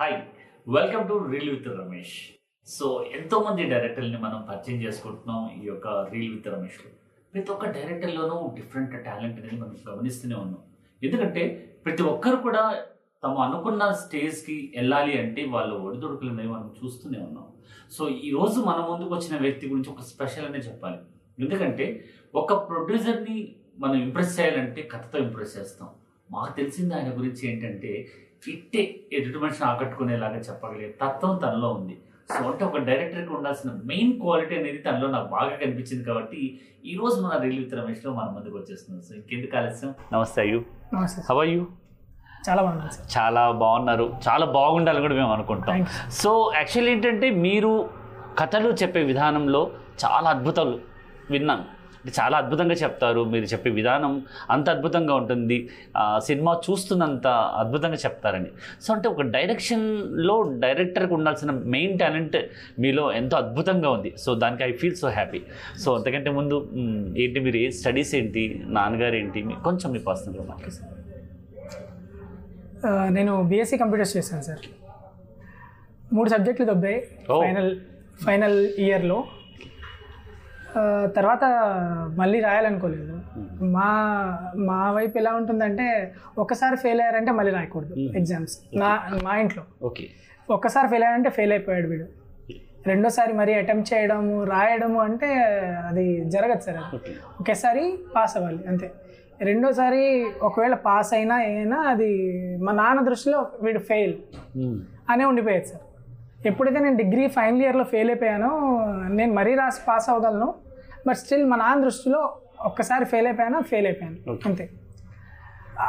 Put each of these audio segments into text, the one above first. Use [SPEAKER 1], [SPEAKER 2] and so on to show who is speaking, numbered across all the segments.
[SPEAKER 1] Hi welcome to reel with Ramesh so ఎంతో మంది డైరెక్టర్ని మనం పరిచయం చేసుకుంటున్నాం ఈ యొక్క రీల్ విత్ రమేష్లో ప్రతి ఒక్క డైరెక్టర్లోనూ డిఫరెంట్ టాలెంట్ అనేది మనం గమనిస్తూనే ఉన్నాం ఎందుకంటే ప్రతి ఒక్కరు కూడా తమ అనుకున్న స్టేజ్కి వెళ్ళాలి అంటే వాళ్ళ ఒడిదొడుకులు అనేవి మనం చూస్తూనే ఉన్నాం సో ఈ రోజు మన ముందుకు వచ్చిన వ్యక్తి గురించి ఒక స్పెషల్ అనే చెప్పాలి ఎందుకంటే ఒక ప్రొడ్యూసర్ని మనం ఇంప్రెస్ చేయాలంటే కథతో ఇంప్రెస్ చేస్తాం మాకు తెలిసింది ఆయన గురించి ఏంటంటే ఇట్టే ఎదుటి మనిషిని ఆకట్టుకునేలాగా చెప్పగలిగే తత్వం తనలో ఉంది సో అంటే ఒక డైరెక్టర్కి ఉండాల్సిన మెయిన్ క్వాలిటీ అనేది తనలో నాకు బాగా కనిపించింది కాబట్టి ఈ రోజు మన రీల్ విత్ రమేష్లో మన ముందుకు వచ్చేస్తున్నాం సో ఇంకెందుకు ఆలస్యం నమస్తే అయ్యూ
[SPEAKER 2] నమస్తే సార్.
[SPEAKER 1] హవ్ యూ
[SPEAKER 2] చాలా బాగున్నాను సార్
[SPEAKER 1] చాలా బాగున్నారు చాలా బాగుండాలని కూడా మేము అనుకుంటాం
[SPEAKER 2] థ్యాంక్ యూ
[SPEAKER 1] సో యాక్చువల్లీ ఏంటంటే మీరు కథలు చెప్పే విధానంలో చాలా అద్భుతాలు విన్నాను అంటే చాలా అద్భుతంగా చెప్తారు మీరు చెప్పే విధానం అంత అద్భుతంగా ఉంటుంది ఆ, సినిమా చూస్తున్నంత అద్భుతంగా చెప్తారని సో అంటే ఒక డైరెక్షన్లో డైరెక్టర్కి ఉండాల్సిన మెయిన్ టాలెంట్ మీలో ఎంతో అద్భుతంగా ఉంది సో దానికి I feel so happy so అంతకంటే ముందు మ్, ఏంటి మీరు ఏ స్టడీస్ ఏంటి నాన్నగారు ఏంటి మీ- కొంచెం మీ పర్సనల్గా మాట్లాడుతుంది
[SPEAKER 2] ఆ, నేను బీఎస్సీ కంప్యూటర్స్ చేశాను సార్ మూడు సబ్జెక్టులు దొబ్బాయి
[SPEAKER 1] Oh.
[SPEAKER 2] ఫైనల్ ఫైనల్ ఇయర్లో తర్వాత మళ్ళీ రాయాలనుకోలేదు మా మా వైపు ఎలా ఉంటుందంటే ఒకసారి ఫెయిల్ అయ్యారంటే మళ్ళీ రాయకూడదు ఎగ్జామ్స్ నా మా ఇంట్లో
[SPEAKER 1] ఓకే
[SPEAKER 2] ఒక్కసారి ఫెయిల్ అయ్యాడంటే ఫెయిల్ అయిపోయాడు వీడు రెండోసారి మరీ అటెంప్ట్ చేయడము రాయడము అంటే అది జరగదు సార్ అది
[SPEAKER 1] ఓకే
[SPEAKER 2] ఒకేసారి పాస్ అవ్వాలి అంతే రెండోసారి ఒకవేళ పాస్ అయినా ఏమైనా అది మా నాన్న దృష్టిలో వీడు ఫెయిల్ అనే ఉండిపోయేది సార్ ఎప్పుడైతే నేను డిగ్రీ ఫైనల్ ఇయర్లో ఫెయిల్ అయిపోయానో నేను మరీ రాసి పాస్ అవ్వగలను బట్ స్టిల్ మా నాన్న దృష్టిలో ఒక్కసారి ఫెయిల్ అయిపోయానా ఫెయిల్ అయిపోయాను
[SPEAKER 1] Okay.
[SPEAKER 2] అంతే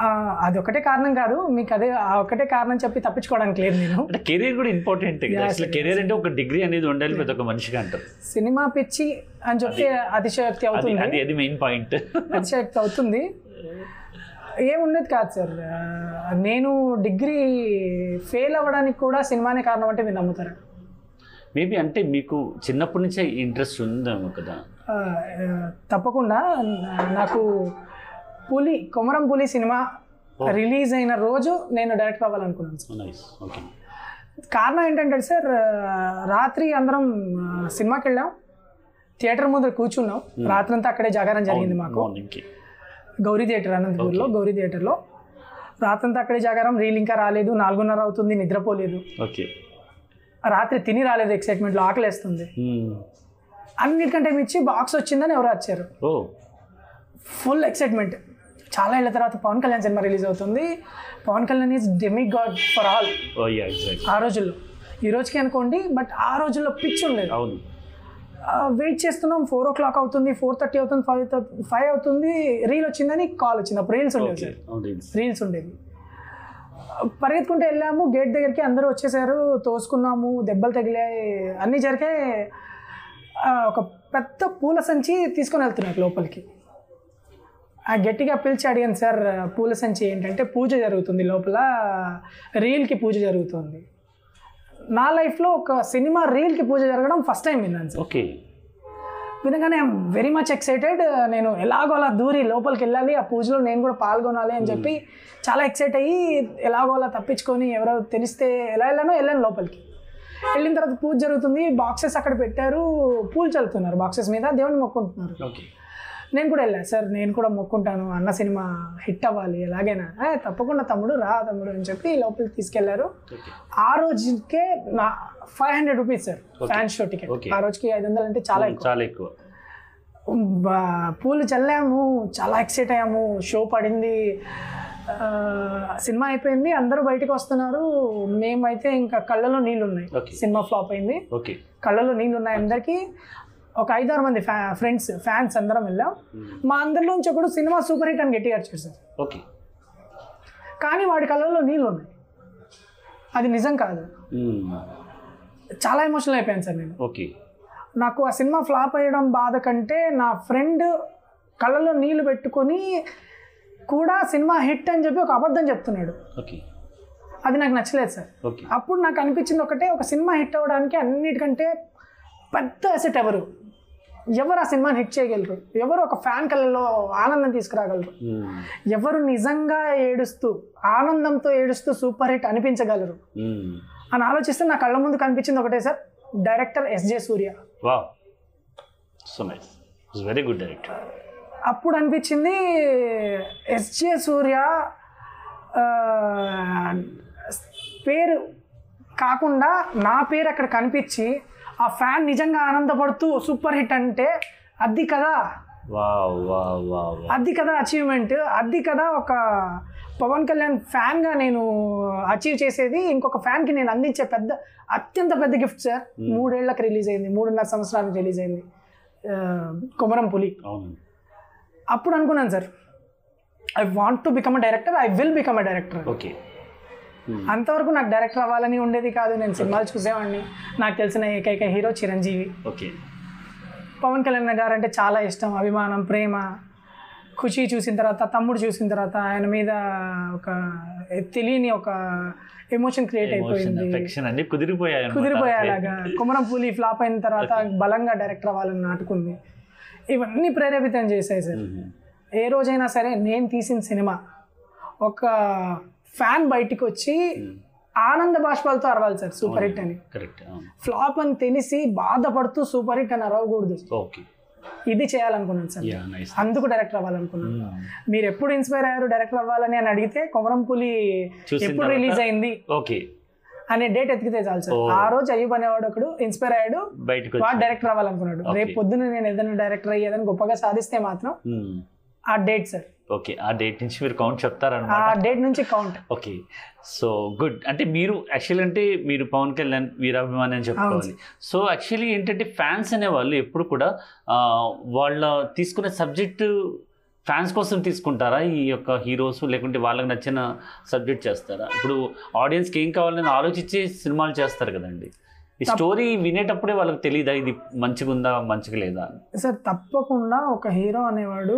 [SPEAKER 2] ఆ, అదొకటే కారణం కాదు మీకు అదే ఆ ఒకటే కారణం చెప్పి తప్పించుకోవడానికి లేదు నేను
[SPEAKER 1] అంటే కెరీర్ కూడా ఇంపార్టెంట్ కదా
[SPEAKER 2] Yeah,
[SPEAKER 1] అసలు కెరీర్ అంటే ఒక డిగ్రీ అనేది ఉండాలి ప్రతి ఒక్క మనిషిగా అంటారు
[SPEAKER 2] సినిమా పిచ్చి అని చెప్తే అతిశయోక్తి
[SPEAKER 1] అది
[SPEAKER 2] అవుతుంది
[SPEAKER 1] అది అది మెయిన్ పాయింట్
[SPEAKER 2] అతిశక్తి అవుతుంది ఏమున్నది కాదు సార్ ఆ, నేను డిగ్రీ ఫెయిల్ అవ్వడానికి కూడా సినిమానే కారణం అంటే మీరు నమ్ముతారా
[SPEAKER 1] మేబీ అంటే మీకు చిన్నప్పటి నుంచే ఇంట్రెస్ట్ ఉందేమో కదా
[SPEAKER 2] ఆ, ఆ, తప్పకుండా నా- నాకు పులి కొమరం పులి సినిమా రిలీజ్ అయిన రోజు నేను డైరెక్ట్ అవ్వాలనుకున్నాను సార్
[SPEAKER 1] నైస్ ఓకే
[SPEAKER 2] కారణం ఏంటంటే సార్ ఆ, రాత్రి అందరం ఆ, సినిమాకి వెళ్ళాం థియేటర్ ముందు కూర్చున్నాం రాత్రంతా అక్కడే జాగారం జరిగింది మాకు
[SPEAKER 1] మార్నింగ్కి
[SPEAKER 2] గౌరీ థియేటర్ అనంతపూర్లో గౌరీ థియేటర్లో రాత్రంతా అక్కడే జాగారం రీల్ ఇంకా రాలేదు నాలుగున్నర అవుతుంది నిద్రపోలేదు
[SPEAKER 1] ఓకే
[SPEAKER 2] రాత్రి తిని రాలేదు ఎక్సైట్మెంట్లో ఆకలేస్తుంది
[SPEAKER 1] Hmm.
[SPEAKER 2] అన్నిటికంటే మించి బాక్స్ వచ్చిందని ఎవరు వచ్చారు
[SPEAKER 1] ఓ
[SPEAKER 2] ఫుల్ ఎక్సైట్మెంట్ చాలా ఏళ్ళ తర్వాత పవన్ కళ్యాణ్ సినిమా రిలీజ్ అవుతుంది Pawan Kalyan is demigod for all
[SPEAKER 1] oh yeah exact
[SPEAKER 2] ఆ రోజుల్లో ఈ రోజుకి అనుకోండి బట్ ఆ రోజుల్లో పిచ్చి ఉండేది
[SPEAKER 1] అవును
[SPEAKER 2] వెయిట్ చేస్తున్నాం ఫోర్ ఓ క్లాక్ అవుతుంది ఫోర్ థర్టీ అవుతుంది ఫైవ్ ఫైవ్ అవుతుంది రీల్ వచ్చిందని కాల్ వచ్చింది అప్పుడు రీల్స్ ఉండేవి
[SPEAKER 1] ఓకే
[SPEAKER 2] సార్
[SPEAKER 1] అవును
[SPEAKER 2] రీల్స్ ఉండేవి పరిగెత్తుకుంటూ వెళ్ళాము గేట్ దగ్గరికి అందరూ వచ్చేసారు తోసుకున్నాము దెబ్బలు తగిలాయి అన్నీ జరిగాయి ఆ, ఒక పెద్ద పూల సంచి తీసుకొని వెళ్తున్నారు లోపలికి ఆ గట్టిగా పిలిచి అడిగాను సార్ పూల సంచి ఏంటంటే పూజ జరుగుతుంది లోపల రీల్కి పూజ జరుగుతుంది నా లైఫ్లో ఒక సినిమా రీల్కి పూజ జరగడం ఫస్ట్ టైం విన్నాను సార్
[SPEAKER 1] ఓకే
[SPEAKER 2] వినగానే ఐఎమ్ వెరీ మచ్ ఎక్సైటెడ్ నేను ఎలాగో అలా దూరి లోపలికి వెళ్ళాలి ఆ పూజలో నేను కూడా పాల్గొనాలి అని చెప్పి చాలా ఎక్సైట్ అయ్యి ఎలాగో అలా తప్పించుకొని ఎవరో తెలిస్తే ఎలా వెళ్ళానో వెళ్ళాను లోపలికి వెళ్ళిన తర్వాత పూజ జరుగుతుంది బాక్సెస్ అక్కడ పెట్టారు పూలు చల్లుతున్నారు బాక్సెస్ మీద దేవుని మొక్కుంటున్నారు
[SPEAKER 1] ఓకే
[SPEAKER 2] నేను కూడా వెళ్ళాను సార్ నేను కూడా మొక్కుంటాను అన్న సినిమా హిట్ అవ్వాలి ఎలాగైనా "ఏ, తప్పకుండా తమ్ముడు రా తమ్ముడు అని చెప్పి లోపలికి తీసుకెళ్లారు
[SPEAKER 1] ఓకే
[SPEAKER 2] ఆ రోజుకే నా five hundred rupees sir fan show ticket
[SPEAKER 1] Okay.
[SPEAKER 2] ఆ రోజుకి ఐదు వందలు అంటే చాలా ఎక్కువ
[SPEAKER 1] చాలా ఎక్కువ
[SPEAKER 2] బా- పూలు చల్లాము చాలా ఎక్సైట్ అయ్యాము షో పడింది ఆ, సినిమా అయిపోయింది అందరూ బయటకు వస్తున్నారు మేమైతే ఇంకా కళ్ళలో నీళ్ళు ఉన్నాయి
[SPEAKER 1] Okay.
[SPEAKER 2] సినిమా ఫ్లాప్ అయింది
[SPEAKER 1] ఓకే
[SPEAKER 2] కళ్ళలో నీళ్ళు ఉన్నాయి అందరికీ ఒక ఐదారు మంది ఫ్యా- ఫ్రెండ్స్ ఫ్యాన్స్ అందరం వెళ్ళాం మా అందరిలోంచి ఒకడు సినిమా సూపర్ హిట్ అని గట్టిగా అరిచాడు సార్
[SPEAKER 1] ఓకే
[SPEAKER 2] కానీ వాడి కళ్ళలో నీళ్ళు ఉన్నాయి అది నిజం కాదు
[SPEAKER 1] Hmm.
[SPEAKER 2] చాలా ఎమోషనల్ అయిపోయాను సార్ నేను
[SPEAKER 1] ఓకే
[SPEAKER 2] నాకు ఆ సినిమా ఫ్లాప్ అయ్యడం బాధ కంటే నా ఫ్రెండ్ కళ్ళలో నీళ్లు పెట్టుకొని కూడా సినిమా హిట్ అని చెప్పి ఒక అబద్ధం చెప్తున్నాడు
[SPEAKER 1] ఓకే
[SPEAKER 2] అది నాకు నచ్చలేదు సార్
[SPEAKER 1] ఓకే
[SPEAKER 2] అప్పుడు నాకు అనిపించింది ఒకటే ఒక సినిమా హిట్ అవ్వడానికి అన్నిటికంటే పెద్ద అసెట్ ఎవరు ఎవరు ఆ సినిమాని హిట్ చేయగలరు ఎవరు ఒక ఫ్యాన్ కళ్ళలో ఆనందం తీసుకురాగలరు
[SPEAKER 1] మ్మ్.
[SPEAKER 2] ఎవరు నిజంగా ఏడుస్తూ ఆనందంతో ఏడుస్తూ సూపర్ హిట్ అనిపించగలరు
[SPEAKER 1] మ్మ్.
[SPEAKER 2] అని ఆలోచిస్తే నా కళ్ళ ముందు కనిపించింది ఒకటే sir director SJ Surya
[SPEAKER 1] wow so nice it's very good director
[SPEAKER 2] అప్పుడు అనిపించింది ఎస్జే సూర్య ఆ, పేరు కాకుండా నా పేరు అక్కడ కనిపించి ఆ ఫ్యాన్ నిజంగా ఆనందపడుతూ సూపర్ హిట్ అంటే అది కదా
[SPEAKER 1] వావ్ వావ్ వావ్ వావ్.
[SPEAKER 2] అది కదా అచీవ్మెంట్ అది కదా ఒక పవన్ కళ్యాణ్ ఫ్యాన్గా నేను అచీవ్ చేసేది ఇంకొక ఫ్యాన్కి నేను అందించే పెద్ద అత్యంత పెద్ద గిఫ్ట్ సార్ మూడేళ్లకు రిలీజ్ అయింది మూడున్నర సంవత్సరానికి రిలీజ్ అయింది ఆ, కొమరం పులి
[SPEAKER 1] అవునండి
[SPEAKER 2] అప్పుడు అనుకున్నాను sir I want to become a director I will become a director
[SPEAKER 1] okay
[SPEAKER 2] అంతవరకు నాకు డైరెక్టర్ అవ్వాలని ఉండేది కాదు నేను సినిమాలు చూసేవాడిని నాకు తెలిసిన ఏకైక హీరో చిరంజీవి
[SPEAKER 1] ఓకే
[SPEAKER 2] పవన్ కళ్యాణ్ గారు అంటే చాలా ఇష్టం అభిమానం ప్రేమ ఖుషి చూసిన తర్వాత తమ్ముడు చూసిన తర్వాత ఆయన మీద ఒక తెలియని ఒక ఎమోషన్ క్రియేట్
[SPEAKER 1] ఎమోషన్
[SPEAKER 2] అయిపోయింది
[SPEAKER 1] అఫెక్షన్ అన్ని కుదిరిపోయాయి అన్నమాట.
[SPEAKER 2] కుదిరిపోయేలాగా కుమరం పులి ఫ్లాప్ అయిన తర్వాత బలంగా డైరెక్టర్ అవ్వాలని నాటుకుంది ఇవన్నీ ప్రేరేపితం చేశాయి సార్
[SPEAKER 1] మ్మ్.
[SPEAKER 2] ఏ రోజైనా సరే నేను తీసిన సినిమా ఒక ఫ్యాన్ బయటికి వచ్చి ఆనంద బాష్పాలతో అరవాలి సార్ సూపర్ హిట్ అని
[SPEAKER 1] కరెక్ట్ అవును
[SPEAKER 2] ఫ్లాప్ అని తెలిసి బాధపడుతూ సూపర్ హిట్ అని అరవకూడదు
[SPEAKER 1] ఓకే
[SPEAKER 2] ఇది చేయాలనుకున్నాను సార్
[SPEAKER 1] యా నైస్
[SPEAKER 2] అందుకు డైరెక్టర్ అవ్వాలనుకున్నాను మీరు ఎప్పుడు ఇన్స్పైర్ అయ్యారు డైరెక్టర్ అవ్వాలని అని అడిగితే కొమరంపులి
[SPEAKER 1] చూసిన
[SPEAKER 2] ఎప్పుడు
[SPEAKER 1] తర్వాత?
[SPEAKER 2] రిలీజ్ అయింది
[SPEAKER 1] ఓకే
[SPEAKER 2] అనే డేట్ ఎతికితే చాలు సార్
[SPEAKER 1] ఓ.
[SPEAKER 2] ఆ రోజు అయ్యూబ్ అనేవాడు ఒకడు ఇన్స్పైర్ అయ్యాడు
[SPEAKER 1] బయటకు
[SPEAKER 2] వాడు డైరెక్టర్ అవ్వాలనుకున్నాడు
[SPEAKER 1] Okay.
[SPEAKER 2] రేపు పొద్దున నేను ఏదైనా డైరెక్టర్ అయ్యేదని గొప్పగా సాధిస్తే మాత్రం ఆ డేట్ సార్
[SPEAKER 1] ఓకే ఆ డేట్ నుంచి మీరు కౌంట్
[SPEAKER 2] ఆ
[SPEAKER 1] చెప్తారనమాట
[SPEAKER 2] డేట్ నుంచి కౌంట్
[SPEAKER 1] ఓకే సో గుడ్ అంటే మీరు యాక్చువల్ అంటే మీరు పవన్ కళ్యాణ్ వీరాభిమాని అని చెప్పుకోవాలి సో యాక్చువల్లీ ఏంటంటే ఫ్యాన్స్ అనేవాళ్ళు ఎప్పుడు కూడా ఆ, వాళ్ళ తీసుకునే సబ్జెక్ట్ ఫ్యాన్స్ కోసం తీసుకుంటారా ఈ యొక్క హీరోస్ లేకుంటే వాళ్ళకి నచ్చిన సబ్జెక్ట్ చేస్తారా ఇప్పుడు ఆడియన్స్కి ఏం కావాలని ఆలోచించి సినిమాలు చేస్తారు కదండి ఈ
[SPEAKER 2] తప్ప-
[SPEAKER 1] స్టోరీ వినేటప్పుడే వాళ్ళకి తెలియదా ఇది మంచిగా ఉందా మంచిగా లేదా అని?
[SPEAKER 2] సార్ తప్పకుండా ఒక హీరో అనేవాడు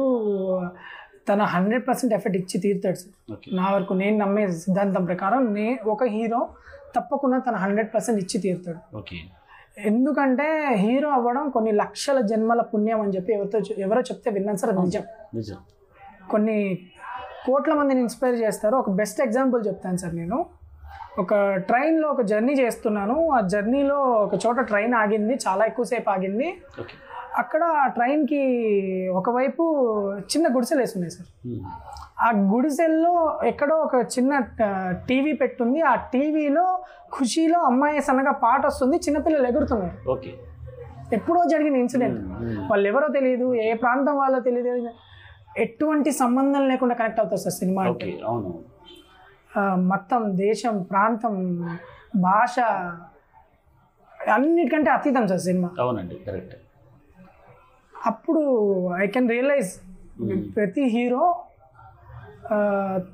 [SPEAKER 2] తన హండ్రెడ్ పర్సెంట్ ఎఫర్ట్ ఇచ్చి తీరుతాడు సార్
[SPEAKER 1] ఓకే
[SPEAKER 2] నా వరకు నేను నమ్మే సిద్ధాంతం ప్రకారం నే ఒక హీరో తప్పకుండా తన హండ్రెడ్ పర్సెంట్ ఇచ్చి తీరుతాడు
[SPEAKER 1] ఓకే
[SPEAKER 2] ఎందుకంటే హీరో అవ్వడం కొన్ని లక్షల జన్మల పుణ్యం అని చెప్పి ఎవరితో చె- ఎవరో చెప్తే విన్నాను సార్ అది నిజం
[SPEAKER 1] నిజం
[SPEAKER 2] కొన్ని కోట్ల మందిని ఇన్స్పైర్ చేస్తారు ఒక బెస్ట్ ఎగ్జాంపుల్ చెప్తాను సార్ నేను ఒక ట్రైన్లో ఒక జర్నీ చేస్తున్నాను ఆ జర్నీలో ఒక చోట ట్రైన్ ఆగింది చాలా ఎక్కువసేపు ఆగింది
[SPEAKER 1] ఓకే
[SPEAKER 2] అక్కడ ఆ ట్రైన్కి ఒకవైపు చిన్న గుడిసెలు వేసున్నాయి సార్
[SPEAKER 1] మ్మ్.
[SPEAKER 2] ఆ గుడిసెల్లో ఎక్కడో ఒక చిన్న ఆ, టీవీ పెట్టుంది ఆ టీవీలో ఖుషీలో అమ్మాయి సన్నగా పాట వస్తుంది చిన్నపిల్లలు ఎగురుతున్నారు
[SPEAKER 1] ఓకే
[SPEAKER 2] ఎప్పుడో జరిగిన ఇన్సిడెంట్
[SPEAKER 1] మ్మ్.
[SPEAKER 2] వాళ్ళు ఎవరో తెలియదు ఏ ప్రాంతం వాళ్ళో తెలియదు ఎటువంటి సంబంధం లేకుండా కనెక్ట్ అవుతారు సార్ సినిమా అంటే.
[SPEAKER 1] ఓకే అవును
[SPEAKER 2] ఆ, మొత్తం దేశం ప్రాంతం భాష అన్నిటికంటే అతీతం సార్ సినిమా
[SPEAKER 1] అవునండి కరెక్ట్
[SPEAKER 2] అప్పుడు ఐ కెన్ రియలైజ్ ప్రతి హీరో ఆ,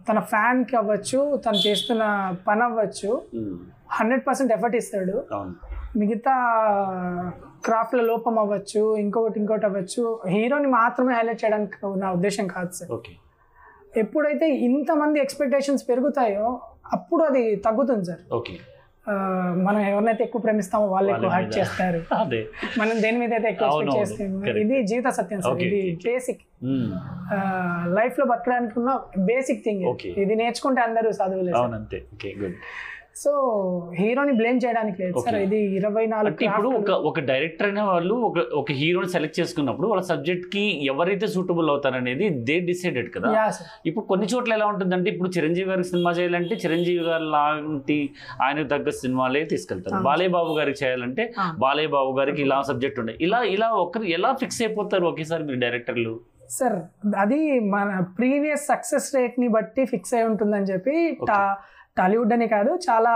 [SPEAKER 2] తన ఫ్యాన్కి అవ్వచ్చు తను చేస్తున్న పని అవ్వచ్చు హండ్రెడ్ పర్సెంట్ ఎఫర్ట్ ఇస్తాడు
[SPEAKER 1] అవును
[SPEAKER 2] మిగతా క్రాఫ్ట్ల లోపం అవ్వచ్చు ఇంకొకటి ఇంకోటి అవ్వచ్చు హీరోని మాత్రమే హైలైట్ చేయడానికి నా ఉద్దేశం కాదు సార్
[SPEAKER 1] ఓకే
[SPEAKER 2] ఎప్పుడైతే ఇంతమంది ఎక్స్పెక్టేషన్స్ పెరుగుతాయో అప్పుడు అది తగ్గుతుంది సార్
[SPEAKER 1] ఓకే
[SPEAKER 2] ఆ, మనం ఎవరినైతే ఎక్కువ ప్రేమిస్తామో వాళ్ళు ఎక్కువ
[SPEAKER 1] వాళ్ళ
[SPEAKER 2] హర్ట్
[SPEAKER 1] మీద.
[SPEAKER 2] చేస్తారు
[SPEAKER 1] అదే
[SPEAKER 2] మనం దేని మీద అయితే ఎక్కువ
[SPEAKER 1] అవును,
[SPEAKER 2] ఎక్స్పెక్ట్
[SPEAKER 1] అవును.
[SPEAKER 2] చేస్తాం
[SPEAKER 1] Correct.
[SPEAKER 2] ఇది జీవిత సత్యం సార్
[SPEAKER 1] Okay,
[SPEAKER 2] ఇది
[SPEAKER 1] okay, okay.
[SPEAKER 2] బేసిక్
[SPEAKER 1] మ్మ్.
[SPEAKER 2] లైఫ్ లో బతకడానికి ఉన్న బేసిక్ థింగ్
[SPEAKER 1] Okay.
[SPEAKER 2] ఇది నేర్చుకుంటే అందరూ చదువులేదు
[SPEAKER 1] అవునంతే ఓకే గుడ్
[SPEAKER 2] సో హీరోని బ్లేమ్ చేయడానికి లేదు సార్
[SPEAKER 1] Okay.
[SPEAKER 2] ఇది ఇరవై నాలుగు
[SPEAKER 1] అంటే ఇప్పుడు
[SPEAKER 2] craft లు-
[SPEAKER 1] ఒక ఒక డైరెక్టర్ అనే వాళ్ళు ఒక ఒక హీరోని సెలెక్ట్ చేసుకున్నప్పుడు వాళ్ళ సబ్జెక్ట్ కి ఎవరైతే సూటబుల్ అవుతారనేది దే డిసైడెడ్ కదా
[SPEAKER 2] Yeah, sir.
[SPEAKER 1] ఇప్పుడు కొన్ని చోట్ల ఎలా ఉంటుందంటే ఇప్పుడు చిరంజీవి గారికి సినిమా చేయాలంటే చిరంజీవి గారు లాంటి ఆయనకు తగ్గ సినిమాలే తీసుకెళ్తారు
[SPEAKER 2] అవును.
[SPEAKER 1] బాలయ్య బాబు గారికి చేయాలంటే
[SPEAKER 2] ఆ.
[SPEAKER 1] బాలయ్య బాబు గారికి ఇలా సబ్జెక్ట్ ఉండే ఇలా ఇలా ఒకరు ఎలా ఫిక్స్ అయిపోతారు ఒకేసారి మీరు డైరెక్టర్లు
[SPEAKER 2] సార్ అది మన ప్రీవియస్ సక్సెస్ రేట్ ని బట్టి ఫిక్స్ అయి ఉంటుందని చెప్పి
[SPEAKER 1] Okay.
[SPEAKER 2] టా- టాలీవుడ్ అని కాదు చాలా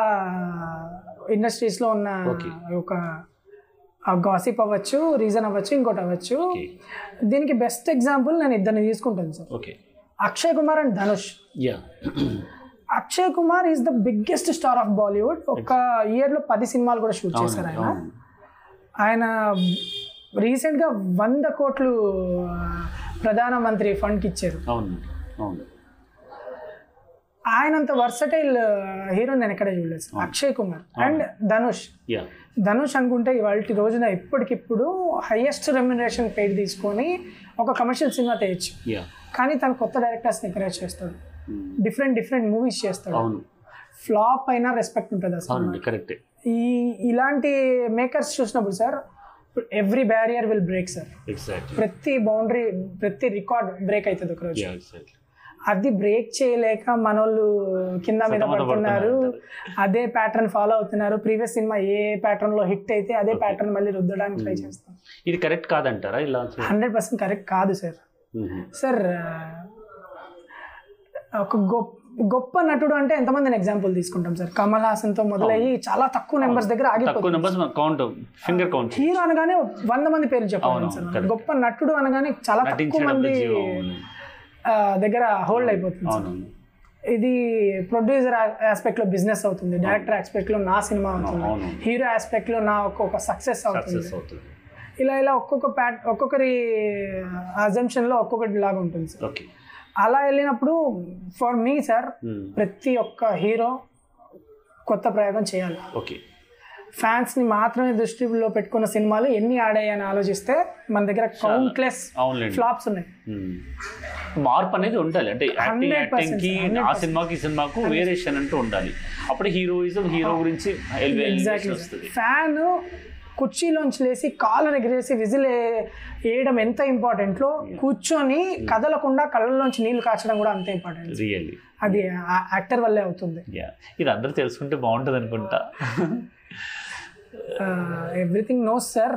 [SPEAKER 2] ఇండస్ట్రీస్ లో ఉన్న
[SPEAKER 1] Okay.
[SPEAKER 2] ఒక గాసిప్ అవ్వచ్చు రీజన్ అవ్వచ్చు ఇంకోటి అవ్వచ్చు
[SPEAKER 1] ఓకే
[SPEAKER 2] దీనికి బెస్ట్ ఎగ్జాంపుల్ నేను ఇద్దరిని తీసుకుంటాను sir
[SPEAKER 1] okay
[SPEAKER 2] Akshay Kumar and Dhanush
[SPEAKER 1] yeah
[SPEAKER 2] Akshay Kumar is the biggest star of Bollywood ఒక ఇయర్ లో పది సినిమాలు కూడా షూట్ చేశారు ఆయన ఆయన రీసెంట్ గా వంద కోట్లు ప్రధానమంత్రి ఫండ్కి ఇచ్చారు
[SPEAKER 1] అవునండి అవును
[SPEAKER 2] ఆయనంత వర్సటైల్ హీరో నేను ఎక్కడ చూడలేదు sir Akshay Kumar and Dhanush
[SPEAKER 1] yeah
[SPEAKER 2] Dhanush అనుకుంటే ఇవాళ రోజున ఇప్పటికిప్పుడు హైయెస్ట్ రెమ్యునరేషన్ పేడ్ తీసుకొని ఒక కమర్షియల్ సినిమా తెచ్చు
[SPEAKER 1] యా
[SPEAKER 2] కానీ తను కొత్త డైరెక్టర్స్ని ఎంకరేజ్ చేస్తాడు డిఫరెంట్ డిఫరెంట్ మూవీస్ చేస్తాడు
[SPEAKER 1] అవును
[SPEAKER 2] ఫ్లాప్ అయినా రెస్పెక్ట్ ఉంటుంది అసలు
[SPEAKER 1] అవునండి కరెక్టే
[SPEAKER 2] ఈ ఇలాంటి మేకర్స్ చూసినప్పుడు sir every barrier will break sir
[SPEAKER 1] exactly
[SPEAKER 2] ప్రతి బౌండరీ ప్రతి రికార్డ్ బ్రేక్ అవుతుంది ఒకరోజు
[SPEAKER 1] యా ఎగ్జాక్ట్లీ
[SPEAKER 2] అది బ్రేక్ చేయలేక మనోళ్ళు కింద మీద
[SPEAKER 1] సతమతం
[SPEAKER 2] పడుతున్నారు
[SPEAKER 1] పడుతున్నారు.
[SPEAKER 2] అదే ప్యాటర్న్ ఫాలో అవుతున్నారు ప్రీవియస్ సినిమా ఏ ప్యాటర్న్ లో హిట్ అయితే అదే ప్యాటర్న్ మళ్ళీ రుద్దడానికి ట్రై చేస్తాం
[SPEAKER 1] ఇది కరెక్ట్ కాదంటారా ఇలా Hmm. చే-
[SPEAKER 2] హండ్రెడ్ పర్సెంట్ కరెక్ట్ కాదు సార్
[SPEAKER 1] మ్మ్.
[SPEAKER 2] సార్ ఒక గొప్ప గొప్ప నటుడు అంటే ఎంతమందిని ఎగ్జాంపుల్ తీసుకుంటాం సార్ కమల్ హాసన్ తో మొదలయ్యి చాలా తక్కువ నెంబర్స్ దగ్గర
[SPEAKER 1] తక్కువ
[SPEAKER 2] ఆగిపోతుంది
[SPEAKER 1] numbers count finger count
[SPEAKER 2] hero అనగానే వంద మంది పేర్లు చెప్పాలి
[SPEAKER 1] అవును,
[SPEAKER 2] సార్
[SPEAKER 1] correct.
[SPEAKER 2] గొప్ప నటుడు అనగానే చాలా తక్కువ
[SPEAKER 1] నటించడం
[SPEAKER 2] మంది ఆ, దగ్గర హోల్డ్ అయిపోతుంది సార్
[SPEAKER 1] అవును
[SPEAKER 2] ఇది ప్రొడ్యూసర్ ఆస్పెక్ట్ లో బిజినెస్ అవుతుంది డైరెక్టర్ ఆస్పెక్ట్ లో నా సినిమా అవుతుంది
[SPEAKER 1] అవును.
[SPEAKER 2] హీరో ఆస్పెక్ట్ లో నా ఒక్కొక్క సక్సెస్ అవుతుంది
[SPEAKER 1] సక్సెస్ అవుతుంది
[SPEAKER 2] ఇలా ఇలా ఒక్కొక్క ప్యాట్ ఒక్కొక్కరి అజంప్షన్ లో ఒక్కొక్కటి లాగా ఉంటుంది సార్
[SPEAKER 1] ఓకే
[SPEAKER 2] అలా వెళ్ళినప్పుడు ఫర్ మీ సార్
[SPEAKER 1] Hmm.
[SPEAKER 2] ప్రతి ఒక్క హీరో కొత్త ప్రయోగం చేయాలి
[SPEAKER 1] ఓకే
[SPEAKER 2] ఫ్యాన్స్ ని మాత్రమే దృష్టిలో పెట్టుకున్న సినిమాలు ఎన్ని ఆడాయి అని ఆలోచిస్తే మన దగ్గర కౌంట్లెస్
[SPEAKER 1] అవునులేండి
[SPEAKER 2] ఫ్లాప్స్ ఉన్నాయి
[SPEAKER 1] మ్మ్. Hmm. మార్పు అనేది ఉండాలి అంటే యాక్టింగ్
[SPEAKER 2] 100%,
[SPEAKER 1] యాక్టింగ్ కి ఆ సినిమాకి ఈ సినిమాకు వేరియేషన్ అంటూ ఉండాలి అప్పుడు హీరోయిజం హీరో గురించి elevation
[SPEAKER 2] ఎగ్జాక్ట్లీ
[SPEAKER 1] వస్తుంది
[SPEAKER 2] ఫ్యాన్ కుర్చీలోంచి లేసి కాళ్ళను ఎగిరేసి విజిల్ వేయడం ఎంత ఇంపార్టెంట్లో కూర్చొని కదలకుండా కళ్ళలోంచి నీళ్లు కాచడం కూడా అంతే ఇంపార్టెంట్
[SPEAKER 1] రియల్లీ
[SPEAKER 2] అది యాక్టర్ వల్లే అవుతుంది
[SPEAKER 1] యా ఇది అందరూ తెలుసుకుంటే బాగుంటుంది అనుకుంటా
[SPEAKER 2] Uh, everything no sir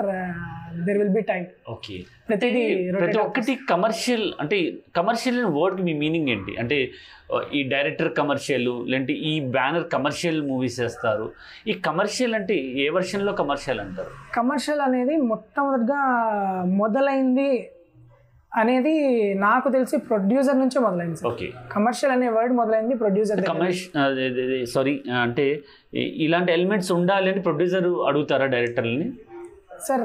[SPEAKER 2] there will be time
[SPEAKER 1] okay
[SPEAKER 2] ప్రతిదీ
[SPEAKER 1] ప్రతి ఒక్కటి కమర్షియల్ అంటే కమర్షియల్ వర్డ్ మీ మీనింగ్ ఏంటి అంటే ఆ, ఈ డైరెక్టర్ కమర్షియల్ లేదంటే ఈ బ్యానర్ కమర్షియల్ మూవీస్ చేస్తారు ఈ కమర్షియల్ అంటే ఏ వర్షన్లో కమర్షియల్ అంటారు
[SPEAKER 2] కమర్షియల్ అనేది మొట్టమొదటిగా మొదలైంది అనేది నాకు తెలిసి ప్రొడ్యూసర్ నుంచే మొదలైంది సార్
[SPEAKER 1] ఓకే
[SPEAKER 2] కమర్షియల్ అనే వర్డ్ మొదలైంది ప్రొడ్యూసర్
[SPEAKER 1] కమర్ష్ సారీ అంటే ఈ- ఇలాంటి ఎలిమెంట్స్ ఉండాలి అని ప్రొడ్యూసర్ అడుగుతారా డైరెక్టర్ని
[SPEAKER 2] సార్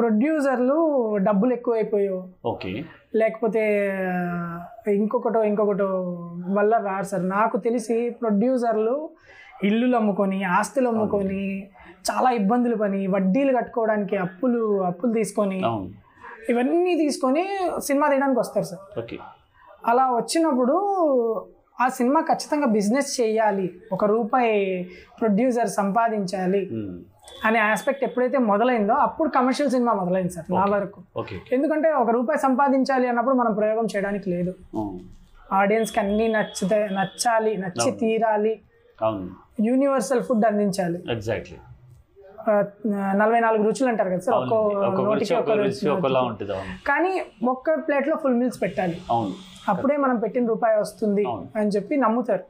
[SPEAKER 2] ప్రొడ్యూసర్లు డబ్బులు ఎక్కువైపోయో
[SPEAKER 1] ఓకే
[SPEAKER 2] Hmm. లేకపోతే ఆ, ఇంకొకటో ఇంకొకటో వల్ల రారు సార్ నాకు తెలిసి ప్రొడ్యూసర్లు ఇల్లులు అమ్ముకొని ఆస్తులు అమ్ముకొని చాలా ఇబ్బందులు పని వడ్డీలు కట్టుకోవడానికి అప్పులు అప్పులు తీసుకొని
[SPEAKER 1] అవును
[SPEAKER 2] ఇవన్నీ తీసుకొని సినిమా తీయడానికి వస్తారు సార్
[SPEAKER 1] ఓకే
[SPEAKER 2] అలా వచ్చినప్పుడు ఆ సినిమా ఖచ్చితంగా బిజినెస్ చేయాలి ఒక రూపాయి ప్రొడ్యూసర్ సంపాదించాలి
[SPEAKER 1] Hmm.
[SPEAKER 2] అనే ఆస్పెక్ట్ ఎప్పుడైతే మొదలైందో అప్పుడు కమర్షియల్ సినిమా మొదలైంది సార్ నా వరకు
[SPEAKER 1] ఓకే
[SPEAKER 2] ఎందుకంటే ఒక రూపాయి సంపాదించాలి అన్నప్పుడు మనం ప్రయోగం చేయడానికి లేదు
[SPEAKER 1] Hmm.
[SPEAKER 2] ఆడియన్స్కి అన్నీ నచ్చితే నచ్చాలి నచ్చి తీరాలి
[SPEAKER 1] అవును
[SPEAKER 2] యూనివర్సల్ ఫుడ్ అందించాలి
[SPEAKER 1] ఎగ్జాక్ట్లీ
[SPEAKER 2] ఆ, నలభై నాలుగు రుచులు అంటారు కదా సార్ ఒక్కో
[SPEAKER 1] ఒక్కొక్క రుచి
[SPEAKER 2] నోటికి
[SPEAKER 1] ఒక్కొక్క
[SPEAKER 2] ఒక్కో
[SPEAKER 1] రుచి
[SPEAKER 2] రుచి
[SPEAKER 1] ఒకలా ఉంటుంది అవును
[SPEAKER 2] కానీ ఒక్క ప్లేట్లో ఫుల్ మీల్స్ పెట్టాలి
[SPEAKER 1] అవును
[SPEAKER 2] అప్పుడే మనం పెట్టిన రూపాయి వస్తుంది
[SPEAKER 1] అవును.
[SPEAKER 2] అని చెప్పి నమ్ముతారు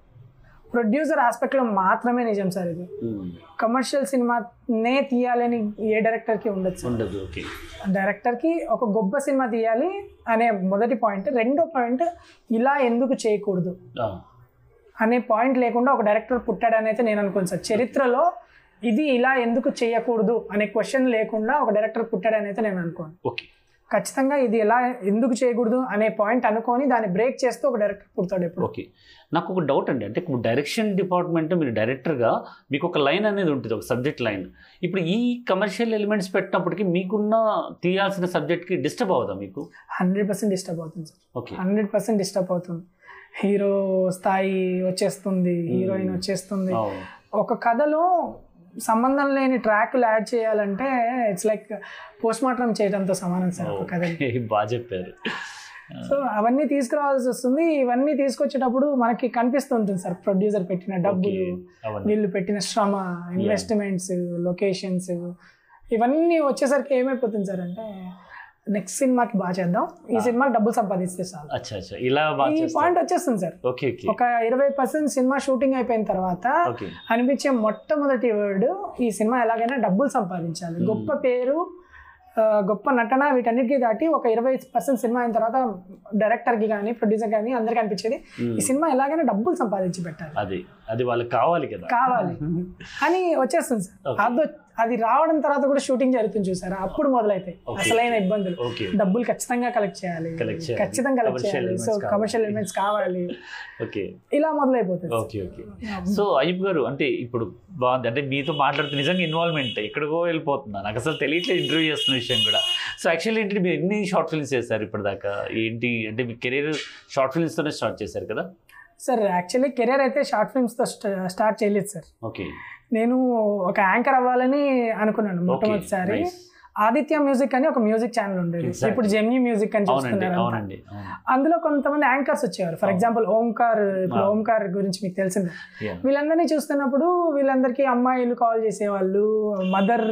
[SPEAKER 2] ప్రొడ్యూసర్ ఆస్పెక్ట్లో మాత్రమే నిజం సార్ ఇది
[SPEAKER 1] మ్మ్.
[SPEAKER 2] కమర్షియల్ సినిమానే తీయాలని ఏ డైరెక్టర్కి ఉండదు సార్
[SPEAKER 1] ఉండదు ఓకే
[SPEAKER 2] డైరెక్టర్కి ఒక గొప్ప సినిమా తీయాలి అనే మొదటి పాయింట్ రెండో పాయింట్ ఇలా ఎందుకు చేయకూడదు
[SPEAKER 1] ఆ,
[SPEAKER 2] అనే పాయింట్ లేకుండా ఒక డైరెక్టర్ పుట్టాడని అయితే నేను అనుకోను సార్ చరిత్రలో ఇది ఇలా ఎందుకు చేయకూడదు అనే క్వశ్చన్ లేకుండా ఒక డైరెక్టర్ పుట్టాడని అయితే నేను అనుకోను
[SPEAKER 1] ఓకే
[SPEAKER 2] ఖచ్చితంగా ఇది ఎలా ఎందుకు చేయకూడదు అనే పాయింట్ అనుకొని దాన్ని బ్రేక్ చేస్తూ ఒక డైరెక్టర్ పుడతాడు ఎప్పుడు
[SPEAKER 1] ఓకే నాకు ఒక డౌట్ అండి అంటే ఇప్పుడు డైరెక్షన్ డిపార్ట్మెంట్ మీరు డైరెక్టర్గా మీకు ఒక లైన్ అనేది ఉంటుంది ఒక సబ్జెక్ట్ లైన్ ఇప్పుడు ఈ కమర్షియల్ ఎలిమెంట్స్ పెట్టినప్పటికీ మీకున్న తీయాల్సిన సబ్జెక్ట్కి డిస్టర్బ్ అవుదా మీకు
[SPEAKER 2] హండ్రెడ్ పర్సెంట్ డిస్టర్బ్ అవుతుంది sir
[SPEAKER 1] okay
[SPEAKER 2] hundred percent disturb అవుతుంది హీరో స్థాయి వచ్చేస్తుంది హీరోయిన్ వచ్చేస్తుంది
[SPEAKER 1] అవును.
[SPEAKER 2] ఒక కథలో సంబంధం లేని ట్రాక్లు యాడ్ చేయాలంటే ఇట్స్ లైక్ పోస్ట్ మార్టం చేయడంతో సమానం సార్ ఒక కథని
[SPEAKER 1] ఓకే, బాగా చెప్పారు
[SPEAKER 2] సో అవన్నీ తీసుకురావాల్సి వస్తుంది ఇవన్నీ తీసుకొచ్చేటప్పుడు మనకి కనిపిస్తుంటుంది సార్ ప్రొడ్యూసర్ పెట్టిన డబ్బులు
[SPEAKER 1] ఓకే, అవన్నీ.
[SPEAKER 2] వీళ్ళు పెట్టిన శ్రమ ఇన్వెస్ట్మెంట్స్ లొకేషన్స్ ఇవన్నీ వచ్చేసరికి ఏమైపోతుంది సార్ అంటే నెక్స్ట్ సినిమాకి బాగా చేద్దాం ఈ సినిమాకి డబ్బులు సంపాదిస్తే సార్
[SPEAKER 1] అచ్చా అచ్చా ఇలా బాగా
[SPEAKER 2] ఈ
[SPEAKER 1] చేస్తారు
[SPEAKER 2] పాయింట్ వచ్చేస్తుంది సార్
[SPEAKER 1] ఓకే ఓకే
[SPEAKER 2] ఒక ఇరవై పర్సెంట్ సినిమా షూటింగ్ అయిపోయిన తర్వాత
[SPEAKER 1] ఓకే
[SPEAKER 2] అనిపించే మొట్టమొదటి వర్డ్ ఈ సినిమా ఎలాగైనా డబ్బులు సంపాదించాలి గొప్ప పేరు ఆ, గొప్ప నటన వీటన్నిటికీ దాటి ఒక ఇరవై పర్సెంట్ సినిమా అయిన తర్వాత డైరెక్టర్కి కానీ ప్రొడ్యూసర్ కానీ అందరికీ అనిపించేది
[SPEAKER 1] మ్మ్.
[SPEAKER 2] ఈ సినిమా ఎలాగైనా డబ్బులు సంపాదించి పెట్టాలి
[SPEAKER 1] అది అది వాళ్ళకి కావాలి కదా
[SPEAKER 2] కావాలి అని వచ్చేస్తుంది సార్ అది అది రావడం తర్వాత కూడా షూటింగ్ జరుగుతుంది చూసారా అప్పుడు మొదలైతాయి
[SPEAKER 1] Okay.
[SPEAKER 2] అసలైన ఇబ్బందులు
[SPEAKER 1] ఓకే
[SPEAKER 2] డబ్బులు ఖచ్చితంగా కలెక్ట్ చేయాలి
[SPEAKER 1] Collect చేయాలి.
[SPEAKER 2] ఖచ్చితంగా కలెక్ట్
[SPEAKER 1] Commercial
[SPEAKER 2] చేయాలి
[SPEAKER 1] elements
[SPEAKER 2] సో
[SPEAKER 1] కావాలి.
[SPEAKER 2] కమర్షియల్ ఎలిమెంట్స్ కావాలి
[SPEAKER 1] ఓకే
[SPEAKER 2] ఇలా మొదలైపోతుంది
[SPEAKER 1] ఓకే ఓకే సో అయ్యప్ గారు అంటే ఇప్పుడు బాగుంది అంటే మీతో మాట్లాడుతున్న నిజంగా ఇన్వాల్వ్మెంట్ ఎక్కడికో వెళ్ళిపోతున్నా నాకు అసలు తెలియట్లేదు ఇంటర్వ్యూ చేస్తున్న విషయం కూడా సో యాక్చువల్లీ ఏంటి మీరు ఎన్ని షార్ట్ ఫిల్మ్స్ చేశారు ఇప్పటిదాకా ఏంటి అంటే మీ కెరీర్ షార్ట్ తోనే స్టార్ట్ చేశారు కదా
[SPEAKER 2] సార్ యాక్చువల్లీ కెరీర్ అయితే షార్ట్ ఫిల్మ్స్తో స్టార్ట్ చేయలేదు సార్
[SPEAKER 1] ఓకే
[SPEAKER 2] నేను ఒక యాంకర్ అవ్వాలని అనుకున్నాను
[SPEAKER 1] ఓకే
[SPEAKER 2] మొట్టమొదటిసారి
[SPEAKER 1] nice.
[SPEAKER 2] ఆదిత్య మ్యూజిక్ అని ఒక మ్యూజిక్ ఛానల్ ఉండేది
[SPEAKER 1] Exactly.
[SPEAKER 2] ఇప్పుడు జెమ్ని మ్యూజిక్ అని
[SPEAKER 1] అవునండి
[SPEAKER 2] చూస్తున్నారు అంతా.
[SPEAKER 1] అవునండి అవును.
[SPEAKER 2] అందులో కొంతమంది యాంకర్స్ వచ్చేవారు ఫర్
[SPEAKER 1] అవును.
[SPEAKER 2] ఎగ్జాంపుల్ ఓంకార్ ఇప్పుడు
[SPEAKER 1] ఆ.
[SPEAKER 2] ఓంకార్ గురించి మీకు తెలిసిందే
[SPEAKER 1] Yeah.
[SPEAKER 2] వీళ్ళందరినీ చూస్తున్నప్పుడు వీళ్ళందరికీ అమ్మాయిలు కాల్ చేసేవాళ్ళు మదర్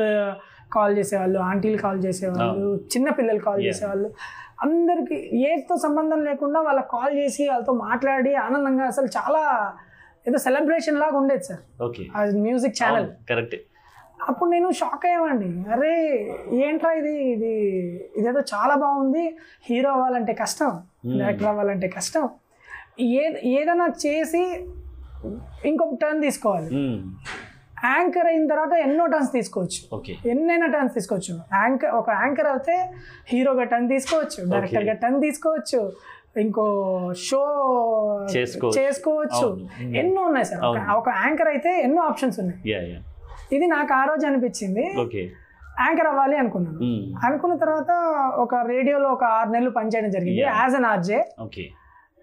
[SPEAKER 2] కాల్ చేసేవాళ్ళు ఆంటీలు కాల్ చేసేవాళ్ళు చిన్న పిల్లలు కాల్
[SPEAKER 1] Yeah.
[SPEAKER 2] చేసేవాళ్ళు అందరికీ ఏజ్తో సంబంధం లేకుండా వాళ్ళ కాల్ చేసి వాళ్ళతో మాట్లాడి ఆనందంగా అసలు చాలా ఏదో సెలబ్రేషన్ లాగా ఉండేది సార్
[SPEAKER 1] ఓకే
[SPEAKER 2] ఆ మ్యూజిక్ ఛానల్
[SPEAKER 1] కరెక్ట్
[SPEAKER 2] అప్పుడు నేను షాక్ అయ్యామండి అరే ఏంట్రా ఇది ఇది ఇదేదో చాలా బాగుంది హీరో అవ్వాలంటే కష్టం డైరెక్టర్ అవ్వాలంటే కష్టం ఏ ఏదైనా చేసి ఇంకొక టర్న్ తీసుకోవాలి
[SPEAKER 1] Hmm.
[SPEAKER 2] యాంకర్ అయిన తర్వాత ఎన్నో టర్న్స్ తీసుకోవచ్చు
[SPEAKER 1] ఓకే
[SPEAKER 2] ఎన్నైనా టర్న్స్ తీసుకోవచ్చు యాంకర్ ఒక యాంకర్ అయితే హీరోగా టర్న్ తీసుకోవచ్చు డైరెక్టర్గా టర్న్ తీసుకోవచ్చు ఇంకో షో
[SPEAKER 1] చేసుకోవచ్చు.
[SPEAKER 2] చేసుకోవచ్చు
[SPEAKER 1] అవును. Mm.
[SPEAKER 2] ఎన్నో ఉన్నాయి సార్ ఒక-
[SPEAKER 1] అవును.
[SPEAKER 2] ఒక యాంకర్ అయితే ఎన్నో ఆప్షన్స్ ఉన్నాయి
[SPEAKER 1] యా యా
[SPEAKER 2] ఇది నాకు ఆ రోజు అనిపించింది
[SPEAKER 1] ఓకే
[SPEAKER 2] యాంకర్ అవ్వాలి అనుకున్నాను
[SPEAKER 1] Hmm.
[SPEAKER 2] అనుకున్న తర్వాత ఒక రేడియోలో ఒక ఆరు నెలలు పనిచేయడం జరిగింది
[SPEAKER 1] Yeah.
[SPEAKER 2] As an RJ
[SPEAKER 1] okay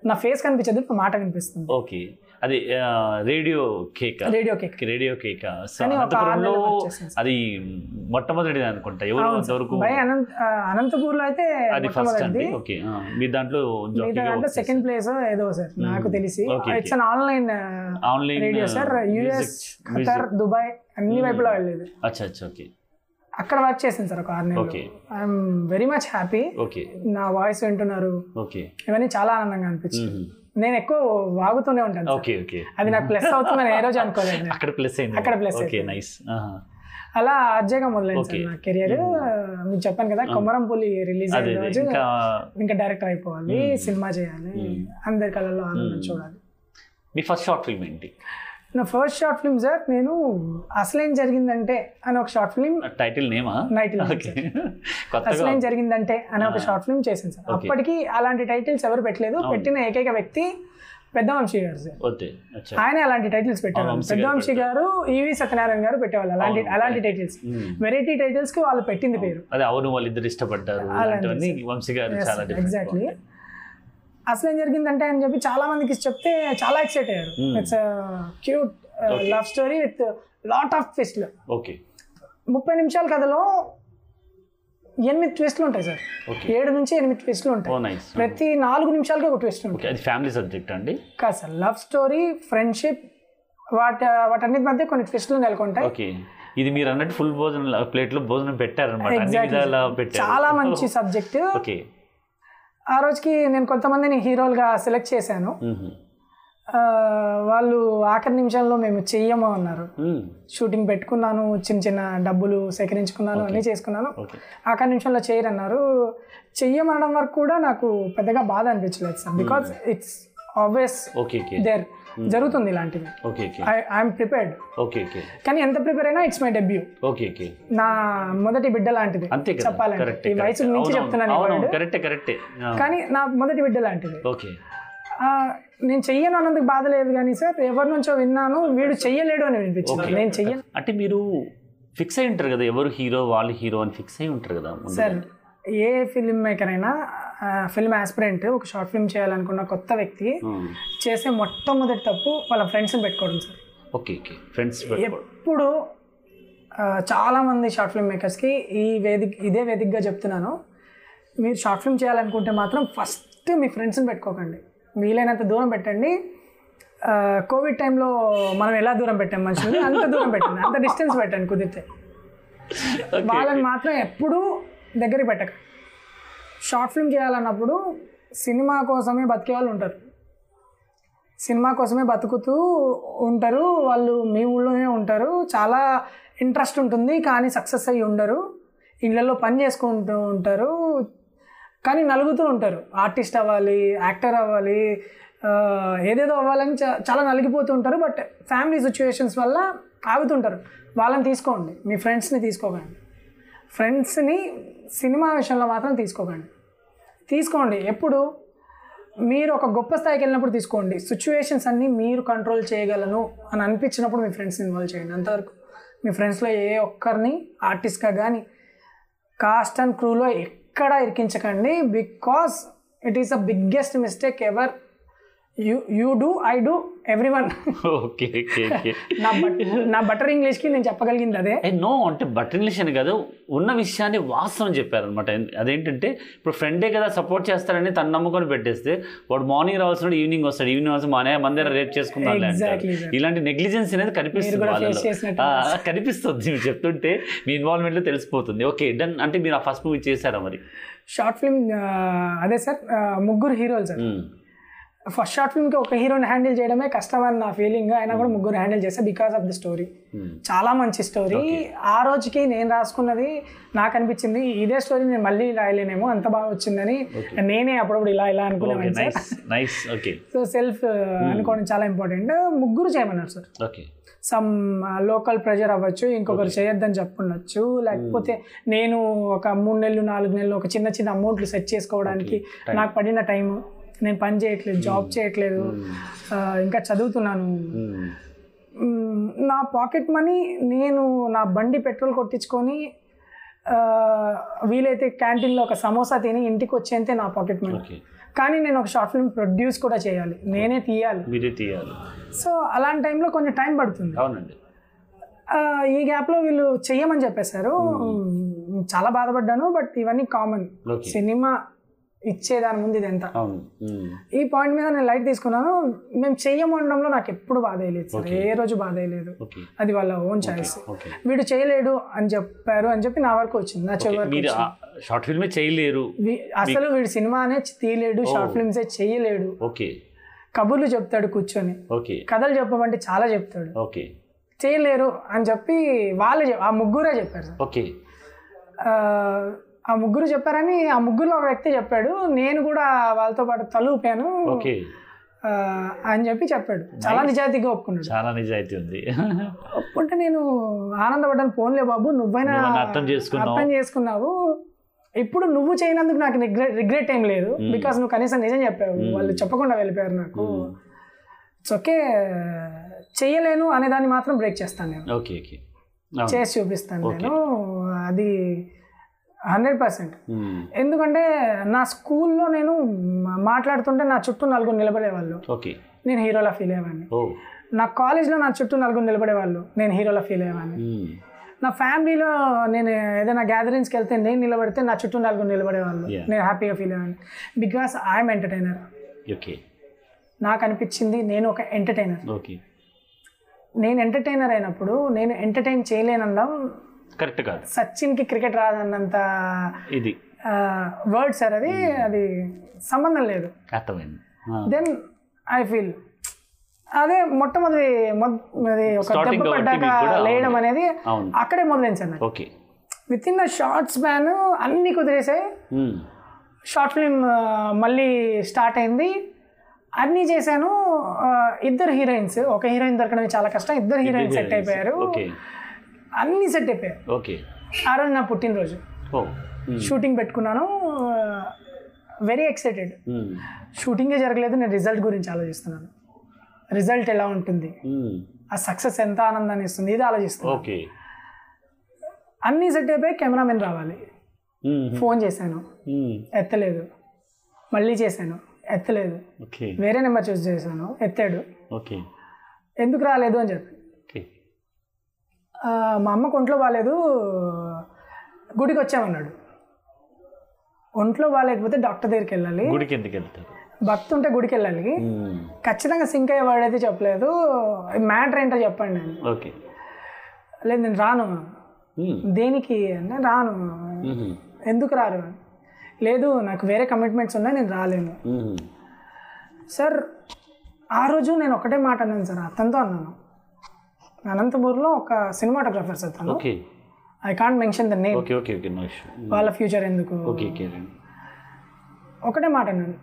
[SPEAKER 2] నా ఫేస్ కనిపించదు ఇప్పుడు మాట కనిపిస్తుంది
[SPEAKER 1] ఓకే అది radio cake
[SPEAKER 2] radio cake
[SPEAKER 1] radio cake so
[SPEAKER 2] కానీ ఒక
[SPEAKER 1] అనంతపురంలో
[SPEAKER 2] ఆరు నెలలు వచ్చేసింది.
[SPEAKER 1] అది మొట్టమొదటిది అనుకుంటా ఎవరు
[SPEAKER 2] అవును సార్.
[SPEAKER 1] అంతవరకు
[SPEAKER 2] భయ అనంత ఆ, అనంతపూర్లో అయితే
[SPEAKER 1] అది ఫస్ట్ అంటే
[SPEAKER 2] మొట్టమొదటిది
[SPEAKER 1] ఓకే మీ దాంట్లో
[SPEAKER 2] మిగతా దాంట్లో సెకండ్ ప్లేస్ ఏదో సార్ నాకు తెలిసి
[SPEAKER 1] Hmm. Okay, okay.
[SPEAKER 2] It's an online
[SPEAKER 1] online
[SPEAKER 2] radio sir US Qatar Dubai అన్ని
[SPEAKER 1] Hmm.
[SPEAKER 2] వైపులా వెళ్ళేది
[SPEAKER 1] అచ్చా అచ్చా ఓకే
[SPEAKER 2] అక్కడ వర్క్ చేసింది సార్ ఒక ఆరు నెలలు
[SPEAKER 1] Okay.
[SPEAKER 2] I'm very much happy
[SPEAKER 1] okay
[SPEAKER 2] నా వాయిస్ వింటున్నారు
[SPEAKER 1] ఓకే
[SPEAKER 2] ఇవన్నీ చాలా ఆనందంగా అనిపించింది
[SPEAKER 1] Hmm.
[SPEAKER 2] నేను ఎక్కువ వాగుతూనే ఉంటాను సార్.
[SPEAKER 1] ఓకే ఓకే
[SPEAKER 2] అది నాకు ప్లస్ అవుతుందని ఏ రోజు అనుకోలేదు నేను.
[SPEAKER 1] అక్కడ ప్లస్ అయింది
[SPEAKER 2] అక్కడ plus
[SPEAKER 1] ఓకే
[SPEAKER 2] అయిపోయింది.
[SPEAKER 1] నైస్
[SPEAKER 2] అలా అర్జేగా మొదలైంది
[SPEAKER 1] Okay.
[SPEAKER 2] సార్ నా కెరియర్ మీకు చెప్పాను కదా కొమరంపల్లి రిలీజ్
[SPEAKER 1] అదే
[SPEAKER 2] అయిన
[SPEAKER 1] అదే.
[SPEAKER 2] రోజు
[SPEAKER 1] ఇంకా
[SPEAKER 2] ఇంకా డైరెక్టర్ అయిపోవాలి
[SPEAKER 1] Hmm.
[SPEAKER 2] సినిమా చేయాలి
[SPEAKER 1] Hmm.
[SPEAKER 2] అందరి కళల్లో ఆనందం
[SPEAKER 1] Hmm.
[SPEAKER 2] చూడాలి
[SPEAKER 1] మీ ఫస్ట్ షార్ట్ ఫిల్మ్ ఏంటి
[SPEAKER 2] నా ఫస్ట్ షార్ట్ ఫిల్మ్ సార్ నేను అసలేం జరిగిందంటే అని ఒక షార్ట్ ఫిల్మ్
[SPEAKER 1] టైటిల్ నేమా
[SPEAKER 2] నైట్
[SPEAKER 1] ఓకే కొత్తగా
[SPEAKER 2] అసలేం జరిగిందంటే అని ఒక
[SPEAKER 1] Ah.
[SPEAKER 2] షార్ట్ ఫిల్మ్ చేశాను సార్
[SPEAKER 1] Okay.
[SPEAKER 2] అప్పటికి అలాంటి టైటిల్స్ ఎవరు పెట్టలేదు
[SPEAKER 1] అవును.
[SPEAKER 2] పెట్టిన ఏకైక వ్యక్తి పెద్దవంశీ గారు సార్
[SPEAKER 1] వద్దే అచ్చా
[SPEAKER 2] ఆయన అలాంటి టైటిల్స్ పెట్టారు
[SPEAKER 1] వంశీ గారు
[SPEAKER 2] పెద్దవంశీ గారు ఈవి సత్యనారాయణ గారు పెట్టేవాళ్ళు అలాంటి
[SPEAKER 1] అవును.
[SPEAKER 2] అలాంటి టైటిల్స్
[SPEAKER 1] Hmm.
[SPEAKER 2] వెరైటీ టైటిల్స్ కి వాళ్ళు పెట్టింది పేరు
[SPEAKER 1] అదే అవును వాళ్ళిద్దరు ఇష్టపడ్డారు
[SPEAKER 2] అలాంటివి
[SPEAKER 1] అలాంటివన్నీ వంశీ గారు చాలా
[SPEAKER 2] ఎగ్జాక్ట్లీ
[SPEAKER 1] డిఫరెంట్
[SPEAKER 2] అసలు ఏం జరిగిందంటే అని చెప్పి చాలా మందికి చెప్తే చాలా ఎక్సైట్ అయ్యారు
[SPEAKER 1] Hmm.
[SPEAKER 2] It's cute
[SPEAKER 1] Okay.
[SPEAKER 2] Love story with lot of ట్విస్ట్లు
[SPEAKER 1] ఓకే
[SPEAKER 2] ముప్పై నిమిషాల కథలో ఎనిమిది ట్విస్ట్లు ఉంటాయి సార్
[SPEAKER 1] ఓకే
[SPEAKER 2] ఏడు నుంచి ఎనిమిది ట్విస్ట్లు ఉంటాయి
[SPEAKER 1] ఓ నైస్
[SPEAKER 2] ప్రతి నాలుగు నిమిషాలకి ఒక ట్విస్ట్ ఉంటుంది
[SPEAKER 1] ఓకే Oh, అది ఫ్యామిలీ సబ్జెక్ట్ అండి
[SPEAKER 2] కాదు సార్ లవ్ స్టోరీ ఫ్రెండ్షిప్ వాటి వాటన్నిటి మధ్య కొన్ని ట్విస్ట్లు నెలకొంటాయి
[SPEAKER 1] ఓకే ఇది మీరు అన్నట్టు ఫుల్ భోజనం ప్లేట్ లో భోజనం పెట్టారనమాట అన్ని
[SPEAKER 2] Exactly.
[SPEAKER 1] విధాలా పెట్టారు Oh.
[SPEAKER 2] చాలా మంచి సబ్జెక్ట్
[SPEAKER 1] ఓకే
[SPEAKER 2] ఆ రోజుకి నేను కొంతమందిని హీరోలుగా సెలెక్ట్ చేశాను
[SPEAKER 1] Mm-hmm.
[SPEAKER 2] ఆ, వాళ్ళు ఆఖరి నిమిషంలో మేము చెయ్యము అన్నారు
[SPEAKER 1] Mm.
[SPEAKER 2] షూటింగ్ పెట్టుకున్నాను చిన్న చిన్న డబ్బులు సేకరించుకున్నాను అన్నీ చేసుకున్నాను
[SPEAKER 1] ఓకే
[SPEAKER 2] ఆఖరి నిమిషంలో చేయరన్నారు చెయ్యమనడం వరకు కూడా నాకు పెద్దగా బాధ అనిపించలేదు sir because
[SPEAKER 1] Hmm.
[SPEAKER 2] It's obvious
[SPEAKER 1] okay okay
[SPEAKER 2] there
[SPEAKER 1] Hmm.
[SPEAKER 2] జరుగుతుంది ఇలాంటివి
[SPEAKER 1] okay okay
[SPEAKER 2] I I'm prepared
[SPEAKER 1] okay okay
[SPEAKER 2] కానీ ఎంత ప్రిపేర్ అయినా it's my debut
[SPEAKER 1] okay okay
[SPEAKER 2] నా మొదటి బిడ్డ లాంటిది
[SPEAKER 1] అంతే కదా కరెక్ట్
[SPEAKER 2] చెప్పాలంటే ఈ వయసు మించి చెప్తున్నాను ఈ
[SPEAKER 1] అవును
[SPEAKER 2] word.
[SPEAKER 1] కరెక్టే కరెక్టే
[SPEAKER 2] కానీ నా మొదటి బిడ్డ లాంటిది
[SPEAKER 1] ఓకే
[SPEAKER 2] ఆ, నేను చెయ్యను అన్నందుకు బాధ లేదు కానీ సార్ ఎవరి నుంచో విన్నాను వీడు చెయ్యలేడు అని వినిపించింది
[SPEAKER 1] Okay.
[SPEAKER 2] నేను చెయ్యను
[SPEAKER 1] అంటే మీరు ఫిక్స్ అయి ఉంటారు కదా ఎవరు హీరో వాళ్ళు హీరో అని ఫిక్స్ అయి ఉంటారు కదా ముందుగా.
[SPEAKER 2] సార్ ఏ ఫిల్మ్ మేకర్ అయినా ఫిల్మ్ ఆస్పిరెంట్ ఒక షార్ట్ ఫిల్మ్ చేయాలనుకున్న కొత్త వ్యక్తి
[SPEAKER 1] ఉమ్.
[SPEAKER 2] చేసే మొట్టమొదటి తప్పు వాళ్ళ ఫ్రెండ్స్ని పెట్టుకోవడం సార్
[SPEAKER 1] ఓకే ఓకే ఫ్రెండ్స్
[SPEAKER 2] ఎప్పుడు ఆ, చాలామంది షార్ట్ ఫిల్మ్ మేకర్స్కి ఈ వేదిక ఇదే వేదికగా చెప్తున్నాను మీరు షార్ట్ ఫిల్మ్ చేయాలనుకుంటే మాత్రం ఫస్ట్ మీ ఫ్రెండ్స్ని పెట్టుకోకండి వీలైనంత దూరం పెట్టండి ఆ, కోవిడ్ టైంలో మనం ఎలా దూరం పెట్టాం మనుషుల్ని అంత దూరం పెట్టండి అంత డిస్టెన్స్ పెట్టండి కుదిరితే వాళ్ళని మాత్రం ఎప్పుడూ దగ్గరికి పెట్టక షార్ట్ ఫిల్మ్ చేయాలన్నప్పుడు సినిమా కోసమే బతికే వాళ్ళు ఉంటారు సినిమా కోసమే బతుకుతూ ఉంటారు వాళ్ళు మీ ఊళ్ళోనే ఉంటారు చాలా ఇంట్రెస్ట్ ఉంటుంది కానీ సక్సెస్ అయ్యి ఉండరు ఇళ్ళల్లో పని చేసుకుంటూ ఉంటారు కానీ నలుగుతూ ఉంటారు ఆర్టిస్ట్ అవ్వాలి యాక్టర్ అవ్వాలి ఆ, ఏదేదో అవ్వాలని చా- చాలా నలిగిపోతూ ఉంటారు బట్ ఫ్యామిలీ సిచ్యువేషన్స్ వల్ల ఆగుతుంటారు వాళ్ళని తీసుకోండి మీ ఫ్రెండ్స్ని తీసుకోకండి ఫ్రెండ్స్ని సినిమా విషయంలో మాత్రం తీసుకోకండి తీసుకోండి ఎప్పుడు మీరు ఒక గొప్ప స్థాయికి వెళ్ళినప్పుడు తీసుకోండి సిచ్యువేషన్స్ అన్నీ మీరు కంట్రోల్ చేయగలను అని అనిపించినప్పుడు మీ ఫ్రెండ్స్ని ఇన్వాల్వ్ చేయండి అంతవరకు మీ ఫ్రెండ్స్లో ఏ ఒక్కరిని ఆర్టిస్ట్గా కానీ కాస్ట్ అండ్ క్రూలో ఎక్కడ ఇరికించకండి because it is the biggest mistake ever you you do I do every one
[SPEAKER 1] okay okay okay
[SPEAKER 2] నా బట్ నా బటర్ ఇంగ్లీష్కి నేను చెప్పగలిగింది అదే
[SPEAKER 1] ఏ నో అంటే బటర్ ఇంగ్లీష్ అని కాదు ఉన్న విషయాన్ని వాస్తవం చెప్పారనమాట అదేంటంటే ఇప్పుడు ఫ్రెండే కదా సపోర్ట్ చేస్తారని తన నమ్ముకొని పెట్టేస్తే వాడు మార్నింగ్ రావాల్సిన ఈవినింగ్ వస్తాడు ఈవినింగ్ వస్తే మా అన్నయ్య మందిర రేపు చేసుకుందాం
[SPEAKER 2] Exactly, exactly.
[SPEAKER 1] ఇలాంటి నెగ్లిజెన్స్ అనేది కనిపిస్తుంది
[SPEAKER 2] మీరు కూడా
[SPEAKER 1] వాళ్ళలో.
[SPEAKER 2] face చేసినట్టు
[SPEAKER 1] ఆ, కనిపిస్తుంది మీరు చెప్తుంటే మీ ఇన్వాల్వ్మెంట్లో తెలిసిపోతుంది ఓకే డన్ అంటే మీరు ఆ ఫస్ట్ మూవీ చేశారా మరి
[SPEAKER 2] షార్ట్ ఫిల్మ్ అదే సార్ ఆ, ముగ్గురు హీరోలు సార్
[SPEAKER 1] ఉమ్.
[SPEAKER 2] ఫస్ట్ షార్ట్ ఫిల్మ్కి ఒక హీరోని హ్యాండిల్ చేయడమే కష్టం అని నా ఫీలింగ్ అయినా కూడా ముగ్గురు హ్యాండిల్ చేసా because of the story
[SPEAKER 1] Hmm.
[SPEAKER 2] చాలా మంచి స్టోరీ ఆ రోజుకి నేను రాసుకున్నది నాకు అనిపించింది ఇదే స్టోరీ నేను మళ్ళీ రాయలేనేమో అంత బాగా వచ్చిందని నేనే అప్పుడప్పుడు ఇలా ఇలా
[SPEAKER 1] ఓకే
[SPEAKER 2] అనుకున్నాను
[SPEAKER 1] nice nice okay
[SPEAKER 2] so self అనుకోవడం చాలా ఇంపార్టెంట్ ముగ్గురు చేయమన్నారు sir
[SPEAKER 1] okay
[SPEAKER 2] some local pressure uh, అవ్వచ్చు ఇంకొకరు చేయొద్దని చెప్పుండొచ్చు లేకపోతే నేను ఒక మూడు నెలలు నాలుగు నెలలు ఒక చిన్న చిన్న అమౌంట్లు సెట్ చేసుకోవడానికి నాకు పడిన టైం నేను పని చేయట్లేదు జాబ్ చేయట్లేదు
[SPEAKER 1] Hmm.
[SPEAKER 2] ఆ, ఇంకా చదువుతున్నాను మ్, నా పాకెట్ మనీ నేను నా బండి పెట్రోల్ కొట్టించుకొని ఆ, వీలైతే క్యాంటీన్లో ఒక సమోసా తిని ఇంటికి వచ్చేంతే నా పాకెట్ మనీ
[SPEAKER 1] ఓకే
[SPEAKER 2] కానీ నేను ఒక షార్ట్ ఫిల్మ్ ప్రొడ్యూస్ కూడా చేయాలి నేనే తీయాలి
[SPEAKER 1] మీరే తీయాలి
[SPEAKER 2] సో అలాంటి టైంలో కొంచెం టైం పడుతుంది
[SPEAKER 1] అవునండి
[SPEAKER 2] ఆ, ఈ గ్యాప్లో వీళ్ళు చెయ్యమని చెప్పేశారు మ్, చాలా బాధపడ్డాను బట్ ఇవన్నీ కామన్
[SPEAKER 1] ఓకే
[SPEAKER 2] సినిమా ఇచ్చేదాని ముందు ఇది ఎంత
[SPEAKER 1] అవును ఉమ్.
[SPEAKER 2] ఈ పాయింట్ మీద నేను లైట్ తీసుకున్నాను మేము చెయ్యము అనడంలో నాకు ఎప్పుడు బాధ వేయలేదు సార్ ఏ రోజు బాధ వేయలేదు
[SPEAKER 1] ఓకే
[SPEAKER 2] అది వాళ్ళ ఓన్ చాయిస్
[SPEAKER 1] ఓకే
[SPEAKER 2] వీడు చేయలేడు అని చెప్పారు అని చెప్పి నా వరకు వచ్చింది నా చెవి వరకు
[SPEAKER 1] మీరు
[SPEAKER 2] వచ్చింది.
[SPEAKER 1] షార్ట్ ఫిల్మే చేయలేరు
[SPEAKER 2] వీ- అసలు వీడు సినిమానే తీయలేడు షార్ట్ ఫిల్మ్సే చేయలేడు
[SPEAKER 1] ఓకే
[SPEAKER 2] కబుర్లు చెప్తాడు కూర్చొని
[SPEAKER 1] ఓకే
[SPEAKER 2] కథలు చెప్పమంటే చాలా చెప్తాడు
[SPEAKER 1] ఓకే
[SPEAKER 2] చేయలేరు అని చెప్పి వాళ్ళు చెప్- ఆ ముగ్గురే చెప్పారు సార్.
[SPEAKER 1] ఓకే
[SPEAKER 2] ఆ, ఆ ముగ్గురు చెప్పారని ఆ ముగ్గురులో ఒక వ్యక్తి చెప్పాడు నేను కూడా వాళ్ళతో పాటు తలూపాను
[SPEAKER 1] ఓకే
[SPEAKER 2] ఆ, అని చెప్పి చెప్పాడు చాలా నిజాయితీగా ఒప్పుకున్నాడు
[SPEAKER 1] చాలా నిజాయితీ ఉంది
[SPEAKER 2] ఒప్పుకుంటే నేను ఆనందపడ్డాను పోన్లే బాబు నువ్వైనా
[SPEAKER 1] నువ్వైనా అర్థం చేసుకున్నావు."
[SPEAKER 2] అర్థం చేసుకున్నావు ఇప్పుడు నువ్వు చేయనందుకు నాకు రిగ్రెట్ రిగ్రెట్ ఏం లేదు
[SPEAKER 1] Hmm.
[SPEAKER 2] బికాస్ నువ్వు కనీసం నిజం చెప్పావు
[SPEAKER 1] Hmm.
[SPEAKER 2] వాళ్ళు చెప్పకుండా వెళ్ళిపోయారు నాకు
[SPEAKER 1] Hmm.
[SPEAKER 2] ఇట్స్ ఓకే చేయలేను అనే దాన్ని మాత్రం బ్రేక్ చేస్తాను నేను
[SPEAKER 1] ఓకే ఓకే
[SPEAKER 2] చేసి చూపిస్తాను
[SPEAKER 1] Hmm. Okay.
[SPEAKER 2] నేను అది హండ్రెడ్ పర్సెంట్ ఎందుకంటే నా స్కూల్లో నేను మా- మాట్లాడుతుంటే నా చుట్టూ నలుగురు నిలబడేవాళ్ళు
[SPEAKER 1] ఓకే
[SPEAKER 2] నేను హీరోలా ఫీల్ అయ్యేవాడిని
[SPEAKER 1] ఓ
[SPEAKER 2] నా కాలేజ్లో నా చుట్టూ నలుగురు నిలబడేవాళ్ళు నేను హీరోలా ఫీల్ అయ్యేవాడిని నా ఫ్యామిలీలో నేను ఏదైనా గ్యాదరింగ్స్కి వెళ్తే నేను నిలబడితే నా చుట్టూ నలుగురు నిలబడేవాళ్ళు
[SPEAKER 1] Yeah.
[SPEAKER 2] నేను హ్యాపీగా ఫీల్ అయ్యేవాడిని బికాస్ ఐఎమ్ ఎంటర్టైనర్
[SPEAKER 1] ఓకే
[SPEAKER 2] నాకు అనిపించింది నేను ఒక ఎంటర్టైనర్
[SPEAKER 1] ఓకే
[SPEAKER 2] నేను ఎంటర్టైనర్ అయినప్పుడు నేను ఎంటర్టైన్ చేయలేనందాం
[SPEAKER 1] కరెక్ట్ కాదు
[SPEAKER 2] సచిన్కి క్రికెట్ రాదన్నంత
[SPEAKER 1] ఇది
[SPEAKER 2] వర్డ్ సార్ అది అది సంబంధం లేదు
[SPEAKER 1] అర్థమైంది
[SPEAKER 2] దెన్ ఐ ఫీల్ అదే మొట్టమొదటి మొద- అది ఒక
[SPEAKER 1] Starting
[SPEAKER 2] దెబ్బ
[SPEAKER 1] కాబట్టి
[SPEAKER 2] పడ్డాక
[SPEAKER 1] మీకు కూడా
[SPEAKER 2] లేయడం
[SPEAKER 1] అవును.
[SPEAKER 2] అనేది
[SPEAKER 1] అవును
[SPEAKER 2] అక్కడే మొదలైంది sir
[SPEAKER 1] okay
[SPEAKER 2] within the short span అన్నీ కుదిరేసాయి షార్ట్ ఫిల్మ్ మళ్ళీ స్టార్ట్ అయింది అన్నీ చేశాను ఆ, ఇద్దరు హీరోయిన్స్ ఒక హీరోయిన్ దొరకడం చాలా కష్టం ఇద్దరు హీరోయిన్ సెట్ అయిపోయారు
[SPEAKER 1] ఓకే
[SPEAKER 2] అన్నీ సెట్ అయిపోయారు
[SPEAKER 1] ఓకే
[SPEAKER 2] ఆ రోజు నా పుట్టినరోజు
[SPEAKER 1] ఓ
[SPEAKER 2] షూటింగ్ పెట్టుకున్నాను వెరీ ఎక్సైటెడ్ షూటింగే జరగలేదు నేను రిజల్ట్ గురించి ఆలోచిస్తున్నాను రిజల్ట్ ఎలా ఉంటుంది ఆ సక్సెస్ ఎంత ఆనందాన్ని ఇస్తుంది ఇది ఆలోచిస్తున్నాను
[SPEAKER 1] ఓకే
[SPEAKER 2] అన్ని సెట్ అయిపోయి కెమెరామెన్ రావాలి ఫోన్ చేశాను ఎత్తలేదు మళ్ళీ చేశాను ఎత్తలేదు
[SPEAKER 1] ఓకే
[SPEAKER 2] వేరే నెంబర్ చూస్ చేశాను ఎత్తాడు
[SPEAKER 1] ఓకే
[SPEAKER 2] ఎందుకు రాలేదు అని చెప్పి
[SPEAKER 1] ఓకే
[SPEAKER 2] ఆ, మా అమ్మకు ఒంట్లో బాగాలేదు గుడికి వచ్చామన్నాడు ఒంట్లో బాగాలేకపోతే డాక్టర్ దగ్గరికి వెళ్ళాలి
[SPEAKER 1] గుడికి ఎందుకు వెళ్తారు
[SPEAKER 2] భక్తి ఉంటే గుడికి వెళ్ళాలి ఖచ్చితంగా సింక్ అయ్యేవాడైతే చెప్పలేదు మ్యాటర్ ఏంటో చెప్పండి అని
[SPEAKER 1] ఓకే
[SPEAKER 2] లేదు నేను రాను దేనికి అంటే రాను ఎందుకు రారు లేదు నాకు వేరే కమిట్మెంట్స్ ఉన్నాయి నేను రాలేను సార్ ఆ రోజు నేను ఒకటే మాట అన్నాను సార్ అతనితో అన్నాను అనంతపూర్లో ఒక సినిమాటోగ్రాఫర్ సార్ తను
[SPEAKER 1] okay
[SPEAKER 2] I can't mention the name
[SPEAKER 1] okay okay okay no issue
[SPEAKER 2] వాళ్ళ ఫ్యూచర్ ఎందుకు
[SPEAKER 1] ఓకే ఓకే రండి
[SPEAKER 2] ఒకటే మాట అన్నాను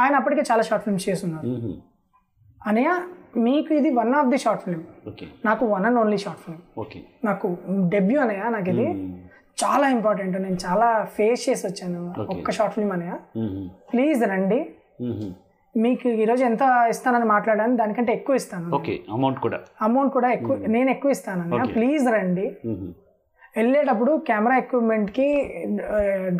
[SPEAKER 2] ఆయన అప్పటికే చాలా షార్ట్ ఫిల్మ్స్ చేస్తున్నారు
[SPEAKER 1] మ్మ్.
[SPEAKER 2] అనయ్య మీకు ఇది one of the short film
[SPEAKER 1] okay
[SPEAKER 2] నాకు one and only short film
[SPEAKER 1] okay
[SPEAKER 2] నాకు డెబ్యూ అనయ్య నాకు ఇది చాలా ఇంపార్టెంట్ నేను చాలా ఫేస్ చేసి వచ్చాను
[SPEAKER 1] Okay.
[SPEAKER 2] ఒక్క షార్ట్ ఫిల్మ్ అనయ్య ప్లీజ్ రండి మీకు ఈరోజు ఎంత ఇస్తానని మాట్లాడాను దానికంటే ఎక్కువ ఇస్తాను
[SPEAKER 1] ఓకే అమౌంట్ కూడా
[SPEAKER 2] అమౌంట్ కూడా ఎక్కువ నేను ఎక్కువ ఇస్తాను అన్నయ్య
[SPEAKER 1] Hmm. Okay.
[SPEAKER 2] ప్లీజ్ రండి
[SPEAKER 1] మ్మ్.
[SPEAKER 2] వెళ్ళేటప్పుడు కెమెరా ఎక్విప్మెంట్కి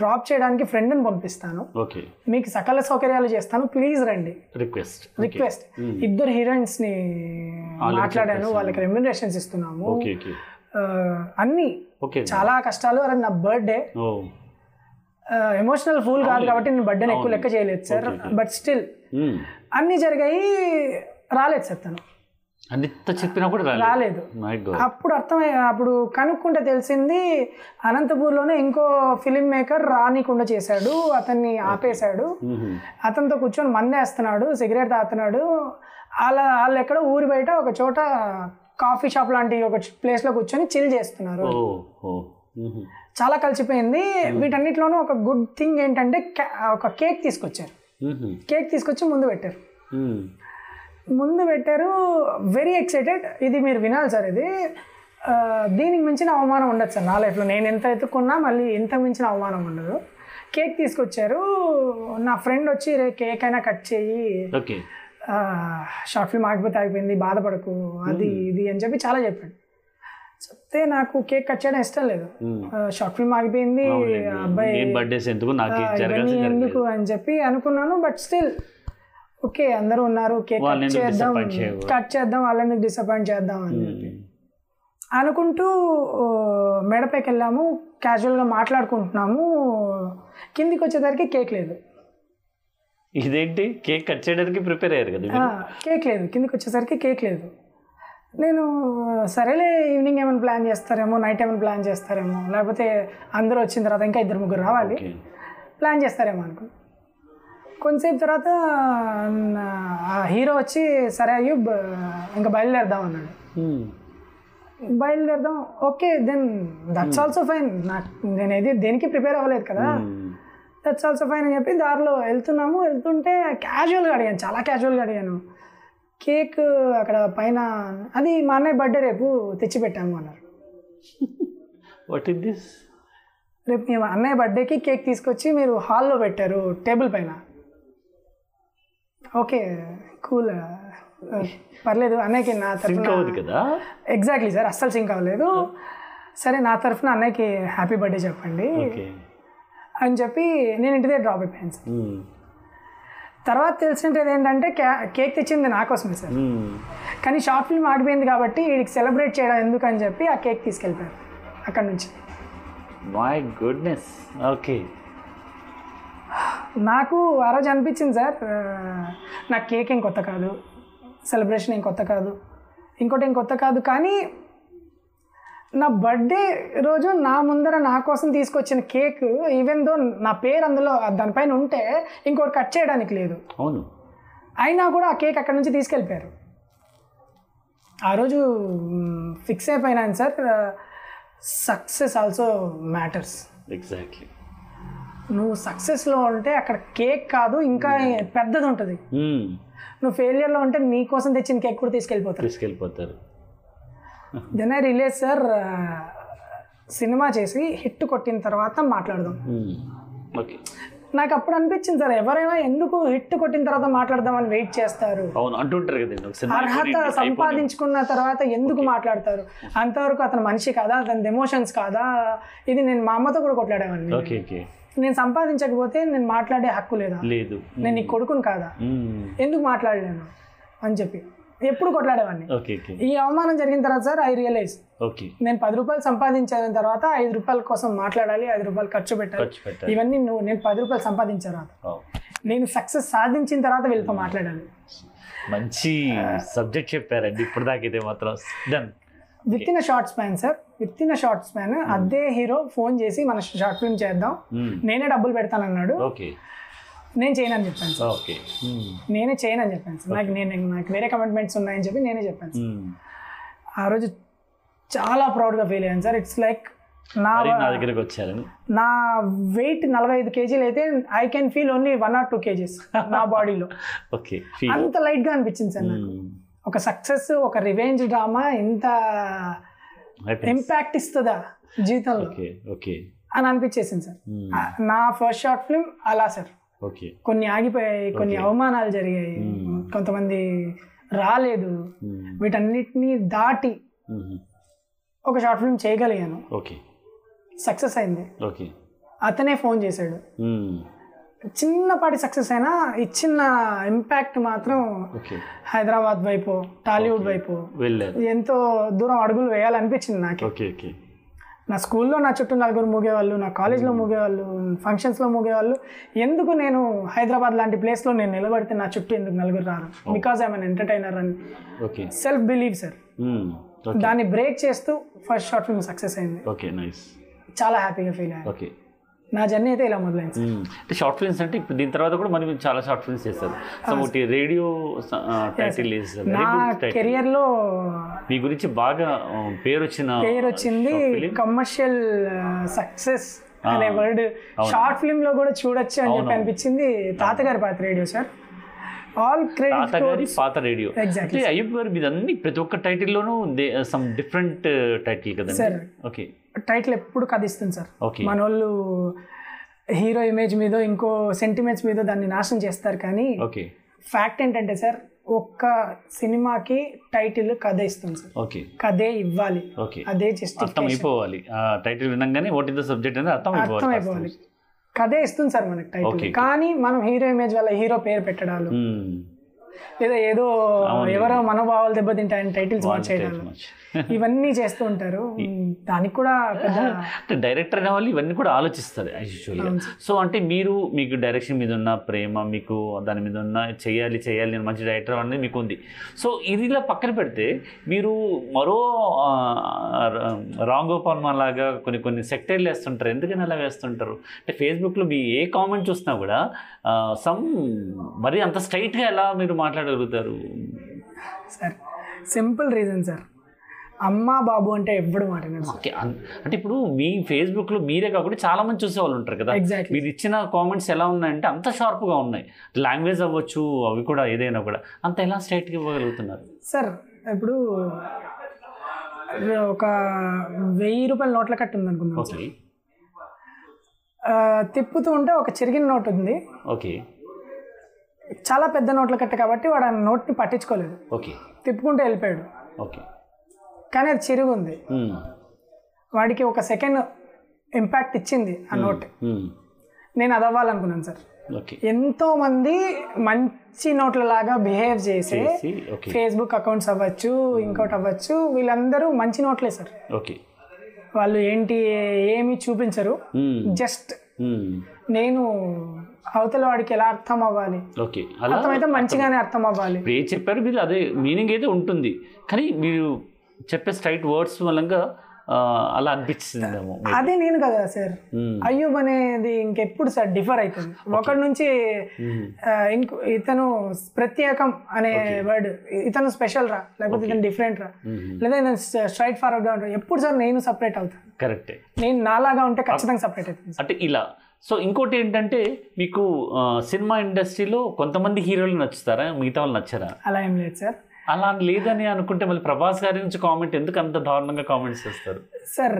[SPEAKER 2] డ్రాప్ చేయడానికి ఫ్రెండ్ని పంపిస్తాను
[SPEAKER 1] ఓకే
[SPEAKER 2] మీకు సకల సౌకర్యాలు చేస్తాను ప్లీజ్ రండి
[SPEAKER 1] రిక్వెస్ట్ ఓకే.
[SPEAKER 2] రిక్వెస్ట్
[SPEAKER 1] మ్మ్.
[SPEAKER 2] ఇద్దరు హీరోయిన్స్ ని
[SPEAKER 1] Already
[SPEAKER 2] మాట్లాడాను
[SPEAKER 1] చెప్పేసాను.
[SPEAKER 2] వాళ్ళకి రెమ్యునరేషన్స్ ఇస్తున్నాము
[SPEAKER 1] ఓకే ఓకే
[SPEAKER 2] ఆ, అన్ని
[SPEAKER 1] ఓకే
[SPEAKER 2] చాలా కష్టాలు అరే నా బర్త్డే
[SPEAKER 1] ఓ
[SPEAKER 2] ఎమోషనల్ ఫుల్ కాదు కాబట్టి నేను బర్త్డేని ఎక్కువ
[SPEAKER 1] అవును.
[SPEAKER 2] లెక్క చేయలేదు సార్
[SPEAKER 1] Okay,
[SPEAKER 2] బట్ స్టిల్
[SPEAKER 1] మ్మ్.
[SPEAKER 2] అన్ని జరిగాయి రాలేదు సార్ తను
[SPEAKER 1] Hmm. అంత చెప్పినా కూడా రాలేదు
[SPEAKER 2] రాలేదు
[SPEAKER 1] మై గాడ్
[SPEAKER 2] అప్పుడు అర్థమై అప్పుడు కనుక్కుంటే తెలిసింది అనంతపూర్లోనే ఇంకో ఫిలిం మేకర్ రానికుండా చేశాడు అతన్ని ఆపేశాడు
[SPEAKER 1] మ్మ్.
[SPEAKER 2] అతనితో కూర్చొని మందేస్తున్నాడు సిగరెట్ తాగుతున్నాడు అలా వాళ్ళు ఎక్కడో ఊరి బయట ఒక చోట కాఫీ షాప్ లాంటి ఒక place లో కూర్చొని చిల్ చేస్తున్నారు
[SPEAKER 1] ఓ ఓ మ్మ్.
[SPEAKER 2] చాలా కలిసిపోయింది
[SPEAKER 1] Hmm.
[SPEAKER 2] వీటన్నిటిలోనూ ఒక గుడ్ థింగ్ ఏంటంటే కే- ఒక కేక్ తీసుకొచ్చారు
[SPEAKER 1] మ్మ్.
[SPEAKER 2] కేక్ తీసుకొచ్చి ముందు పెట్టారు
[SPEAKER 1] మ్మ్.
[SPEAKER 2] ముందు పెట్టారు వెరీ ఎక్సైటెడ్ ఇది మీరు వినాలి సార్ ఇది ఆ, దీనికి మించిన అవమానం ఉండదు సార్ నా లైఫ్లో నేను ఎంత ఎత్తుకున్నా మళ్ళీ ఇంత మించిన అవమానం ఉండదు కేక్ తీసుకొచ్చారు నా ఫ్రెండ్ వచ్చి రే కేక్ అయినా కట్ చేయి
[SPEAKER 1] ఓకే
[SPEAKER 2] ఆ, షార్ట్ ఫిల్మ్ ఆగిపోతే ఆగిపోయింది బాధపడకు అది ఇది అని చెప్పి చాలా చెప్పాడు చెప్తే నాకు కేక్ కట్ చేయడం ఇష్టం లేదు
[SPEAKER 1] మ్మ్.
[SPEAKER 2] ఆ, షార్ట్ ఫిల్మ్ ఆగిపోయింది
[SPEAKER 1] అవునులేండి.
[SPEAKER 2] ఆ అబ్బాయి
[SPEAKER 1] ఏం బర్త్డేస్ ఎందుకు
[SPEAKER 2] ఆ,
[SPEAKER 1] నాకు ఇది
[SPEAKER 2] ఇవన్నీ
[SPEAKER 1] జరగాల్సింది జరగలేదు.
[SPEAKER 2] ఎందుకు అని చెప్పి అనుకున్నాను బట్ స్టిల్ ఓకే అందరూ ఉన్నారు కేక్
[SPEAKER 1] వాళ్ళని
[SPEAKER 2] కట్
[SPEAKER 1] ఎందుకు
[SPEAKER 2] చేద్దాం
[SPEAKER 1] disappoint చేయకూడదు. Hmm.
[SPEAKER 2] కట్ చేద్దాం వాళ్ళని డిసప్పాయింట్ చేద్దాం అని చెప్పి
[SPEAKER 1] మ్మ్.
[SPEAKER 2] అనుకుంటూ ఆ, మేడపైకి వెళ్ళాము క్యాజువల్గా మాట్లాడుకుంటున్నాము కిందికి వచ్చేసరికి కేక్ లేదు
[SPEAKER 1] ఇదేంటి కేక్ కట్ చేయడానికి ప్రిపేర్ అయ్యారు కదా
[SPEAKER 2] ఆ,
[SPEAKER 1] మీరు?
[SPEAKER 2] కేక్ లేదు కిందికి వచ్చేసరికి కేక్ లేదు నేను సరేలే ఈవినింగ్ ఏమైనా ప్లాన్ చేస్తారేమో నైట్ ఏమైనా ప్లాన్ చేస్తారేమో లేకపోతే అందరూ వచ్చిన తర్వాత ఇంకా ఇద్దరు ముగ్గురు రావాలి
[SPEAKER 1] ఓకే
[SPEAKER 2] ప్లాన్ చేస్తారేమో అనుకో కొంతసేపు తర్వాత నా- ఆ హీరో వచ్చి సరే అయ్యూబ్ ఇంకా బయలుదేరదాం అన్నాడు
[SPEAKER 1] మ్మ్.
[SPEAKER 2] బయలుదేరదాం okay then that's also fine నాకు నేను ఏది దేనికి ప్రిపేర్ అవ్వలేదు కదా
[SPEAKER 1] మ్మ్.
[SPEAKER 2] దట్స్ ఆల్సో ఫైన్ అని చెప్పి దారిలో వెళ్తున్నాము వెళ్తుంటే క్యాజువల్గా అడిగాను చాలా క్యాజువల్గా అడిగాను కేక్ అక్కడ పైన అది మా అన్నయ్య బర్త్డే రేపు తెచ్చిపెట్టాము అన్నారు
[SPEAKER 1] వాట్ ఇస్ దిస్
[SPEAKER 2] రేపు మీ అన్నయ్య బర్త్డేకి కేక్ తీసుకొచ్చి మీరు హాల్లో పెట్టారు టేబుల్ పైన ఓకే కూల్ పర్లేదు అన్నయ్యకి నా
[SPEAKER 1] సింక్
[SPEAKER 2] తరఫున
[SPEAKER 1] అవ్వదు కదా
[SPEAKER 2] ఎగ్జాక్ట్లీ సార్ అస్సలు సింక్ అవ్వలేదు సరే నా తరఫున అన్నయ్యకి హ్యాపీ బర్త్డే చెప్పండి
[SPEAKER 1] ఓకే
[SPEAKER 2] అని చెప్పి నేను ఇంటి దగ్గర డ్రాప్ అయిపోయాను సార్
[SPEAKER 1] మ్మ్.
[SPEAKER 2] తర్వాత తెలిసినది ఏంటంటే కే- కేక్ తెచ్చింది నా కోసమే సార్
[SPEAKER 1] మ్మ్.
[SPEAKER 2] కానీ షార్ట్ ఫిల్మ్ ఆగిపోయింది కాబట్టి వీడికి సెలబ్రేట్ చేయడం ఎందుకని చెప్పి ఆ కేక్ తీసుకెళ్ళిపోయారు అక్కడ నుంచి
[SPEAKER 1] మై గుడ్నెస్ ఓకే
[SPEAKER 2] నాకు ఆ రోజు అనిపించింది సార్ ఆ, నా కేక్ ఏం కొత్త కాదు సెలబ్రేషన్ ఏం కొత్త కాదు ఇంకోటి ఏం కొత్త కాదు కానీ నా బర్త్డే రోజు నా ముందర నా కోసం తీసుకొచ్చిన కేక్ ఈవెన్ దో నా పేరు అందులో దానిపైన ఉంటే ఇంకోటి కట్ చేయడానికి లేదు
[SPEAKER 1] అవును
[SPEAKER 2] అయినా కూడా ఆ కేక్ అక్కడి నుంచి తీసుకెళ్ళిపోయారు ఆ రోజు ఫిక్స్ అయిపోయినాను sir success also matters
[SPEAKER 1] exactly
[SPEAKER 2] నువ్వు సక్సెస్లో ఉంటే అక్కడ కేక్ కాదు ఇంకా పెద్దది ఉంటుంది నువ్వు ఫెయిలియర్లో ఉంటే నీ కోసం తెచ్చిన కేక్ కూడా తీసుకెళ్ళిపోతారు
[SPEAKER 1] తీసుకెళ్ళిపోతారు
[SPEAKER 2] దెన్ ఐ రిలేజ్ సార్ సినిమా చేసి హిట్ కొట్టిన తర్వాత మాట్లాడదాం
[SPEAKER 1] మ్మ్. ఓకే
[SPEAKER 2] నాకు అప్పుడు అనిపించింది సార్ ఎవరైనా ఎందుకు హిట్ కొట్టిన తర్వాత మాట్లాడదామని వెయిట్ చేస్తారు
[SPEAKER 1] అవును అంటుంటారు కదండి ఒక సినిమా
[SPEAKER 2] అర్హత
[SPEAKER 1] అయిపోయింది, అయిపోయింది.
[SPEAKER 2] సంపాదించుకున్న తర్వాత ఎందుకు మాట్లాడతారు అంతవరకు అతను మనిషి కాదా అతని ఎమోషన్స్ కాదా ఇది నేను మా అమ్మతో కూడా కొట్లాడేవాడిని
[SPEAKER 1] ఓకే ఓకే
[SPEAKER 2] నేను సంపాదించకపోతే నేను మాట్లాడే హక్కు లేదా
[SPEAKER 1] లేదు
[SPEAKER 2] నేను నీ కొడుకుని కాదా
[SPEAKER 1] మ్మ్.
[SPEAKER 2] ఎందుకు మాట్లాడలేను అని చెప్పి ఎప్పుడు కొట్లాడేవాడిని
[SPEAKER 1] ఓకే ఓకే
[SPEAKER 2] ఈ అవమానం జరిగిన తర్వాత సార్ ఐ రియలైజ్
[SPEAKER 1] ఓకే
[SPEAKER 2] నేను పది రూపాయలు సంపాదించిన తర్వాత ఐదు రూపాయల కోసం మాట్లాడాలి ఐదు రూపాయలు ఖర్చు పెట్టాలి
[SPEAKER 1] ఖర్చు పెట్టాలి
[SPEAKER 2] ఇవన్నీ నువ్వు నేను పది రూపాయలు సంపాదించిన తర్వాత
[SPEAKER 1] ఓ.
[SPEAKER 2] నేను సక్సెస్ సాధించిన తర్వాత వీళ్ళతో మాట్లాడాలి
[SPEAKER 1] మంచి సబ్జెక్ట్ చెప్పారండి ఇప్పుడు దాకా ఇదే మాత్రం done
[SPEAKER 2] within short span sir within short span అదే హీరో ఫోన్ చేసి మన షార్ట్ ఫిల్మ్ చేద్దాం నేనే డబ్బులు పెడతానన్నాడు
[SPEAKER 1] ఓకే
[SPEAKER 2] నేను చేయనని చెప్పాను సార్
[SPEAKER 1] ఓకే మ్మ్.
[SPEAKER 2] నేనే చేయనని చెప్పాను సార్ నాకు నేను నాకు వేరే కమిట్మెంట్స్ ఉన్నాయని చెప్పి నేనే చెప్పాను సార్
[SPEAKER 1] మ్మ్.
[SPEAKER 2] ఆ రోజు చాలా ప్రౌడ్గా ఫీల్ అయ్యాను సార్ ఇట్స్ లైక్ నా
[SPEAKER 1] మరి నా దగ్గరకు వచ్చారని
[SPEAKER 2] నా వెయిట్ నలభై ఐదు కేజీలు అయితే I can feel only one or two kgs నా బాడీలో
[SPEAKER 1] ఓకే ఫీల్ Hmm.
[SPEAKER 2] అంత లైట్గా అనిపించింది సార్ నాకు ఒక సక్సెస్ ఒక రివెంజ్ డ్రామా ఇంత ఇంపాక్ట్ ఇస్తుందా జీవితంలో
[SPEAKER 1] ఓకే ఓకే
[SPEAKER 2] అని అనిపించేసింది సార్
[SPEAKER 1] Hmm,
[SPEAKER 2] ఆ, నా ఫస్ట్ షార్ట్ ఫిల్మ్ అలా సార్
[SPEAKER 1] ఓకే
[SPEAKER 2] కొన్ని ఆగిపోయాయి కొన్ని
[SPEAKER 1] Okay.
[SPEAKER 2] అవమానాలు జరిగాయి
[SPEAKER 1] Hmm.
[SPEAKER 2] కొంతమంది రాలేదు వీటన్నిటిని దాటి
[SPEAKER 1] hmm,
[SPEAKER 2] ఒక షార్ట్ ఫిల్మ్ చేయగలిగాను
[SPEAKER 1] ఓకే
[SPEAKER 2] సక్సెస్ అయింది
[SPEAKER 1] ఓకే
[SPEAKER 2] అతనే ఫోన్ చేశాడు
[SPEAKER 1] Hmm,
[SPEAKER 2] చిన్నపాటి సక్సెస్ అయినా ఇచ్చిన ఇంపాక్ట్ మాత్రం
[SPEAKER 1] ఓకే
[SPEAKER 2] హైదరాబాద్ వైపు టాలీవుడ్
[SPEAKER 1] Okay.
[SPEAKER 2] వైపు
[SPEAKER 1] వెళ్ళారు
[SPEAKER 2] ఎంతో దూరం అడుగులు వేయాలనిపించింది నాకు
[SPEAKER 1] ఓకే ఓకే
[SPEAKER 2] నా స్కూల్లో నా చుట్టూ నలుగురు మూగేవాళ్ళు నా కాలేజ్లో మూగేవాళ్ళు ఫంక్షన్స్లో మూగేవాళ్ళు ఎందుకు నేను హైదరాబాద్ లాంటి ప్లేస్లో నేను నిలబడితే నా చుట్టూ ఎందుకు నలుగురు రారు బికాజ్ ఐఎమ్ అన్ ఎంటర్టైనర్ అని
[SPEAKER 1] okay
[SPEAKER 2] self believe sir
[SPEAKER 1] Hmm, okay
[SPEAKER 2] దాన్ని బ్రేక్ చేస్తూ ఫస్ట్ షార్ట్ ఫిల్మ్ సక్సెస్ అయింది
[SPEAKER 1] ఓకే నైస్
[SPEAKER 2] చాలా హ్యాపీగా ఫీల్ అయ్యాను
[SPEAKER 1] ఓకే
[SPEAKER 2] నా జర్నీ అయితే ఇలా మొదలైంది సార్.
[SPEAKER 1] అంటే షార్ట్ ఫిల్మ్స్ అంటే ఇప్పుడు దీని తర్వాత కూడా మనం చాలా షార్ట్ ఫిల్మ్స్ చేస్తారు సో ఒకటి రేడియో టైటిల్ ఇస్
[SPEAKER 2] Ah, నా
[SPEAKER 1] వెరీ గుడ్ టైటిల్
[SPEAKER 2] కెరియర్లో
[SPEAKER 1] మీ గురించి బాగా ఆ, పేరు వచ్చిన
[SPEAKER 2] పేరు వచ్చింది
[SPEAKER 1] short film.
[SPEAKER 2] కమర్షియల్ సక్సెస్ అనే
[SPEAKER 1] ఆ,
[SPEAKER 2] వర్డ్ షార్ట్ ఫిల్మ్ లో కూడా చూడొచ్చు అని చెప్పి
[SPEAKER 1] అవును.
[SPEAKER 2] అనిపించింది తాతగారి పాత రేడియో సార్ ఆల్ క్రెడిట్
[SPEAKER 1] తాతగారి పాత రేడియో
[SPEAKER 2] Exactly.
[SPEAKER 1] అంటే అయ్యప్ప గారు మీద అన్ని ప్రతి ఒక్క టైటిల్లోనూ some different title
[SPEAKER 2] Sir.
[SPEAKER 1] uh, కదండి ఓకే
[SPEAKER 2] టైటిల్ ఎప్పుడు కదిస్తుంది సార్
[SPEAKER 1] ఓకే
[SPEAKER 2] మనోళ్ళు హీరో ఇమేజ్ మీద ఇంకో సెంటిమెంట్స్ మీద దాన్ని నాశనం చేస్తారు కానీ
[SPEAKER 1] ఓకే
[SPEAKER 2] ఫ్యాక్ట్ ఏంటంటే సార్ ఒక్క సినిమాకి టైటిల్ కథ ఇస్తుంది సార్
[SPEAKER 1] ఓకే
[SPEAKER 2] కథే ఇవ్వాలి
[SPEAKER 1] ఓకే
[SPEAKER 2] అదే
[SPEAKER 1] అర్థం
[SPEAKER 2] జస్టిఫికేషన్
[SPEAKER 1] అయిపోవాలి ఆ టైటిల్ వినంగానే వాట్ ఇస్ ద సబ్జెక్ట్ అనేది అర్థం
[SPEAKER 2] అర్థం అయిపోవాలి
[SPEAKER 1] అయిపోవాలి
[SPEAKER 2] కథే ఇస్తుంది సార్ మనకి టైటిల్
[SPEAKER 1] Okay.
[SPEAKER 2] కానీ మనం హీరో ఇమేజ్ వల్ల హీరో పేరు పెట్టడాలు
[SPEAKER 1] Hmm.
[SPEAKER 2] లేదా ఏదో
[SPEAKER 1] అవును.
[SPEAKER 2] ఎవరో మనోభావాలు దెబ్బతింటాయని టైటిల్స్
[SPEAKER 1] One
[SPEAKER 2] మార్చేయడాలు
[SPEAKER 1] type much.
[SPEAKER 2] ఇవన్నీ చేస్తూ ఉంటారు ఉమ్, దానికి కూడా పెద్ద
[SPEAKER 1] అంటే డైరెక్టర్ అనే వాళ్ళు ఇవన్నీ కూడా ఆలోచిస్తారు యాక్చువల్గా సో అంటే మీరు మీకు డైరెక్షన్ మీద ఉన్న ప్రేమ మీకు దాని మీద ఉన్న చేయాలి చేయాలి నేను మంచి డైరెక్టర్ అనేది మీకు ఉంది సో ఇది ఇలా పక్కన పెడితే మీరు మరో రాంగ్ పర్మ లాగా కొన్ని కొన్ని సెక్టర్లు వేస్తుంటారు ఎందుకని అలా వేస్తుంటారు అంటే ఫేస్బుక్లో మీ ఏ కామెంట్ చూసినా కూడా సమ్ మరి అంత స్ట్రైట్గా ఎలా మీరు మాట్లాడగలుగుతారు
[SPEAKER 2] సార్ సింపుల్ రీజన్ సార్ అమ్మ బాబు అంటే ఎవ్వడు మాట్లాడారు సార్
[SPEAKER 1] ఓకే అన్- అంటే ఇప్పుడు మీ ఫేస్బుక్ లో మీరే కాకుండా చాలా మంది చూసేవాళ్ళు ఉంటారు కదా
[SPEAKER 2] Exactly.
[SPEAKER 1] మీరు ఇచ్చిన కామెంట్స్ ఎలా ఉన్నాయంటే అంత షార్ప్ గా ఉన్నాయి లాంగ్వేజ్ అవ్వచ్చు అవి కూడా ఏదైనా కూడా అంత ఎలా స్ట్రైట్ గా ఇవ్వగలుగుతున్నారు
[SPEAKER 2] సార్ ఇప్పుడు ఒక వెయ్యి రూపాయల నోట్ల కట్టు ఉంది అనుకుందాం సార్
[SPEAKER 1] ఓకే
[SPEAKER 2] ఆ, తిప్పుతూ ఉంటే ఒక చిరిగిన నోట్ ఉంది
[SPEAKER 1] ఓకే
[SPEAKER 2] చాలా పెద్ద నోట్ల కట్ట కాబట్టి వాడు ఆ నోట్ని పట్టించుకోలేదు
[SPEAKER 1] ఓకే
[SPEAKER 2] తిప్పుకుంటూ వెళ్ళిపోయాడు
[SPEAKER 1] ఓకే
[SPEAKER 2] కానీ అది చిరుగుంది
[SPEAKER 1] మ్మ్.
[SPEAKER 2] వాడికి ఒక సెకండ్ ఇంపాక్ట్ ఇచ్చింది ఆ నోట్
[SPEAKER 1] మ్మ్.
[SPEAKER 2] నేను అది అవ్వాలనుకున్నాను సార్
[SPEAKER 1] ఓకే
[SPEAKER 2] ఎంతో మంది మంచి నోట్ల లాగా బిహేవ్ చేసి
[SPEAKER 1] చేసి ఓకే Hmm.
[SPEAKER 2] ఫేస్బుక్ అకౌంట్స్ అవ్వచ్చు ఇంకోటి అవ్వచ్చు వీళ్ళందరూ మంచి నోట్లే సార్
[SPEAKER 1] ఓకే
[SPEAKER 2] వాళ్ళు ఏంటి ఏమీ చూపించరు
[SPEAKER 1] మ్మ్.
[SPEAKER 2] జస్ట్
[SPEAKER 1] మ్మ్.
[SPEAKER 2] నేను అవతల వాడికి ఎలా అర్థం అవ్వాలి
[SPEAKER 1] ఓకే అలా
[SPEAKER 2] అర్థమైతే మంచిగానే అర్థం అవ్వాలి
[SPEAKER 1] ఇప్పుడు ఏ చెప్పారు మీరు అదే మీనింగ్ అయితే ఉంటుంది కానీ మీరు చెప్పే స్ట్రైట్ వర్డ్స్ మూలంగా ఆ, అలా అనిపిస్తుందేమో మీకు. Hmm.
[SPEAKER 2] అదే నేను కదా సార్
[SPEAKER 1] మ్మ్.
[SPEAKER 2] అయ్యూబ్ అనేది ఇంకెప్పుడు సార్ డిఫర్ అవుతుంది ఒకటి నుంచి
[SPEAKER 1] మ్మ్.
[SPEAKER 2] ఆ, ఇంకో ఇతను ప్రత్యేకం అనే వర్డ్ ఇతను స్పెషల్ రా లేకపోతే ఇతను డిఫరెంట్ రా
[SPEAKER 1] మ్మ్.
[SPEAKER 2] లేదా ఇతను స్ట్రైట్ ఫార్వర్డ్ గా ఉంటాడు ఎప్పుడు సార్ నేను సపరేట్ అవుతాను
[SPEAKER 1] కరెక్టే
[SPEAKER 2] నేను నాలాగా ఉంటే ఖచ్చితంగా సపరేట్ అవుతుంది
[SPEAKER 1] అంటే ఇలా సో ఇంకోటి ఏంటంటే మీకు ఆ, సినిమా ఇండస్ట్రీలో కొంతమంది హీరోలు నచ్చుతారా మిగతా వాళ్ళు నచ్చరా
[SPEAKER 2] అలా ఏం లేదు సార్
[SPEAKER 1] అలా అని లేదని అనుకుంటే మళ్ళీ ప్రభాస్ గారి నుంచి కామెంట్ ఎందుకు అంత దారుణంగా కామెంట్స్ చేస్తారు
[SPEAKER 2] సార్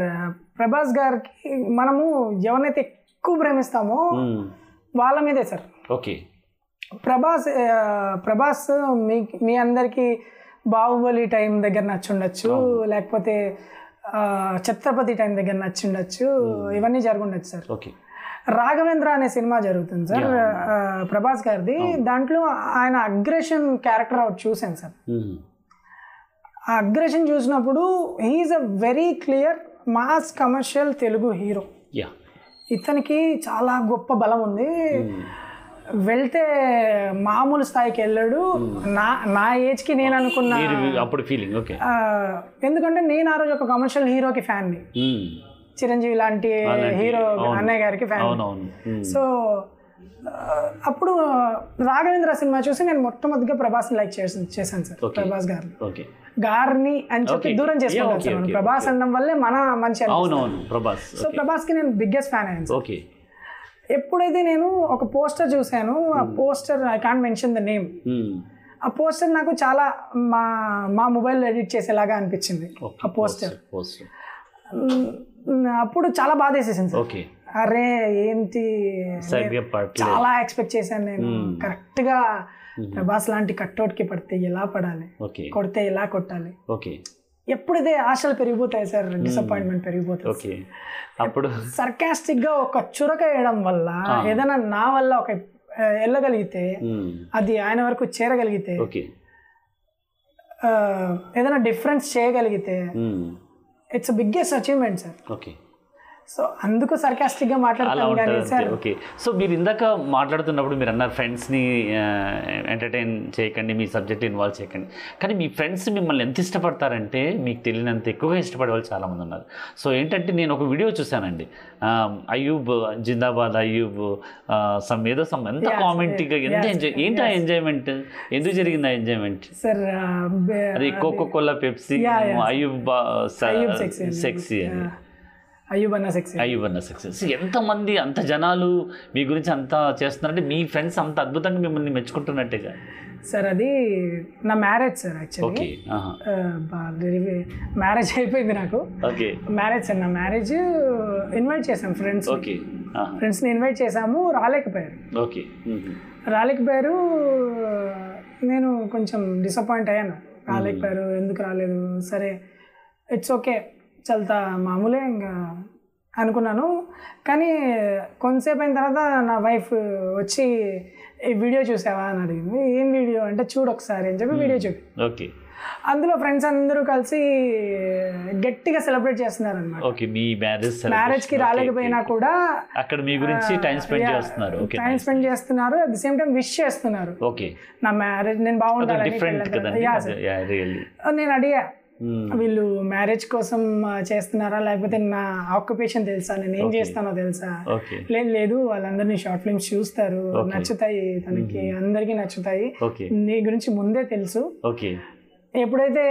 [SPEAKER 2] ప్రభాస్ గారికి మనము ఎవరినైతే ఎక్కువ ప్రేమిస్తామో
[SPEAKER 1] మ్మ్.
[SPEAKER 2] వాళ్ళ మీదే సార్
[SPEAKER 1] ఓకే
[SPEAKER 2] ప్రభాస్ ఆ, ప్రభాస్ మీ మీ అందరికీ బాహుబలి టైం దగ్గర నచ్చుండొచ్చు లేకపోతే ఆ, ఛత్రపతి టైం దగ్గర నచ్చుండొచ్చు ఇవన్నీ జరుగుండొచ్చు సార్
[SPEAKER 1] ఓకే
[SPEAKER 2] రాఘవేంద్ర అనే సినిమా జరుగుతుంది సార్ ఆ, ప్రభాస్ గారిది దాంట్లో ఆయన అగ్రెషన్ క్యారెక్టర్ ఒకటి చూశాను సార్
[SPEAKER 1] మ్మ్.
[SPEAKER 2] ఆ అగ్రెషన్ చూసినప్పుడు హీఈస్ అ very clear mass commercial Telugu hero
[SPEAKER 1] yeah
[SPEAKER 2] ఇతనికి చాలా గొప్ప బలం ఉంది
[SPEAKER 1] మ్మ్.
[SPEAKER 2] వెళ్తే మామూలు స్థాయికి వెళ్ళాడు
[SPEAKER 1] Hmm.
[SPEAKER 2] నా నా ఏజ్కి నేను అనుకున్న
[SPEAKER 1] మీరు అప్పుడు ఫీలింగ్ ఓకే
[SPEAKER 2] ఆ, ఎందుకంటే నేను ఆ రోజు ఒక కమర్షియల్ హీరోకి ఫ్యాన్ని
[SPEAKER 1] మ్మ్.
[SPEAKER 2] చిరంజీవి లాంటి
[SPEAKER 1] అలాంటి-
[SPEAKER 2] హీరో
[SPEAKER 1] అవును. Hmm.
[SPEAKER 2] అన్నయ్య గారికి ఫ్యాన్
[SPEAKER 1] అవునవును మ్మ్.
[SPEAKER 2] సో ఆ, అప్పుడు రాఘవేంద్ర సినిమా చూసి నేను మొట్టమొదటిగా ప్రభాస్ని లైక్ చేసి చేశాను సార్
[SPEAKER 1] Okay.
[SPEAKER 2] ప్రభాస్ గారిని
[SPEAKER 1] ఓకే
[SPEAKER 2] గారిని అని చెప్పి
[SPEAKER 1] Okay.
[SPEAKER 2] దూరం
[SPEAKER 1] Yeah,
[SPEAKER 2] చేసుకుంటాను
[SPEAKER 1] okay,
[SPEAKER 2] సార్ మనం.
[SPEAKER 1] okay,
[SPEAKER 2] ప్రభాస్ అనడం వల్లే మన మంచి
[SPEAKER 1] అవునవును ప్రభాస్
[SPEAKER 2] సో ప్రభాస్కి నేను బిగ్గెస్ట్ ఫ్యాన్ అయ్యాను సార్.
[SPEAKER 1] ఓకే
[SPEAKER 2] ఎప్పుడైతే నేను ఒక పోస్టర్ చూశాను ఆ poster I can't mention the name
[SPEAKER 1] మ్మ్.
[SPEAKER 2] ఆ పోస్టర్ నాకు చాలా మా మా మొబైల్లో ఎడిట్ చేసేలాగా అనిపించింది
[SPEAKER 1] ఓకే,
[SPEAKER 2] ఆ పోస్టర్
[SPEAKER 1] పోస్టర్
[SPEAKER 2] ఉమ్, అప్పుడు చాలా బాధ వేసేసింది సార్
[SPEAKER 1] ఓకే
[SPEAKER 2] అరే ఏంటి
[SPEAKER 1] సరిగ్గా పడలేదు
[SPEAKER 2] చాలా ఎక్స్పెక్ట్ చేశాను నేను
[SPEAKER 1] మ్మ్.
[SPEAKER 2] కరెక్ట్ గా
[SPEAKER 1] మ్మ్.
[SPEAKER 2] ప్రభాస్ లాంటి కట్అవుట్ కి పడితే ఎలా పడాలి
[SPEAKER 1] ఓకే
[SPEAKER 2] కొడితే ఎలా కొట్టాలి
[SPEAKER 1] ఓకే
[SPEAKER 2] ఎప్పుడు ఇదే ఆశలు పెరిగిపోతాయి సార్ డిసప్పాయింట్మెంట్ పెరిగిపోతుంది
[SPEAKER 1] ఓకే అప్పుడు
[SPEAKER 2] సర్కాస్టిక్ గా ఒక చురక వేయడం వల్ల
[SPEAKER 1] ఆ.
[SPEAKER 2] ఏదైనా నా వల్ల ఒక ఆ, వెళ్ళగలిగితే
[SPEAKER 1] మ్మ్.
[SPEAKER 2] అది ఆయన వరకు చేరగలిగితే
[SPEAKER 1] ఓకే
[SPEAKER 2] ఆ, ఏదైనా డిఫరెన్స్ చేయగలిగితే
[SPEAKER 1] మ్మ్.
[SPEAKER 2] It's biggest achievement sir
[SPEAKER 1] okay
[SPEAKER 2] so అందుకు సర్కాస్టిక్ గా
[SPEAKER 1] అలా
[SPEAKER 2] మాట్లాడతాను
[SPEAKER 1] ఉంటుంది
[SPEAKER 2] కానీ
[SPEAKER 1] అంతే.
[SPEAKER 2] సార్
[SPEAKER 1] ఓకే సో మీరు ఇందాక మాట్లాడుతున్నప్పుడు మీరు అన్నారు ఫ్రెండ్స్ని ఎంటర్టైన్ చేయకండి మీ సబ్జెక్ట్ ఇన్వాల్వ్ చేయకండి కానీ మీ ఫ్రెండ్స్ మిమ్మల్ని ఎంత ఇష్టపడతారంటే మీకు తెలియనంత ఎక్కువగా ఇష్టపడే వాళ్ళు చాలామంది ఉన్నారు సో ఏంటంటే నేను ఒక వీడియో చూశానండి ఆ, అయ్యూబ్ జిందాబాద్ అయ్యూబ్ ఆ, సమ్ ఏదో సమ్ ఎంత
[SPEAKER 2] Yes,
[SPEAKER 1] కామెంట్గా
[SPEAKER 2] yes,
[SPEAKER 1] ఎంత
[SPEAKER 2] yes,
[SPEAKER 1] ఎంజాయ్ ఏంటి ఆ ఎంజాయ్మెంట్ ఎందుకు జరిగింది ఆ ఎంజాయ్మెంట్
[SPEAKER 2] సార్ ఆ, బే-
[SPEAKER 1] అది Coca Cola Pepsi
[SPEAKER 2] Yeah, yeah.
[SPEAKER 1] Ayub
[SPEAKER 2] Ayub sexy అండి.
[SPEAKER 1] సెక్సీ అని
[SPEAKER 2] ఆ, అయ్యూబ్ అన్న సెక్సీ
[SPEAKER 1] అయ్యి అన్న సక్సెస్ ఎంతమంది అంత జనాలు మీ గురించి అంత చేస్తున్నారంటే మీ ఫ్రెండ్స్ అంత అద్భుతంగా మిమ్మల్ని మెచ్చుకుంటున్నట్టేగా
[SPEAKER 2] సార్ అది నా మ్యారేజ్ సార్ యాక్చువల్లీ
[SPEAKER 1] ఓకే ఆహా.
[SPEAKER 2] మ్యారేజ్ అయిపోయింది నాకు
[SPEAKER 1] ఓకే
[SPEAKER 2] మ్యారేజ్ సార్ నా మ్యారేజ్ ఇన్వైట్ చేసాం ఫ్రెండ్స్
[SPEAKER 1] ఓకే ఆహా.
[SPEAKER 2] ఫ్రెండ్స్ని ఇన్వైట్ చేసాము రాలేకపోయారు
[SPEAKER 1] ఓకే మ్మ్.
[SPEAKER 2] రాలేకపోయారు నేను కొంచెం డిసప్పాయింట్ అయ్యాను రాలేకపోయారు ఎందుకు రాలేదు సరే ఇట్స్ ఓకే చల్తా మామూలే ఇంకా అనుకున్నాను కానీ కొంతసేపు అయిన తర్వాత నా వైఫ్ వచ్చి ఈ వీడియో చూసావా అని అడిగింది ఏం వీడియో అంటే చూడు ఒకసారి అని చెప్పి వీడియో చూపి
[SPEAKER 1] ఓకే
[SPEAKER 2] అందులో ఫ్రెండ్స్ అందరూ కలిసి గట్టిగా సెలబ్రేట్ చేస్తున్నారు అనమాట
[SPEAKER 1] ఓకే మీ మ్యారేజ్
[SPEAKER 2] మ్యారేజ్ కి రాలేకపోయినా కూడా
[SPEAKER 1] అక్కడ మీ గురించి టైం స్పెండ్ చేస్తున్నారు ఓకే
[SPEAKER 2] టైం స్పెండ్ చేస్తున్నారు at the same time wish చేస్తున్నారు
[SPEAKER 1] ఓకే
[SPEAKER 2] నా మ్యారేజ్ నేను బాగుండాలని
[SPEAKER 1] డిఫరెంట్
[SPEAKER 2] పెళ్ళంతా-
[SPEAKER 1] కదండి
[SPEAKER 2] Yeah, sir.
[SPEAKER 1] రియల్లీ
[SPEAKER 2] నేను అడిగా వీళ్ళు మ్యారేజ్ కోసం ఆ, చేస్తున్నారా లేకపోతే నా ఆక్యుపేషన్ తెలుసా నేను ఏం చేస్తానో తెలుసా
[SPEAKER 1] ఓకే
[SPEAKER 2] లేదు లేదు వాళ్ళందరినీ షార్ట్ ఫిల్మ్స్ చూస్తారు నచ్చుతాయి తనకి అందరికీ నచ్చుతాయి
[SPEAKER 1] ఓకే
[SPEAKER 2] నీ గురించి ముందే తెలుసు
[SPEAKER 1] ఓకే
[SPEAKER 2] ఎప్పుడైతే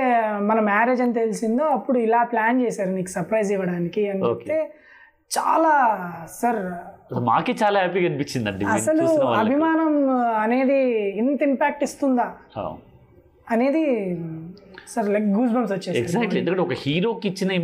[SPEAKER 2] మన మ్యారేజ్ అని తెలిసిందో అప్పుడు ఇలా ప్లాన్ చేశారు నీకు సర్ప్రైజ్ ఇవ్వడానికి అని చెప్తే చాలా సార్
[SPEAKER 1] అసలు మాకే చాలా హ్యాపీగా అనిపించింది అండి
[SPEAKER 2] అసలు అభిమానం అనేది ఇంత ఇంపాక్ట్ ఇస్తుందా అనేది సార్ లైక్ గూస్ బంప్స్ వచ్చేసాయి
[SPEAKER 1] ఎగ్జాక్ట్లీ ఎందుకంటే ఒక హీరోకి ఇచ్చిన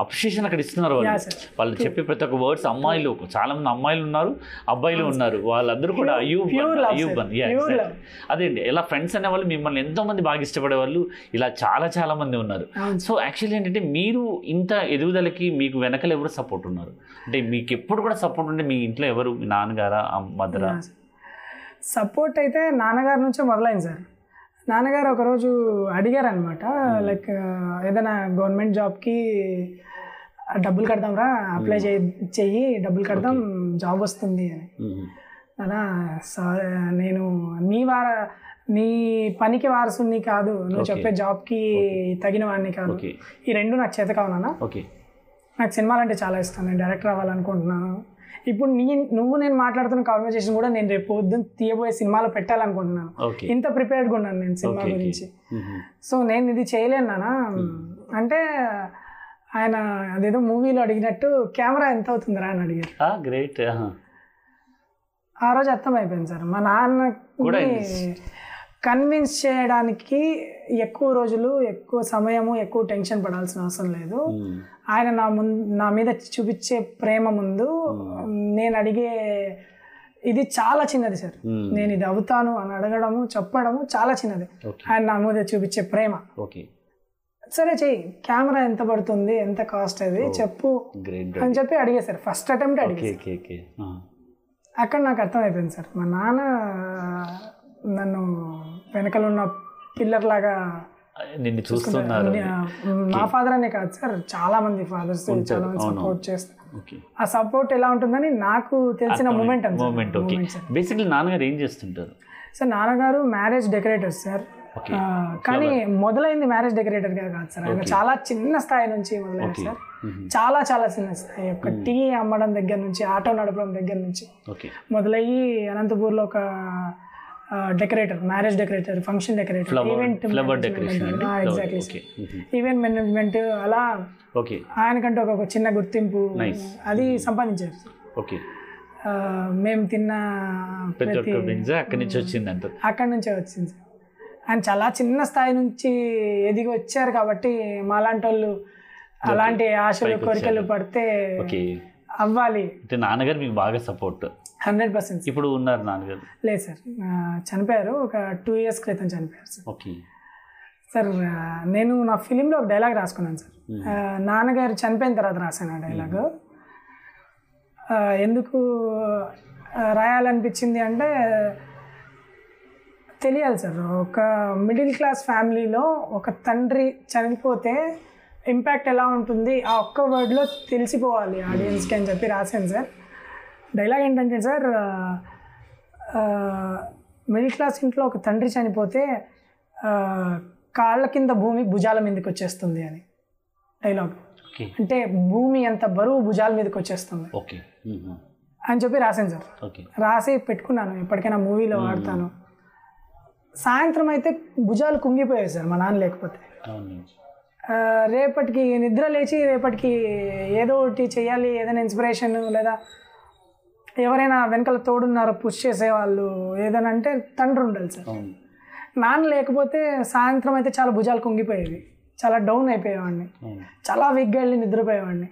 [SPEAKER 1] అప్రిషియేషన్ అక్కడ ఇస్తున్నారు వాళ్ళు
[SPEAKER 2] Yeah, sir. Hmm.
[SPEAKER 1] వాళ్ళు చెప్పే ప్రతి ఒక్క వర్డ్స్ అమ్మాయిలు చాలా మంది అమ్మాయిలు ఉన్నారు అబ్బాయిలు ఉన్నారు వాళ్ళందరూ కూడా
[SPEAKER 2] Pure-
[SPEAKER 1] Ayub
[SPEAKER 2] pure love,
[SPEAKER 1] Ayub
[SPEAKER 2] sir.
[SPEAKER 1] అని Yeah,
[SPEAKER 2] Pure
[SPEAKER 1] exactly. అదేండి ఇలా ఫ్రెండ్స్ అనేవాళ్ళు మిమ్మల్ని ఎంతో మంది బాగా ఇష్టపడే వాళ్ళు ఇలా చాలా చాలా మంది ఉన్నారు
[SPEAKER 2] అవును.
[SPEAKER 1] సో యాక్చువల్లీ ఏంటంటే మీరు ఇంత ఎదుగుదలకి మీకు వెనకాల ఎవరు సపోర్ట్ ఉన్నారు అంటే మీకు ఎప్పుడు కూడా సపోర్ట్ ఉంటే మీ ఇంట్లో ఎవరు మీ నాన్నగారా మదరా
[SPEAKER 2] సపోర్ట్ అయితే నాన్నగారి నుంచే మొదలైంది సార్ నాన్నగారు ఒకరోజు అడిగారు అనమాట లైక్ ఏదైనా గవర్నమెంట్ జాబ్కి డబ్బులు కడదాం రా అప్లై చేయి చెయ్యి డబ్బులు కడదాం జాబ్ వస్తుంది అని
[SPEAKER 1] Hmm.
[SPEAKER 2] అదా సార్ నేను నీ వార నీ పనికి వారసుని కాదు నువ్వు
[SPEAKER 1] Okay.
[SPEAKER 2] చెప్పే జాబ్కి తగిన వాడిని కాదు
[SPEAKER 1] ఓకే
[SPEAKER 2] ఈ రెండు నాకు చేత కావునా
[SPEAKER 1] ఓకే
[SPEAKER 2] నాకు సినిమాలు అంటే చాలా ఇష్టం నేను డైరెక్టర్ అవ్వాలనుకుంటున్నాను ఇప్పుడు నీ నువ్వు నేను మాట్లాడుతున్న కాన్వర్జేషన్ కూడా నేను రేపు పొద్దున్న తీయబోయే సినిమాలో పెట్టాలనుకుంటున్నాను
[SPEAKER 1] ఓకే
[SPEAKER 2] ఇంత ప్రిపేర్డ్గా ఉన్నాను నేను సినిమా
[SPEAKER 1] ఓకే, Hmm. ఓకే.
[SPEAKER 2] గురించి
[SPEAKER 1] మ్మ్.
[SPEAKER 2] సో నేను ఇది చేయలేను నాన్న అంటే ఆయన అదేదో మూవీలో అడిగినట్టు కెమెరా ఎంత అవుతుందిరా అని అడిగారు
[SPEAKER 1] ఆ గ్రేట్
[SPEAKER 2] ఆ రోజు అర్థం అయిపోయింది సార్ మా నాన్న
[SPEAKER 1] కూడా
[SPEAKER 2] కన్విన్స్ చేయడానికి ఎక్కువ రోజులు ఎక్కువ సమయము ఎక్కువ టెన్షన్ పడాల్సిన అవసరం లేదు
[SPEAKER 1] Hmm.
[SPEAKER 2] ఆయన నా ముందు నా మీద చూపించే ప్రేమ ముందు నేను అడిగే ఇది చాలా చిన్నది సార్
[SPEAKER 1] Hmm.
[SPEAKER 2] నేను ఇది అవుతాను అని అడగడము చెప్పడము చాలా చిన్నది
[SPEAKER 1] ఓకే
[SPEAKER 2] ఆయన నా మీద చూపించే ప్రేమ
[SPEAKER 1] ఓకే
[SPEAKER 2] సరే చెయ్యి కెమెరా ఎంత పడుతుంది ఎంత కాస్ట్ అది చెప్పు
[SPEAKER 1] గ్రేట్
[SPEAKER 2] అని చెప్పి అడిగేశారు ఫస్ట్ అటెంప్ట్ అడిగి
[SPEAKER 1] ఓకే ఓకే ఓకే
[SPEAKER 2] అక్కడ నాకు అర్థమైపోయింది సార్ మా నాన్న నన్ను వెనకలు ఉన్న పిల్లర్ లాగా
[SPEAKER 1] Ah, నిన్ను చూస్తున్నారు
[SPEAKER 2] మా ఫాదర్ అనే కాదు సార్ చాలా మంది ఫాదర్స్ చాలా మంది సపోర్ట్ చేస్తారు
[SPEAKER 1] ఓకే
[SPEAKER 2] ఆ సపోర్ట్ ఎలా ఉంటుందని నాకు తెలిసిన మూమెంట్ అంతే
[SPEAKER 1] మూమెంట్ ఓకే బేసిక్లీ నాన్నగారు ఏం చేస్తుంటారు
[SPEAKER 2] సార్ నాన్నగారు మ్యారేజ్ డెకరేటర్ సార్
[SPEAKER 1] ఓకే
[SPEAKER 2] ఆ, కానీ మొదలైంది మ్యారేజ్ డెకరేటర్ గా కాదు సార్ ఆయన చాలా చిన్న స్థాయి నుంచి మొదలైంది సార్
[SPEAKER 1] మ్మ్.
[SPEAKER 2] చాలా చాలా చిన్న స్థాయి ఒక టీ అమ్మడం దగ్గర నుంచి ఆటో నడపడం దగ్గర నుంచి
[SPEAKER 1] ఓకే
[SPEAKER 2] మొదలయ్యి అనంతపూర్లో ఒక decorator marriage decorator function decorator
[SPEAKER 1] flower
[SPEAKER 2] event
[SPEAKER 1] flower decoration అండి
[SPEAKER 2] ఎగ్జాక్ట్లీ
[SPEAKER 1] ఓకే
[SPEAKER 2] ఈవెంట్ మేనేజ్మెంట్ అలా
[SPEAKER 1] ఓకే
[SPEAKER 2] ఆయనకంటే ఒక ఒక చిన్న గుర్తింపు అది సంపాదించారు
[SPEAKER 1] ఓకే
[SPEAKER 2] ఆ, ఆ, మేము తిన్న
[SPEAKER 1] ప్రతి ఒక్క
[SPEAKER 2] ప్రతి-
[SPEAKER 1] బింజ అక్కడి నుంచి వచ్చిందంట
[SPEAKER 2] అక్కడి నుంచే వచ్చింది సార్ ఆయన చాలా చిన్న స్థాయి నుంచి ఎదిగి వచ్చారు కాబట్టి మాలాంటి వాళ్ళు అలాంటి ఆశలు
[SPEAKER 1] పైకి
[SPEAKER 2] కోరికలు
[SPEAKER 1] వచ్చారు.
[SPEAKER 2] పడితే
[SPEAKER 1] ఓకే
[SPEAKER 2] అవ్వాలి
[SPEAKER 1] అంటే నాన్నగారు మీకు బాగా సపోర్ట్
[SPEAKER 2] హండ్రెడ్ పర్సెంట్
[SPEAKER 1] ఇప్పుడు ఉన్నారు నాన్నగారు
[SPEAKER 2] లేదు సార్ ఆ, చనిపోయారు ఒక టూ ఇయర్స్ క్రితం చనిపోయారు సార్
[SPEAKER 1] ఓకే
[SPEAKER 2] సార్ ఆ, నేను నా ఫిలింలో ఒక డైలాగ్ రాసుకున్నాను సార్ ఆ, నాన్నగారు చనిపోయిన తర్వాత రాశాను ఆ డైలాగ్ ఆ, ఎందుకు ఆ, రాయాలనిపించింది అంటే తెలియాలి సార్ ఒక మిడిల్ క్లాస్ ఫ్యామిలీలో ఒక తండ్రి చనిపోతే ఇంపాక్ట్ ఎలా ఉంటుంది ఆ ఒక్క వర్డ్లో తెలిసిపోవాలి ఆడియన్స్కి అని చెప్పి రాశాను సార్ డైలాగ్ ఏంటంటే సార్ మిడిల్ క్లాస్ ఇంట్లో ఒక తండ్రి చనిపోతే ఆ, కాళ్ళ కింద భూమి భుజాల మీదకి వచ్చేస్తుంది అని డైలాగ్
[SPEAKER 1] ఓకే
[SPEAKER 2] అంటే భూమి ఎంత బరువు భుజాల మీదకి వచ్చేస్తుంది
[SPEAKER 1] ఓకే Mm-hmm.
[SPEAKER 2] అని చెప్పి రాశాను సార్
[SPEAKER 1] ఓకే
[SPEAKER 2] రాసి పెట్టుకున్నాను ఎప్పటికైనా మూవీలో వాడతాను సాయంత్రం అయితే భుజాలు కుంగిపోయాయి సార్ మా నాన్న లేకపోతే
[SPEAKER 1] అవును
[SPEAKER 2] ఆ, రేపటికి నిద్ర లేచి రేపటికి ఏదో ఒకటి చేయాలి ఏదైనా ఇన్స్పిరేషన్ లేదా ఎవరైనా వెనకాల తోడున్నారో పుష్ చేసేవాళ్ళు ఏదైనా అంటే తండ్రి ఉండాలి సార్
[SPEAKER 1] అవును
[SPEAKER 2] నాన్న లేకపోతే సాయంత్రం అయితే చాలా భుజాలు కుంగిపోయేవి చాలా డౌన్ అయిపోయేవాడిని
[SPEAKER 1] అవును
[SPEAKER 2] చాలా వీక్గా వెళ్ళి నిద్రపోయేవాడిని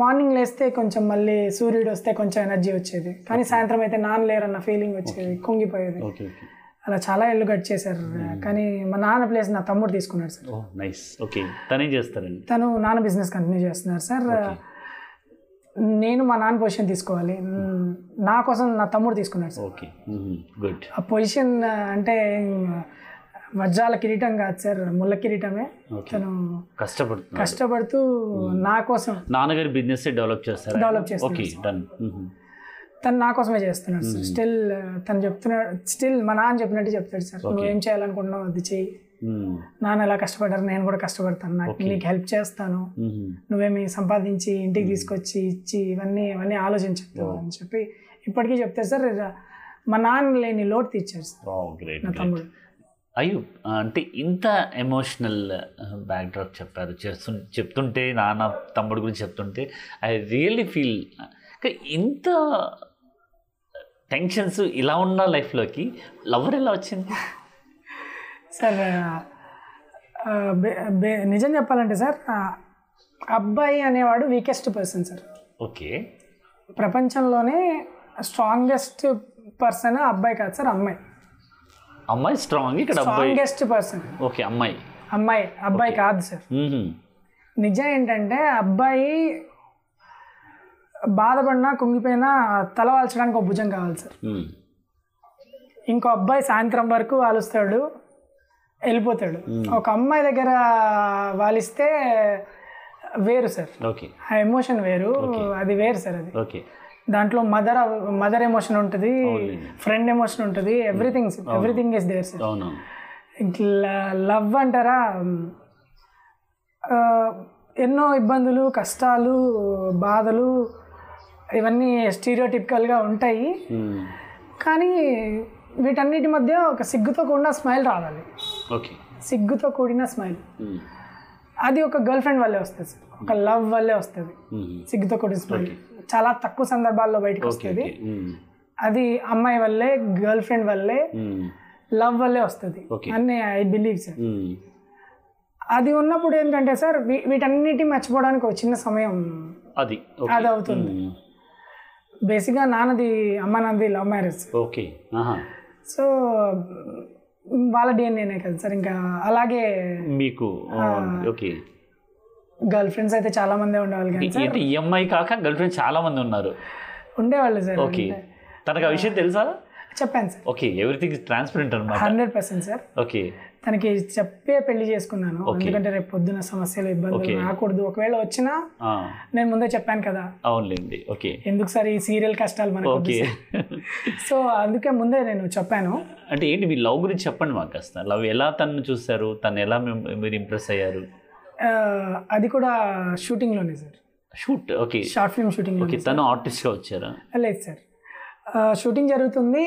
[SPEAKER 2] మార్నింగ్ లేస్తే కొంచెం మళ్ళీ సూర్యుడు వస్తే కొంచెం ఎనర్జీ వచ్చేది కానీ సాయంత్రం అయితే నాన్న లేరన్న ఫీలింగ్ వచ్చేది కుంగిపోయేది
[SPEAKER 1] ఓకే ఓకే
[SPEAKER 2] అలా చాలా ఇల్లు గడిచేశారు కానీ మా నాన్న ప్లేస్ నా తమ్ముడు తీసుకున్నాడు sir
[SPEAKER 1] oh nice okay Oh, తనేం చేస్తారండి
[SPEAKER 2] తను నాన్న బిజినెస్ కంటిన్యూ చేస్తున్నారు సార్ నేను మా నాన్న పొజిషన్ తీసుకోవాలి మ్, నా కోసం నా తమ్ముడు తీసుకున్నాడు సార్
[SPEAKER 1] ఓకే గుడ్
[SPEAKER 2] ఆ పొజిషన్ అంటే ఇంగ వజ్రాల కిరీటం కాదు సార్ ముళ్ళ కిరీటమే
[SPEAKER 1] ఓకే
[SPEAKER 2] తను
[SPEAKER 1] కష్టపడుతున్నారు
[SPEAKER 2] కష్టపడుతూ నా కోసం
[SPEAKER 1] నాన్నగారి బిజినెస్ డెవలప్ చేస్తారా
[SPEAKER 2] డెవలప్ చేస్తున్నారు
[SPEAKER 1] ఓకే డన్
[SPEAKER 2] తను నా కోసమే చేస్తున్నాడు సార్ స్టిల్ తను చెప్తున్నాడు స్టిల్ మా నాన్న చెప్పినట్టు చెప్తాడు సార్ నువ్వు ఏం చేయాలనుకుంటున్నావు అది చెయ్యి నాన్న ఎలా కష్టపడ్డారు నేను కూడా కష్టపడతాను నాకు నీకు హెల్ప్ చేస్తాను నువ్వేమి సంపాదించి ఇంటికి తీసుకొచ్చి ఇచ్చి ఇవన్నీ ఇవన్నీ ఆలోచించుతావు అని చెప్పి ఇప్పటికీ చెప్తే సార్ ఇలా మా నాన్న లేని లోటు తీర్చాడు సార్
[SPEAKER 1] గ్రేట్
[SPEAKER 2] నా తమ్ముడు
[SPEAKER 1] అయ్యో అంటే ఇంత ఎమోషనల్ బ్యాక్డ్రాప్ చెప్పారు చేస్తు చెప్తుంటే నాన్న తమ్ముడు గురించి చెప్తుంటే ఐ రియల్లీ ఫీల్ ఇంత టెన్షన్స్ ఇలా ఉన్న లైఫ్లోకి లవర్ ఎలా వచ్చింది
[SPEAKER 2] సార్ ఆ, బె- బె- నిజం చెప్పాలంటే సార్ ఆ, అబ్బాయి అనేవాడు వీకెస్ట్ పర్సన్ సార్
[SPEAKER 1] ఓకే
[SPEAKER 2] ప్రపంచంలోనే స్ట్రాంగెస్ట్ పర్సన్ అబ్బాయి కాదు సార్ అమ్మాయి
[SPEAKER 1] అమ్మాయి స్ట్రాంగ్ ఇక్కడ అబ్బాయి
[SPEAKER 2] స్ట్రాంగెస్ట్ పర్సన్
[SPEAKER 1] ఓకే అమ్మాయి
[SPEAKER 2] అమ్మాయి అబ్బాయి కాదు సార్
[SPEAKER 1] మ్మ్.
[SPEAKER 2] నిజం ఏంటంటే అబ్బాయి బాధపడినా కుంగిపోయినా తల వాల్చడానికి ఒక భుజం కావాలి సార్
[SPEAKER 1] మ్మ్.
[SPEAKER 2] ఇంకో అబ్బాయి సాయంత్రం వరకు వాలుస్తాడు వెళ్ళిపోతాడు ఒక అమ్మాయి దగ్గర వాలిస్తే వేరు సార్
[SPEAKER 1] ఓకే
[SPEAKER 2] ఆ ఎమోషన్ వేరు అది వేరు సార్ అది
[SPEAKER 1] ఓకే
[SPEAKER 2] దాంట్లో మదర్ మదర్ ఎమోషన్ ఉంటుంది
[SPEAKER 1] అవునండి.
[SPEAKER 2] ఫ్రెండ్ ఎమోషన్ ఉంటుంది everything everything is there sir
[SPEAKER 1] అవునవును
[SPEAKER 2] ఇట్లా లవ్ అంటారా ఆ, ఎన్నో ఇబ్బందులు కష్టాలు బాధలు ఇవన్నీ స్టీరియోటిపికల్గా ఉంటాయి
[SPEAKER 1] మ్మ్.
[SPEAKER 2] కానీ వీటన్నిటి మధ్య ఒక సిగ్గుతో కూడిన స్మైల్ రావాలి
[SPEAKER 1] ఓకే
[SPEAKER 2] సిగ్గుతో కూడిన స్మైల్
[SPEAKER 1] మ్మ్.
[SPEAKER 2] అది ఒక గర్ల్ ఫ్రెండ్ వల్లే వస్తుంది సార్ ఒక లవ్ వల్లే వస్తుంది
[SPEAKER 1] మ్మ్.
[SPEAKER 2] సిగ్గుతో కూడిన స్మైల్ చాలా తక్కువ సందర్భాల్లో బయటకు
[SPEAKER 1] ఓకే
[SPEAKER 2] వస్తుంది
[SPEAKER 1] ఓకే మ్మ్.
[SPEAKER 2] అది అమ్మాయి వల్లే గర్ల్ ఫ్రెండ్ వల్లే
[SPEAKER 1] మ్మ్.
[SPEAKER 2] లవ్ వల్లే వస్తుంది
[SPEAKER 1] Okay.
[SPEAKER 2] అని ఐ బిలీవ్ సార్
[SPEAKER 1] మ్మ్.
[SPEAKER 2] అది ఉన్నప్పుడు ఏంటంటే సార్ వీ- వీటన్నిటి మర్చిపోవడానికి ఒక చిన్న సమయం
[SPEAKER 1] అది Hmm. ఓకే
[SPEAKER 2] అది అవుతుంది
[SPEAKER 1] మ్మ్.
[SPEAKER 2] బేసిక్గా నాన్నది అమ్మ నాన్నది లవ్ మ్యారేజ్
[SPEAKER 1] ఓకే ఆహా
[SPEAKER 2] సో వాళ్ళ డిఎన్ఏనే కదా సార్ ఇంకా అలాగే
[SPEAKER 1] మీకు um, ఆ, ఓకే
[SPEAKER 2] గర్ల్ ఫ్రెండ్స్ అయితే చాలా మందే ఉండేవాళ్ళు కానీ సార్
[SPEAKER 1] అంటే ఈఎంఐ E కాక గర్ల్ ఫ్రెండ్ చాలా మంది ఉన్నారు
[SPEAKER 2] ఉండేవాళ్ళు సార్
[SPEAKER 1] ఓకే తనకు ఆ విషయం తెలుసా
[SPEAKER 2] చెప్పాను sir
[SPEAKER 1] okay everything is transparent అనమాట
[SPEAKER 2] హండ్రెడ్ పర్సెంట్ సార్
[SPEAKER 1] ఓకే
[SPEAKER 2] తనకి చెప్పే పెళ్లి చేసుకున్నాను ఎందుకంటే రేపు పొద్దున సమస్యలు ఇబ్బందులు రాకూడదు ఒకవేళ వచ్చినా
[SPEAKER 1] ఆ,
[SPEAKER 2] నేను ముందే చెప్పాను కదా
[SPEAKER 1] అవునులేండి ఓకే
[SPEAKER 2] ఎందుకు సార్ ఈ సీరియల్ కష్టాలు మనకు
[SPEAKER 1] ఓకే
[SPEAKER 2] వద్దు సార్. సో అందుకే ముందే నేను చెప్పాను
[SPEAKER 1] అంటే ఏంటి మీ లవ్ గురించి చెప్పండి మాకు కాస్త లవ్ ఎలా తనను చూశారు తను ఎలా మిమ్- మీరు ఇంప్రెస్ అయ్యారు
[SPEAKER 2] ఆ, అది కూడా షూటింగ్లోనే sir
[SPEAKER 1] shoot okay
[SPEAKER 2] short film shooting
[SPEAKER 1] okay తను ఆర్టిస్ట్గా వచ్చారా
[SPEAKER 2] లేదు సార్ ఆ, ఆ, షూటింగ్ జరుగుతుంది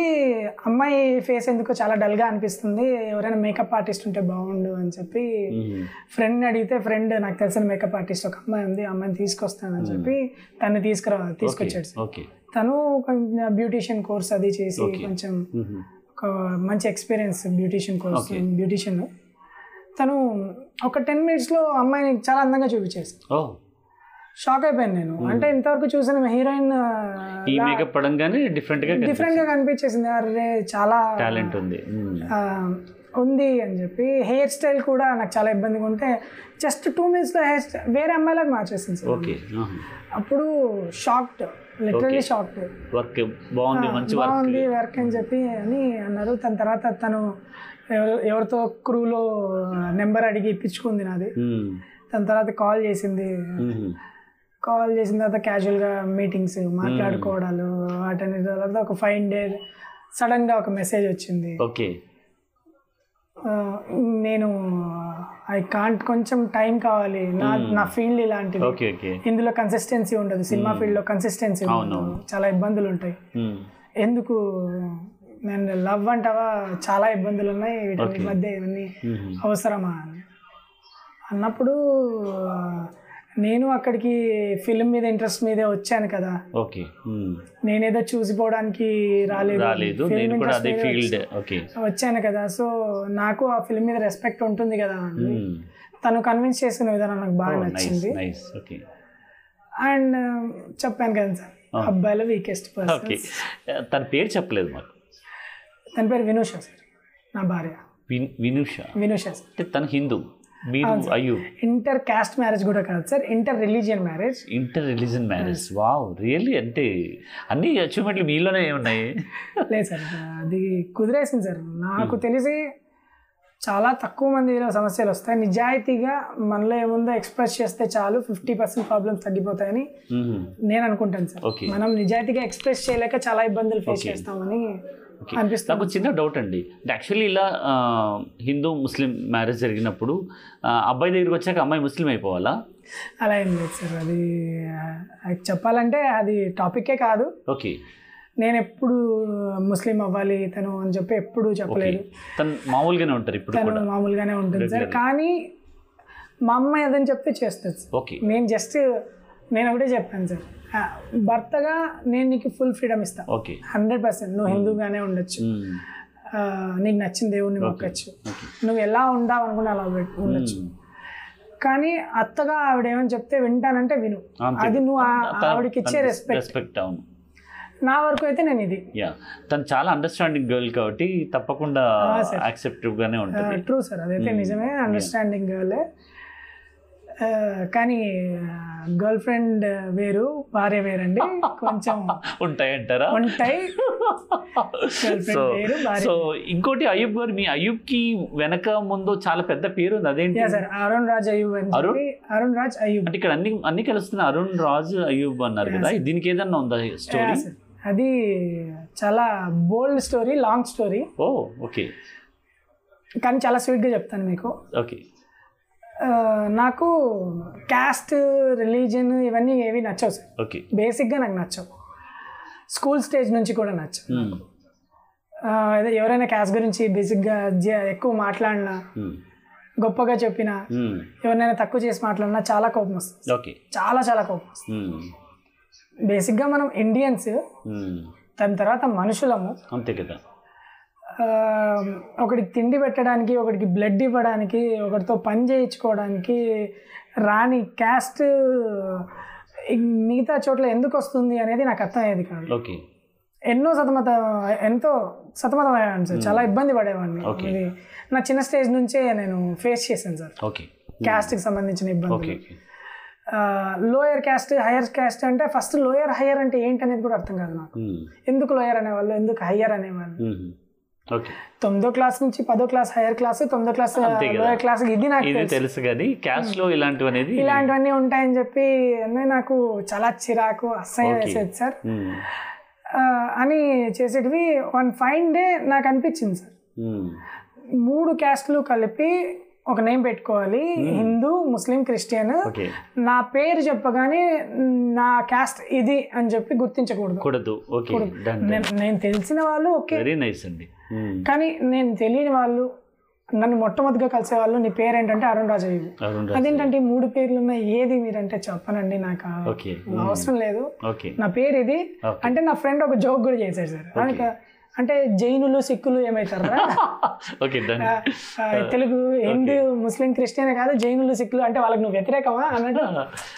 [SPEAKER 2] అమ్మాయి ఫేస్ ఎందుకో చాలా డల్గా అనిపిస్తుంది ఎవరైనా మేకప్ ఆర్టిస్ట్ ఉంటే బాగుండు అని చెప్పి
[SPEAKER 1] మ్మ్.
[SPEAKER 2] ఫ్రెండ్ని అడిగితే ఫ్రెండ్ నాకు తెలిసిన మేకప్ ఆర్టిస్ట్ ఒక అమ్మాయి ఉంది ఆ అమ్మాయిని తీసుకొస్తానని చెప్పి తను తీసుకురా తీసుకొచ్చాడు సార్
[SPEAKER 1] ఓకే
[SPEAKER 2] తను కొంచెం బ్యూటీషియన్ కోర్స్ అది చేసి
[SPEAKER 1] Okay.
[SPEAKER 2] కొంచెం
[SPEAKER 1] మ్మ్.
[SPEAKER 2] ఒక మంచి experience beautician course
[SPEAKER 1] Okay.
[SPEAKER 2] Beautician తను ఒక టెన్ మినిట్స్లో అమ్మాయిని చాలా అందంగా చూపించేసి
[SPEAKER 1] ఓ
[SPEAKER 2] షాక్ అయిపోయాను నేను అంటే ఇంతవరకు చూసిన హీరోయిన్
[SPEAKER 1] ఈ మేకప్ పడంగానే డిఫరెంట్ గా
[SPEAKER 2] డిఫరెంట్ గా కనిపించేసింది అరే చాలా
[SPEAKER 1] టాలెంట్ ఉంది మ్మ్.
[SPEAKER 2] ఆ, ఉంది అని చెప్పి హెయిర్ స్టైల్ కూడా నాకు చాలా ఇబ్బందిగా ఉంటే జస్ట్ టూ మినిట్స్లో హెయిర్ స్టైల్ వేరే అమ్మాయిలకు మార్చేసింది సార్
[SPEAKER 1] ఓకే
[SPEAKER 2] అప్పుడు షాక్డ్ లిటరల్లీ షాక్డ్
[SPEAKER 1] వర్క్ బాగుంది మంచి వర్క్
[SPEAKER 2] బాగుంది వర్క్ అని చెప్పి అని అన్నారు తన తర్వాత తను ఎవరు ఎవరితో క్రూలో నెంబర్ అడిగి ఇప్పించుకుంది నాది
[SPEAKER 1] మ్మ్.
[SPEAKER 2] తన తర్వాత కాల్ చేసింది
[SPEAKER 1] మ్మ్.
[SPEAKER 2] కాల్ చేసిన తర్వాత క్యాజువల్గా మీటింగ్స్ మాట్లాడుకోవడాలు వాటన్ని తర్వాత ఒక ఫైవ్ డే సడన్గా ఒక మెసేజ్ వచ్చింది
[SPEAKER 1] ఓకే
[SPEAKER 2] ఆ, నేను ఐ కాంట్ కొంచెం టైం కావాలి నా నా ఫీల్డ్ ఇలాంటిది
[SPEAKER 1] ఓకే ఓకే
[SPEAKER 2] ఇందులో కన్సిస్టెన్సీ ఉండదు సినిమా ఫీల్డ్లో కన్సిస్టెన్సీ ఉండదు చాలా ఇబ్బందులు ఉంటాయి
[SPEAKER 1] మ్మ్.
[SPEAKER 2] ఎందుకు నేను లవ్ అంటావా చాలా ఇబ్బందులు ఉన్నాయి వీటి మధ్య ఇవన్నీ
[SPEAKER 1] మ్మ్.
[SPEAKER 2] అవసరమా అని అన్నప్పుడు ఆ, నేను అక్కడికి ఫిలిం మీద ఇంట్రెస్ట్ మీదే వచ్చాను కదా
[SPEAKER 1] ఓకే మ్మ్.
[SPEAKER 2] నేనేదో చూసిపోవడానికి రాలేదు
[SPEAKER 1] రాలేదు
[SPEAKER 2] Film
[SPEAKER 1] నేను కూడా
[SPEAKER 2] interest
[SPEAKER 1] అదే
[SPEAKER 2] మీదే
[SPEAKER 1] ఫీల్డ్ ఓకే
[SPEAKER 2] వచ్చాను కదా సో నాకు ఆ ఫిల్మ్ మీద రెస్పెక్ట్ ఉంటుంది కదా అని.
[SPEAKER 1] మ్మ్.
[SPEAKER 2] తను కన్విన్స్ చేసిన విధానం నాకు బాగా
[SPEAKER 1] ఓ, నైస్
[SPEAKER 2] నచ్చింది
[SPEAKER 1] నైస్ ఓకే
[SPEAKER 2] అండ్ చెప్పాను కదా సార్
[SPEAKER 1] Oh.
[SPEAKER 2] అబ్బాయిల వీకెస్ట్
[SPEAKER 1] ఓకే
[SPEAKER 2] పర్సన్
[SPEAKER 1] తన పేరు చెప్పలేదు మాకు
[SPEAKER 2] తన పేరు వినూష సార్ నా భార్య
[SPEAKER 1] విన్- వినుష
[SPEAKER 2] వినూష సార్
[SPEAKER 1] అంటే తను హిందూ మీరు అయ్యూ
[SPEAKER 2] ఇంటర్ కాస్ట్ మ్యారేజ్ కూడా కాదు sir inter religion marriage
[SPEAKER 1] inter religion marriage wow really అంటే అన్ని అచీవ్మెంట్లు మీలోనే ఉన్నాయి
[SPEAKER 2] లేదు సార్ అది కుదిరేసింది సార్ నాకు
[SPEAKER 1] Hmm.
[SPEAKER 2] తెలిసి చాలా తక్కువ మందిలో సమస్యలు వస్తాయి నిజాయితీగా మనలో ఏముందో ఎక్స్ప్రెస్ చేస్తే చాలు ఫిఫ్టీ పర్సెంట్ ప్రాబ్లమ్స్ తగ్గిపోతాయని నేను అనుకుంటాను సార్
[SPEAKER 1] Okay.
[SPEAKER 2] మనం నిజాయితీగా ఎక్స్ప్రెస్ చేయలేక చాలా ఇబ్బందులు ఫేస్ చేస్తామని అనిపిస్తుంది
[SPEAKER 1] నాకు చిన్న డౌట్ అండి అంటే యాక్చువల్లీ ఇలా ఆ, హిందూ ముస్లిం మ్యారేజ్ జరిగినప్పుడు ఆ, అబ్బాయి దగ్గరికి వచ్చాక అమ్మాయి ముస్లిం అయిపోవాలా
[SPEAKER 2] అలా ఏం లేదు సార్ అది ఆ, అది చెప్పాలంటే అది టాపిక్కే కాదు
[SPEAKER 1] ఓకే
[SPEAKER 2] నేను ఎప్పుడు ముస్లిం అవ్వాలి తను అని చెప్పి ఎప్పుడు
[SPEAKER 1] ఓకే
[SPEAKER 2] చెప్పలేదు
[SPEAKER 1] తను మామూలుగానే ఉంటారు ఇప్పుడు కూడా
[SPEAKER 2] తను మామూలుగానే ఉంటుంది సార్ కానీ మా అమ్మ ఏదని చెప్పి చేస్తుంది సార్
[SPEAKER 1] ఓకే
[SPEAKER 2] నేను జస్ట్ నేను ఒకటే చెప్పాను సార్ ఆ, భర్తగా నేను నీకు ఫుల్ ఫ్రీడమ్ ఇస్తాను
[SPEAKER 1] ఓకే
[SPEAKER 2] హండ్రెడ్ పర్సెంట్
[SPEAKER 1] Hmm.
[SPEAKER 2] నువ్వు హిందూగానే ఉండొచ్చు
[SPEAKER 1] మ్మ్.
[SPEAKER 2] ఆ, నీకు నచ్చిన దేవుడిని మొక్కచ్చు నువ్వు ఎలా ఉండావు అనుకున్నా అలా ఉండ-
[SPEAKER 1] Hmm.
[SPEAKER 2] ఉండొచ్చు
[SPEAKER 1] మ్మ్.
[SPEAKER 2] కానీ అత్తగా ఆవిడ ఏమని చెప్తే వింటానంటే విను
[SPEAKER 1] అంతే.
[SPEAKER 2] అది నువ్వు ఆ-
[SPEAKER 1] తన-
[SPEAKER 2] ఆవిడకి ఇచ్చే
[SPEAKER 1] తన
[SPEAKER 2] రెస్పెక్ట్
[SPEAKER 1] రెస్పెక్ట్ అవును
[SPEAKER 2] నా వరకు అయితే నేను ఇది
[SPEAKER 1] యా తను చాలా అండర్స్టాండింగ్ గర్ల్ కాబట్టి తప్పకుండా
[SPEAKER 2] Ah, sir.
[SPEAKER 1] యాక్సెప్టివ్ గానే ఉంటుంది
[SPEAKER 2] ట్రూ సార్ అదైతే నిజమే అండర్స్టాండింగ్ గర్లే కానీ గర్ల్ ఫ్రెండ్ వేరు భార్య వేరండి కొంచెం
[SPEAKER 1] ఉంటాయంటారా
[SPEAKER 2] ఉంటాయి girlfriend
[SPEAKER 1] సో
[SPEAKER 2] వేరు, భార్య
[SPEAKER 1] సో ఇంకోటి అయ్యూబ్ గారు మీ అయ్యూబ్ కి వెనక ముందు చాలా పెద్ద పేరు ఉంది అదేంటి
[SPEAKER 2] యా సార్ అరుణ్ రాజ్ అయ్యూబ్ అని
[SPEAKER 1] అరుణ్?
[SPEAKER 2] చెప్పి అరుణ్ రాజ్ అయ్యూబ్
[SPEAKER 1] అంటే ఇక్కడ అన్ని అన్ని కలుస్తున్న అరుణ్ రాజు అయ్యూబ్ అన్నారు కదా దీనికి ఏదన్నా ఉందా స్టోరీ
[SPEAKER 2] Yeah, sir. అది చాలా bold story long story
[SPEAKER 1] oh okay
[SPEAKER 2] కానీ చాలా sweet గా చెప్తాను మీకు
[SPEAKER 1] ఓకే
[SPEAKER 2] ఆ, నాకు క్యాస్ట్ రిలీజన్ ఇవన్నీ ఏవి నచ్చవు సార్
[SPEAKER 1] ఓకే
[SPEAKER 2] బేసిక్గా నాకు నచ్చవు స్కూల్ స్టేజ్ నుంచి కూడా నచ్చవు
[SPEAKER 1] Hmm.
[SPEAKER 2] ఆ, ఏదో ఎవరైనా క్యాస్ట్ గురించి బేసిక్గా జ- ఎక్కువ మాట్లాడినా
[SPEAKER 1] Hmm.
[SPEAKER 2] గొప్పగా చెప్పినా ఎవరినైనా తక్కువ చేసి మాట్లాడినా చాలా కోపం వస్తుంది
[SPEAKER 1] ఓకే Hmm.
[SPEAKER 2] చాలా చాలా కోపం వస్తుంది బేసిక్గా మనం ఇండియన్స్ దాని తర్వాత మనుషులము
[SPEAKER 1] Hmm. అంతే కదా
[SPEAKER 2] ఆ, ఒకడికి తిండి పెట్టడానికి ఒకడికి బ్లడ్ ఇవ్వడానికి ఒకరితో పని చేయించుకోవడానికి రాని క్యాస్ట్ మిగతా చోట్ల ఎందుకు వస్తుంది అనేది నాకు అర్థమయ్యేది కాదు
[SPEAKER 1] ఓకే
[SPEAKER 2] ఎన్నో సతమత ఎంతో సతమతం అయ్యాను సార్ చాలా ఇబ్బంది పడేవాడిని
[SPEAKER 1] Hmm. Okay.
[SPEAKER 2] ఇది నా చిన్న స్టేజ్ నుంచే నేను ఫేస్ చేశాను సార్
[SPEAKER 1] ఓకే
[SPEAKER 2] క్యాస్ట్కి సంబంధించిన
[SPEAKER 1] ఓకే
[SPEAKER 2] ఇబ్బంది లోయర్ క్యాస్ట్ హయ్యర్ క్యాస్ట్ అంటే ఫస్ట్ లోయర్ హయ్యర్ అంటే ఏంటి అనేది కూడా అర్థం కాదు నాకు
[SPEAKER 1] Hmm.
[SPEAKER 2] ఎందుకు లోయర్ అనేవాళ్ళు ఎందుకు హయ్యర్ అనేవాళ్ళు
[SPEAKER 1] ఓకే
[SPEAKER 2] తొమ్మిదో క్లాస్ నుంచి పదో క్లాస్ హైయర్ క్లాస్ తొమ్మిదో క్లాస్
[SPEAKER 1] అంతే కదా.
[SPEAKER 2] లోయర్ క్లాస్ ఇది నాకు
[SPEAKER 1] ఇది
[SPEAKER 2] తెలుసు.
[SPEAKER 1] తెలుసు కానీ క్యాష్
[SPEAKER 2] Hmm.
[SPEAKER 1] లో ఇలాంటివి అనేది
[SPEAKER 2] ఇలాంటివన్నీ ఉంటాయని చెప్పి అన్నీ నాకు చాలా చిరాకు అసహ్యం
[SPEAKER 1] Okay.
[SPEAKER 2] వేసేది సార్
[SPEAKER 1] మ్మ్.
[SPEAKER 2] ఆ, అని చేసేటివి
[SPEAKER 1] Hmm.
[SPEAKER 2] వన్ ఫైన్ డే నాకు అనిపించింది సార్
[SPEAKER 1] మ్మ్.
[SPEAKER 2] మూడు క్యాస్ట్లు కలిపి ఒక నేమ్ పెట్టుకోవాలి
[SPEAKER 1] Hmm.
[SPEAKER 2] Hindu Muslim Christian
[SPEAKER 1] okay
[SPEAKER 2] నా పేరు చెప్పగానే నా క్యాస్ట్ ఇది అని చెప్పి గుర్తించకూడదు
[SPEAKER 1] కూడదు ఓకే
[SPEAKER 2] కూడదు.
[SPEAKER 1] డన్
[SPEAKER 2] నేను- నేను తెలిసిన వాళ్ళు ఓకే
[SPEAKER 1] వెరీ నైస్ అండి Hmm. మ్మ్.
[SPEAKER 2] కానీ నేను తెలియని వాళ్ళు నన్ను మొట్టమొదటిగా కలిసే వాళ్ళు నీ పేరు ఏంటంటే అరుణ్ రాజయ్య
[SPEAKER 1] అరుణ్ రాజ్
[SPEAKER 2] అదేంటంటే ఈ మూడు పేర్లు ఉన్నాయి ఏది మీరంటే చెప్పనండి నాకు ఆ-
[SPEAKER 1] ఓకే Hmm.
[SPEAKER 2] అవసరం లేదు
[SPEAKER 1] ఓకే
[SPEAKER 2] నా పేరు ఇది
[SPEAKER 1] ఓకే.
[SPEAKER 2] అంటే నా ఫ్రెండ్ ఒక జోక్ కూడా చేశాడు సార్ దానికి అంటే జైనులు సిక్కులు ఏమవుతారా
[SPEAKER 1] ఓకే డన్
[SPEAKER 2] ఆ, ఆ, తెలుగు హిందూ ముస్లిం క్రిస్టియన్ కాదు జైనులు సిక్కులు అంటే వాళ్ళకి నువ్వు వ్యతిరేకమా అన్నట్టు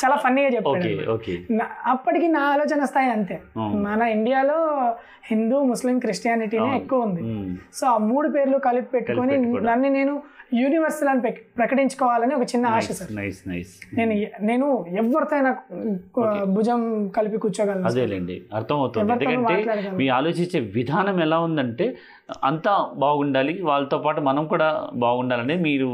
[SPEAKER 2] చాలా ఫన్నీగా చెప్పాడు
[SPEAKER 1] ఓకే ఓకే
[SPEAKER 2] నా- అప్పటికి నా ఆలోచన స్థాయి అంతే
[SPEAKER 1] అవును.
[SPEAKER 2] మన ఇండియాలో హిందూ ముస్లిం క్రిస్టియానిటీనే ఎక్కువ ఉంది
[SPEAKER 1] మ్మ్.
[SPEAKER 2] సో ఆ మూడు పేర్లు కలిపి పెట్టుకొని
[SPEAKER 1] పెట్టుకోవడం.
[SPEAKER 2] నన్ను నేను యూనివర్సల్ అని పెక్- ప్రకటించుకోవాలని ఒక చిన్న ఆశ సార్
[SPEAKER 1] నైస్ నైస్
[SPEAKER 2] నేను నేను ఎవరితో అయినా కు- భుజం కలిపి కూర్చోగలను
[SPEAKER 1] అదేలేండి అర్థమవుతుంది
[SPEAKER 2] ఎవరితోనూ
[SPEAKER 1] ఎందుకంటే
[SPEAKER 2] మాట్లాడగలం.
[SPEAKER 1] మీ ఆలోచించే విధానం ఎలా ఉందంటే అంతా బాగుండాలి వాళ్ళతో పాటు మనం కూడా బాగుండాలని మీరు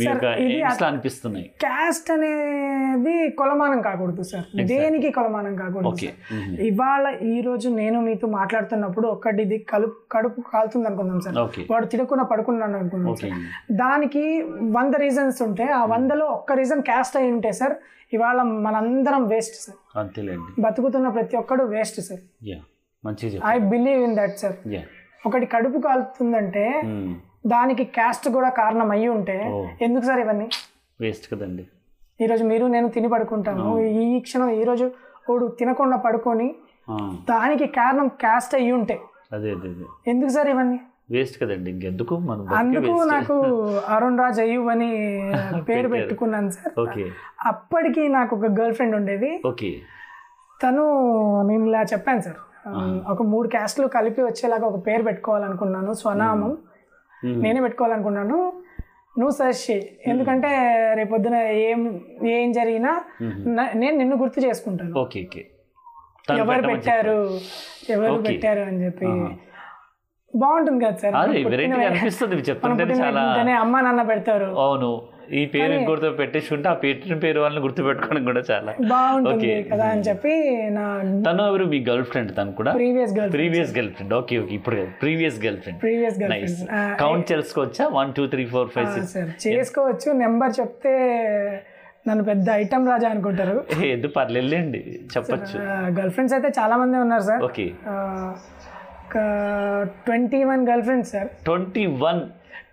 [SPEAKER 1] మీ
[SPEAKER 2] Sir,
[SPEAKER 1] యొక్క
[SPEAKER 2] ఇది
[SPEAKER 1] aims లా అనిపిస్తున్నాయి
[SPEAKER 2] క్యాస్ట్ అనేది కొలమానం కాకూడదు సార్ దేనికి కొలమానం కాకూడదు
[SPEAKER 1] ఓకే
[SPEAKER 2] సార్. ఇవాళ ఈ రోజు నేను మీతో మాట్లాడుతున్నప్పుడు ఒక్కడిది కలుపు కడుపు కాలుతుంది అనుకుందాం సార్
[SPEAKER 1] ఓకే
[SPEAKER 2] వాడు తిడకుండా పడుకున్నాను అనుకుందాం
[SPEAKER 1] ఓకే
[SPEAKER 2] సార్ దానికి వంద రీజన్స్ ఉంటే ఆ వందలో ఒక్క రీజన్ క్యాస్ట్ అయి ఉంటే సార్ ఇవాళ మనందరం వేస్ట్ సార్
[SPEAKER 1] అంతేలేండి
[SPEAKER 2] బతుకుతున్న ప్రతి ఒక్కడు వేస్ట్ సార్
[SPEAKER 1] యా మంచిగా
[SPEAKER 2] ఐ
[SPEAKER 1] చెప్పారు
[SPEAKER 2] believe in that sir
[SPEAKER 1] yeah
[SPEAKER 2] ఒకటి కడుపు కాలుతుందంటే దానికి క్యాస్ట్ కూడా కారణం అయ్యి ఉంటే
[SPEAKER 1] Oh.
[SPEAKER 2] ఎందుకు సార్ ఇవన్నీ
[SPEAKER 1] వేస్ట్ కదండి
[SPEAKER 2] ఈరోజు మీరు నేను తిని పడుకుంటాము ఈ క్షణం ఈరోజు వాడు తినకుండా పడుకొని
[SPEAKER 1] ఆ,
[SPEAKER 2] దానికి కారణం క్యాస్ట్ అయ్యి ఉంటే
[SPEAKER 1] అదే అదే అదే
[SPEAKER 2] ఎందుకు సార్ ఇవన్నీ
[SPEAKER 1] వేస్ట్ కదండి ఇంకెందుకు మనం బతికే
[SPEAKER 2] అందుకు
[SPEAKER 1] waste.
[SPEAKER 2] నాకు అరుణ్ రాజ్ అయ్యూబ్ అని పేరు
[SPEAKER 1] పెట్టారు.
[SPEAKER 2] పెట్టుకున్నాను సార్
[SPEAKER 1] ఓకే
[SPEAKER 2] అప్పటికి నాకు ఒక గర్ల్ ఫ్రెండ్ ఉండేది
[SPEAKER 1] ఓకే
[SPEAKER 2] తను నేను ఇలా చెప్పాను సార్ ఒక మూడు క్యాస్ట్లు కలిపి వచ్చేలాగా ఒక పేరు పెట్టుకోవాలనుకున్నాను స్వనామం
[SPEAKER 1] మ్మ్.
[SPEAKER 2] నేనే పెట్టుకోవాలనుకున్నాను నువ్వు సర్చ్ చేయి ఎందుకంటే రేపొద్దున ఏం ఏం జరిగినా నా- నేను నిన్ను గుర్తు చేసుకుంటాను
[SPEAKER 1] ఓకే ఓకే తను
[SPEAKER 2] ఎవరు
[SPEAKER 1] పెట్టమని
[SPEAKER 2] పెట్టారు ఎవరు
[SPEAKER 1] Okay.
[SPEAKER 2] పెట్టారు అని చెప్పి
[SPEAKER 1] ఆహా.
[SPEAKER 2] బాగుంటుంది కదా సార్
[SPEAKER 1] చెప్పారు. అదే
[SPEAKER 2] పుట్టిన
[SPEAKER 1] వెరైటీ
[SPEAKER 2] వె-
[SPEAKER 1] అనిపిస్తుంది మీరు
[SPEAKER 2] మనం
[SPEAKER 1] చెప్తుంటే
[SPEAKER 2] పుట్టిన
[SPEAKER 1] చాలా
[SPEAKER 2] వెంటనే అమ్మ నాన్న పెడతారు
[SPEAKER 1] అవును ఈ పేరు ఇంకోటితో పెట్టేసి ఉంటే ఆ పెట్టిన పేరు వాళ్ళని గుర్తుపెట్టుకోవడం కూడా చాలా
[SPEAKER 2] బాగుంటుంది
[SPEAKER 1] Okay.
[SPEAKER 2] కదా అని చెప్పి నా
[SPEAKER 1] తను ఎవరు మీ గర్ల్ ఫ్రెండ్ తను కూడా
[SPEAKER 2] previous girl
[SPEAKER 1] previous girl friend okay okay ఇప్పుడు previous girl friend
[SPEAKER 2] previous girl
[SPEAKER 1] nice count చేసుకోవచ్చా one two three four five six
[SPEAKER 2] sir చేసుకోవచ్చు నెంబర్ చెప్తే నన్ను పెద్ద ఐటమ్ రాజా అనుకుంటారు
[SPEAKER 1] ఏదో పర్లేదులేండి చెప్పొచ్చు
[SPEAKER 2] గర్ల్ ఫ్రెండ్స్ అయితే చాలా మంది ఉన్నారు sir
[SPEAKER 1] okay
[SPEAKER 2] twenty one girlfriends sir
[SPEAKER 1] twenty one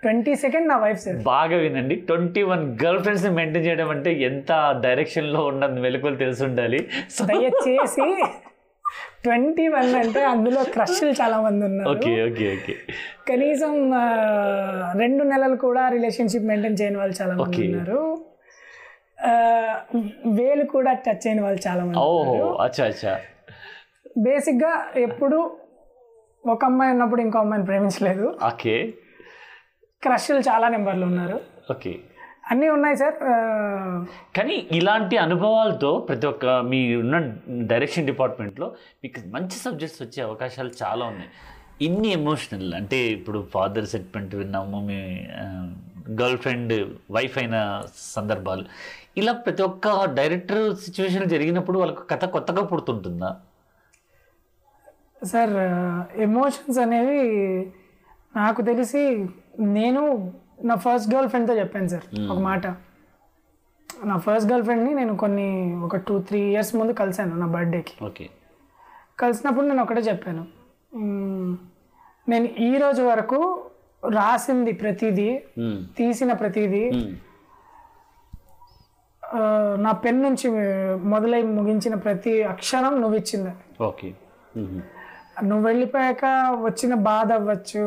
[SPEAKER 2] twenty second నా వైఫ్ సార్
[SPEAKER 1] బాగా వినండి ట్వంటీ వన్ గర్ల్ ఫ్రెండ్స్ ని మెయింటైన్ చేయడం అంటే ఎంత డైరెక్షన్ లో ఉన్నది మెలకువలు తెలిసి ఉండాలి సో
[SPEAKER 2] దయచేసి ట్వంటీ వన్ అంటే అందులో క్రష్లు చాలా మంది ఉన్నారు
[SPEAKER 1] ఓకే ఓకే ఓకే
[SPEAKER 2] కనీసం ఆ, రెండు నెలలు కూడా రిలేషన్షిప్ మెయింటైన్ చేయని వాళ్ళు చాలా మంది
[SPEAKER 1] Okay.
[SPEAKER 2] ఉన్నారు ఆ, వేలు కూడా టచ్ చేయని వాళ్ళు చాలా మంది
[SPEAKER 1] ఓహో అచ్చా అచ్చా
[SPEAKER 2] బేసిక్ గా ఎప్పుడు ఒక అమ్మాయి ఉన్నప్పుడు ఇంకో అమ్మాయిని ప్రేమించలేదు
[SPEAKER 1] ఓకే
[SPEAKER 2] క్రష్లు చాలా నెంబర్లు ఉన్నారు
[SPEAKER 1] ఓకే
[SPEAKER 2] అన్నీ ఉన్నాయి సార్ ఆ,
[SPEAKER 1] కానీ ఇలాంటి అనుభవాలతో ప్రతి ఒక్క మీ ఉన్న డైరెక్షన్ డిపార్ట్మెంట్లో మీకు మంచి సబ్జెక్ట్స్ వచ్చే అవకాశాలు చాలా ఉన్నాయి ఇన్ని ఎమోషనల్ అంటే ఇప్పుడు ఫాదర్ సెట్మెంట్ విన్నాము మీ గర్ల్ ఫ్రెండ్ వైఫ్ అయిన సందర్భాలు ఇలా ప్రతి ఒక్క డైరెక్టర్ సిచ్యువేషన్ జరిగినప్పుడు వాళ్ళకి కథ కొత్తగా పుడుతుంటుందా
[SPEAKER 2] సార్ ఎమోషన్స్ అనేవి నాకు తెలిసి నేను నా ఫస్ట్ గర్ల్ ఫ్రెండ్తో చెప్పాను సార్ ఒక మాట నా ఫస్ట్ గర్ల్ ఫ్రెండ్ని నేను కొన్ని ఒక టూ త్రీ ఇయర్స్ ముందు కలిశాను నా బర్త్డేకి
[SPEAKER 1] ఓకే
[SPEAKER 2] కలిసినప్పుడు నేను ఒకటే చెప్పాను "మ్మ్, నేను ఈ రోజు వరకు రాసింది ప్రతిదీ తీసిన ప్రతిదీ ఆ, నా పెన్ నుంచి మొదలై ముగించిన ప్రతి అక్షరం నువ్వు ఇచ్చింది
[SPEAKER 1] ఓకే
[SPEAKER 2] నువ్వు వెళ్ళిపోయాక వచ్చిన బాధ అవ్వచ్చు